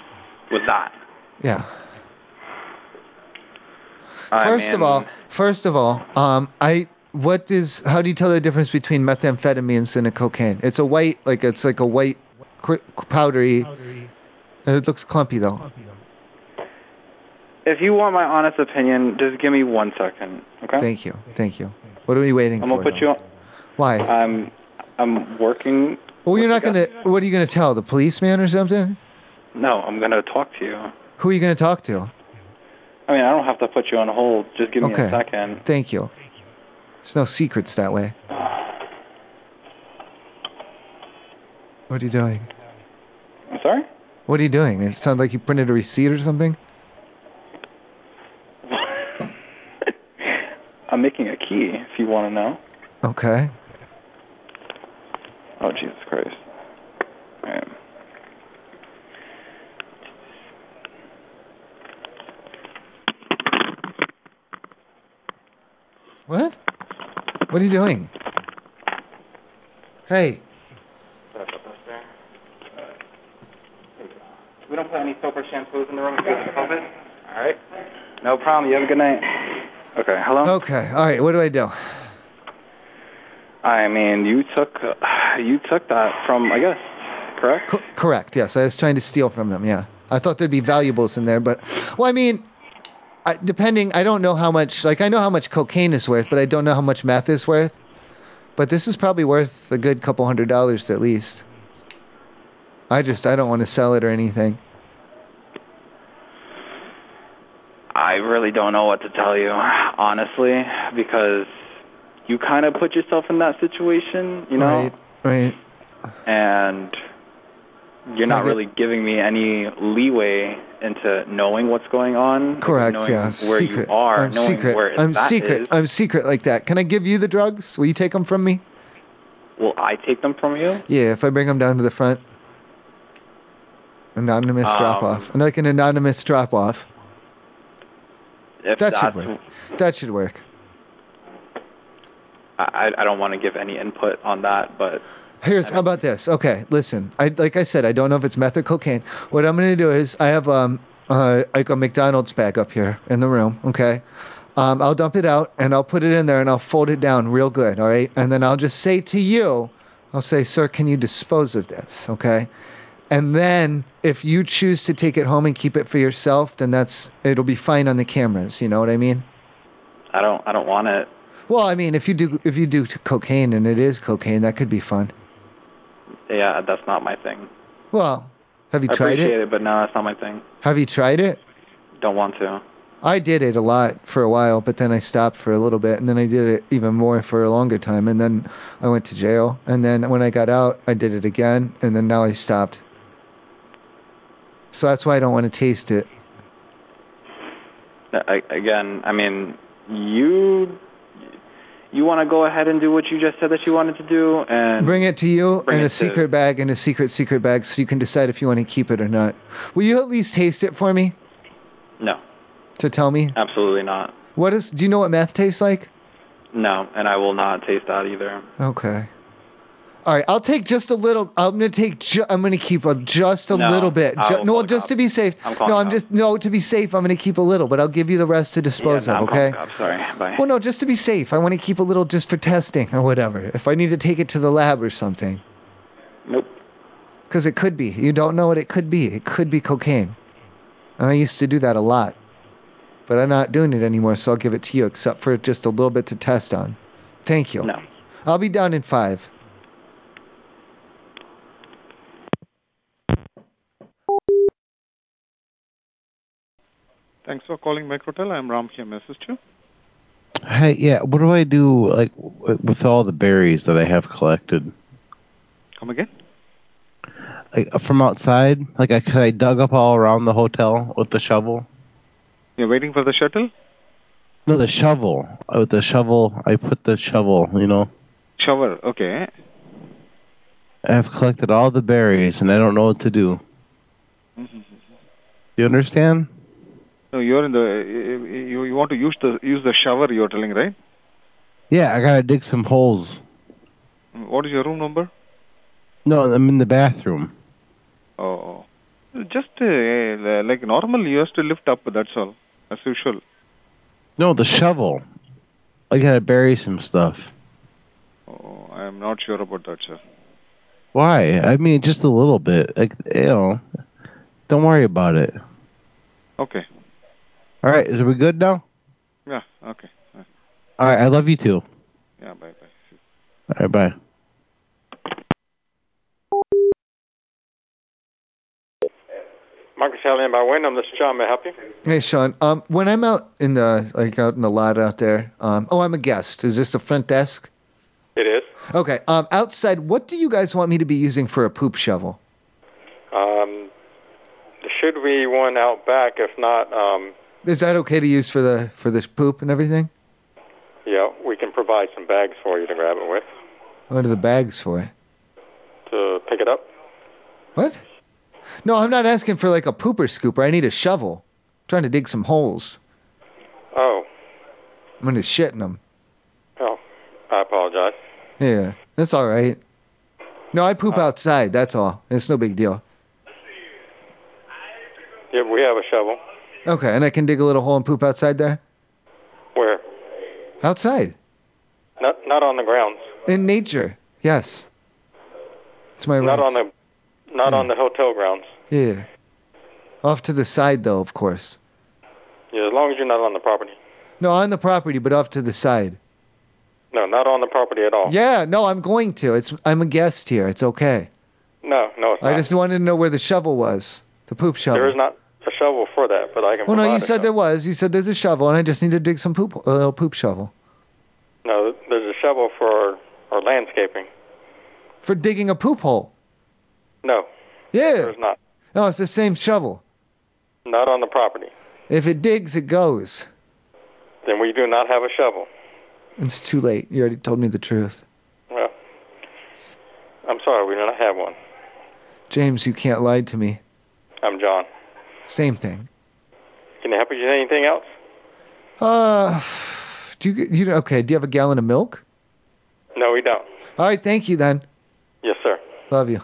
Speaker 23: was that.
Speaker 2: Yeah.
Speaker 23: I
Speaker 2: first of
Speaker 23: mean-
Speaker 2: all, first of all, um, I what is how do you tell the difference between methamphetamines and a cocaine? It's a white like it's like a white cr- powdery. It looks clumpy though.
Speaker 23: If you want my honest opinion, just give me one second, okay?
Speaker 2: Thank you, thank you. What are we waiting
Speaker 23: I'm
Speaker 2: for?
Speaker 23: gonna
Speaker 2: though?
Speaker 23: put you on.
Speaker 2: Why?
Speaker 23: I'm I'm working.
Speaker 2: Well, you're not gonna. What are you gonna tell the policeman or something?
Speaker 23: No, I'm gonna talk to you. I
Speaker 2: Who are you gonna talk to?
Speaker 23: mean, I don't have to put you on hold. Just give me
Speaker 2: Okay.
Speaker 23: a second.
Speaker 2: Thank you. There's no secrets that way. What are you doing?
Speaker 23: I'm sorry.
Speaker 2: What are you doing? It sounds like you printed a receipt or something.
Speaker 23: I'm making a key. If you want to know.
Speaker 2: Okay.
Speaker 23: Oh Jesus Christ. Alright.
Speaker 2: What? What are you doing? Hey,
Speaker 23: We don't put any soap or shampoos in the room if you have COVID. All right. No problem. You have a good night. Okay. Hello.
Speaker 2: Okay. All right. What do I do?
Speaker 23: I mean, you took uh, you took that from I guess, correct?
Speaker 2: Co- correct. Yes, I was trying to steal from them. Yeah. I thought there'd be valuables in there, but well, I mean, I, depending, I don't know how much. Like, I know how much cocaine is worth, but I don't know how much meth is worth. But this is probably worth a good couple hundred dollars at least. I just, I don't want to sell it or anything.
Speaker 23: I really don't know what to tell you, honestly, because you kind of put yourself in that situation, you know,
Speaker 2: Right. Right.
Speaker 23: and you're
Speaker 2: I
Speaker 23: not
Speaker 2: get-
Speaker 23: really giving me any leeway into knowing what's going on,
Speaker 2: Correct.
Speaker 23: knowing
Speaker 2: yeah. I'm
Speaker 23: where
Speaker 2: secret.
Speaker 23: you are,
Speaker 2: I'm
Speaker 23: knowing
Speaker 2: secret.
Speaker 23: where
Speaker 2: I'm
Speaker 23: that
Speaker 2: secret.
Speaker 23: is.
Speaker 2: I'm secret like that. Can I give you the drugs? Will you take them from me?
Speaker 23: Will I take them from you?
Speaker 2: Yeah, if I bring them down to the front. Anonymous
Speaker 23: Um,
Speaker 2: drop off. Like an anonymous drop off.
Speaker 22: If
Speaker 2: That should
Speaker 22: that's,
Speaker 2: work. That should work.
Speaker 22: I, I don't want to give any input on that, but
Speaker 2: Here's how about this? Okay, listen. I like I said, I don't know if it's meth or cocaine. What I'm gonna do is I have um uh like a McDonald's bag up here in the room. Okay, um I'll dump it out and I'll put it in there and I'll fold it down real good. All right, and then I'll just say to you, I'll say, sir, can you dispose of this? Okay, and then if you choose to take it home and keep it for yourself, then that's it'll be fine on the cameras. You know what I mean?
Speaker 22: I don't I don't want it.
Speaker 2: Well, I mean, if you do if you do cocaine and it is cocaine, that could be fun.
Speaker 22: Yeah, that's not my thing.
Speaker 2: Well, have you
Speaker 22: I
Speaker 2: tried
Speaker 22: appreciate
Speaker 2: it?
Speaker 22: it? but no, that's not my thing.
Speaker 2: Have you tried it?
Speaker 22: Don't want to.
Speaker 2: I did it a lot for a while, but then I stopped for a little bit, and then I did it even more for a longer time, and then I went to jail, and then when I got out, I did it again, and then now I stopped. So that's why I don't want to taste it.
Speaker 22: I, again, I mean, you you want to go ahead and do what you just said that you wanted to do, and
Speaker 2: Bring it to you
Speaker 22: Bring
Speaker 2: in
Speaker 22: it
Speaker 2: a
Speaker 22: to-
Speaker 2: secret bag, in a secret secret bag, so you can decide if you want to keep it or not. Will you at least taste it for me
Speaker 22: no,
Speaker 2: to tell me
Speaker 22: absolutely not.
Speaker 2: what is? Do you know what meth tastes like?
Speaker 22: No, and I will not taste that either.
Speaker 2: Okay. All right, I'll take just a little. I'm gonna take. Ju- I'm gonna keep a, just a
Speaker 22: No,
Speaker 2: little bit.
Speaker 22: I
Speaker 2: Ju-
Speaker 22: will
Speaker 2: no, just to be safe.
Speaker 22: I'm calling
Speaker 2: no, I'm just no to be safe. I'm gonna keep a little, but I'll give you the rest to dispose
Speaker 22: yeah, no,
Speaker 2: of.
Speaker 22: I'm
Speaker 2: Okay.
Speaker 22: calling the cops. Sorry, bye.
Speaker 2: Well, no, just to be safe. I want to keep a little just for testing or whatever. If I need to take it to the lab or something.
Speaker 22: Nope.
Speaker 2: Because it could be. You don't know what it could be. It could be cocaine. And I used to do that a lot. But I'm not doing it anymore, so I'll give it to you, except for just a little bit to test on. Thank you.
Speaker 22: No.
Speaker 2: I'll be down in five.
Speaker 26: Thanks for calling Microtel. I'm Ram here. May I assist you?
Speaker 5: Hey, yeah. What do I do like w- with all the berries that I have collected?
Speaker 26: Come again?
Speaker 5: Like uh, from outside? Like I, 'cause I dug up all around the hotel with the shovel.
Speaker 26: You're waiting for the shuttle?
Speaker 5: No, the shovel. Uh, With the shovel, I put the shovel. You know,
Speaker 26: Shower. Okay.
Speaker 5: I have collected all the berries and I don't know what to do. Do you understand?
Speaker 26: No, you're in the. You, you want to use the use the shower. You're telling right?
Speaker 5: Yeah, I gotta dig some holes.
Speaker 26: What is your room number?
Speaker 5: No, I'm in the bathroom.
Speaker 26: Oh. Just uh, like normal, you have to lift up. That's all, as usual.
Speaker 5: No, the shovel. I gotta bury some stuff.
Speaker 26: Oh, I am not sure about that, sir.
Speaker 5: Why? I mean, just a little bit. Like, you know, don't worry about it.
Speaker 26: Okay.
Speaker 5: All right, is we good now?
Speaker 26: Yeah. Okay. All right.
Speaker 5: All right, I love you too.
Speaker 26: Yeah. Bye. Bye.
Speaker 5: All right, bye.
Speaker 23: Mark Italian by Wyndham. This is John. May I help you?
Speaker 2: Hey Sean, um, when I'm out in the like out in the lot out there, um, oh, I'm a guest. Is this the front desk?
Speaker 23: It is.
Speaker 2: Okay. Um, outside, what do you guys want me to be using for a poop shovel?
Speaker 23: Um, there should be one out back. If not, um,
Speaker 2: Is that okay to use for the for this poop and everything?
Speaker 23: yeah, we can provide some bags for you to grab it with
Speaker 2: What are the bags for?
Speaker 23: to pick it up.
Speaker 2: What? No, I'm not asking for like a pooper scooper. I need a shovel. I'm trying to dig some holes.
Speaker 23: Oh,
Speaker 2: I'm gonna shit in them.
Speaker 23: oh, I apologize.
Speaker 2: Yeah, that's all right. No, I poop outside. That's all. It's no big deal.
Speaker 23: Yeah, we have a shovel.
Speaker 2: Okay, and I can dig a little hole and poop outside there.
Speaker 23: Where?
Speaker 2: Outside.
Speaker 23: Not not on the ground.
Speaker 2: In nature, yes. It's my right.
Speaker 23: Not on the not
Speaker 2: Hmm.
Speaker 23: on the hotel grounds.
Speaker 2: Yeah. Off to the side, though, of course.
Speaker 23: Yeah, as long as you're not on the property.
Speaker 2: No, on the property, but off to the side.
Speaker 23: No, not on the property at all.
Speaker 2: Yeah, no, I'm going to. It's I'm a guest here. It's okay.
Speaker 23: No, no, it's
Speaker 2: I
Speaker 23: not.
Speaker 2: just wanted to know where the shovel was, the poop shovel.
Speaker 23: There is not a shovel for that, but I can
Speaker 2: well,
Speaker 23: provide
Speaker 2: no, you
Speaker 23: a
Speaker 2: said there was. You said there's a shovel, and I just need to dig some poop, a little poop shovel
Speaker 23: No, there's a shovel for our landscaping.
Speaker 2: for digging a poop hole.
Speaker 23: No,
Speaker 2: Yeah.
Speaker 23: there's not.
Speaker 2: No, it's the same shovel.
Speaker 23: Not on the property.
Speaker 2: If it digs, it goes.
Speaker 23: Then we do not have a shovel.
Speaker 2: It's too late. You already told me the truth,
Speaker 23: Well, I'm sorry, we do not have one.
Speaker 2: James. You can't lie to me.
Speaker 23: I'm John.
Speaker 2: Same thing.
Speaker 23: Can I help you with anything else?
Speaker 2: Uh, do you, you okay? Do you have a gallon of milk?
Speaker 23: No, we don't.
Speaker 2: All right, thank you then.
Speaker 23: Yes, sir.
Speaker 2: Love you.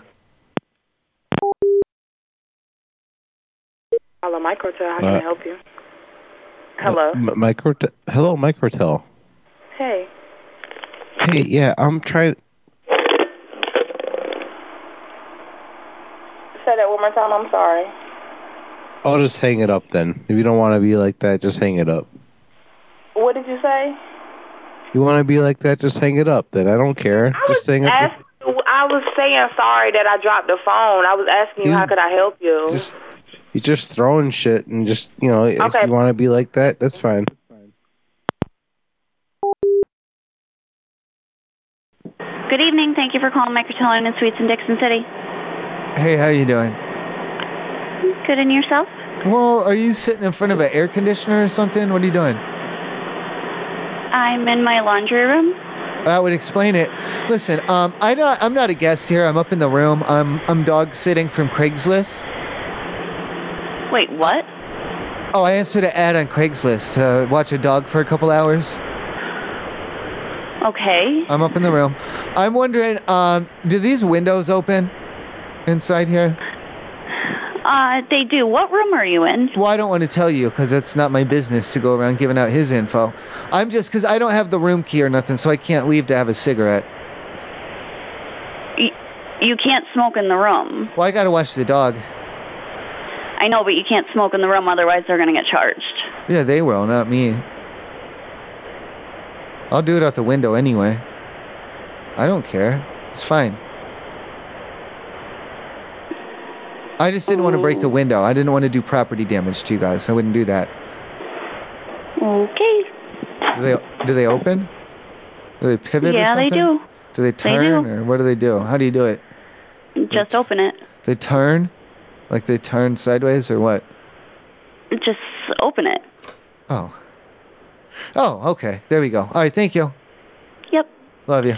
Speaker 20: Hello, Microtel. How can
Speaker 5: Uh,
Speaker 20: I help you? Hello.
Speaker 5: M- Microtel. Hello, Microtel.
Speaker 20: Hey.
Speaker 5: Hey, yeah, I'm trying.
Speaker 20: Say that one more time. I'm sorry.
Speaker 5: I'll just hang it up then. If you don't want to be like that, just hang it up.
Speaker 20: What did you say?
Speaker 5: You want to be like that, just hang it up then. I don't care. just hang it.
Speaker 20: Ask, I was saying sorry that I dropped the phone. I was asking you how could I help you.
Speaker 5: Just, you're just throwing shit and just you know
Speaker 20: Okay.
Speaker 5: if you want to be like that, that's fine.
Speaker 27: Good evening. Thank you for calling Microtel Inn and Suites in Dixon City.
Speaker 2: Hey, how you doing?
Speaker 27: Good in yourself?
Speaker 2: Well, are you sitting in front of an air conditioner or something? What are you doing?
Speaker 27: I'm in my laundry room.
Speaker 2: That would explain it. Listen, um, I not, I'm not a guest here. I'm up in the room. I'm I'm dog sitting from Craigslist.
Speaker 27: Wait, what?
Speaker 2: Oh, I answered an ad on Craigslist to watch a dog for a couple hours.
Speaker 27: Okay.
Speaker 2: I'm up in the room. I'm wondering, um, do these windows open inside here?
Speaker 27: Uh, they do. What room are you in?
Speaker 2: Well, I don't want to tell you because it's not my business to go around giving out his info. I'm just because I don't have the room key or nothing, so I can't leave to have a cigarette.
Speaker 27: You, you can't smoke in the room.
Speaker 2: Well, I gotta watch the dog.
Speaker 27: I know, but you can't smoke in the room, otherwise they're going to get charged.
Speaker 2: Yeah, they will, not me. I'll do it out the window anyway. I don't care. It's fine. I just didn't want to break the window. I didn't want to do property damage to you guys. I wouldn't do that.
Speaker 27: Okay.
Speaker 2: Do they do they open? Do they pivot or
Speaker 27: yeah, they
Speaker 2: something?
Speaker 27: do.
Speaker 2: Do they turn or what do they do? How do you do it?
Speaker 27: Just open it.
Speaker 2: They turn? Like they turn sideways or what?
Speaker 27: Just open it.
Speaker 2: Oh. Oh, okay. There we go. All right, thank you.
Speaker 27: Yep.
Speaker 2: Love you.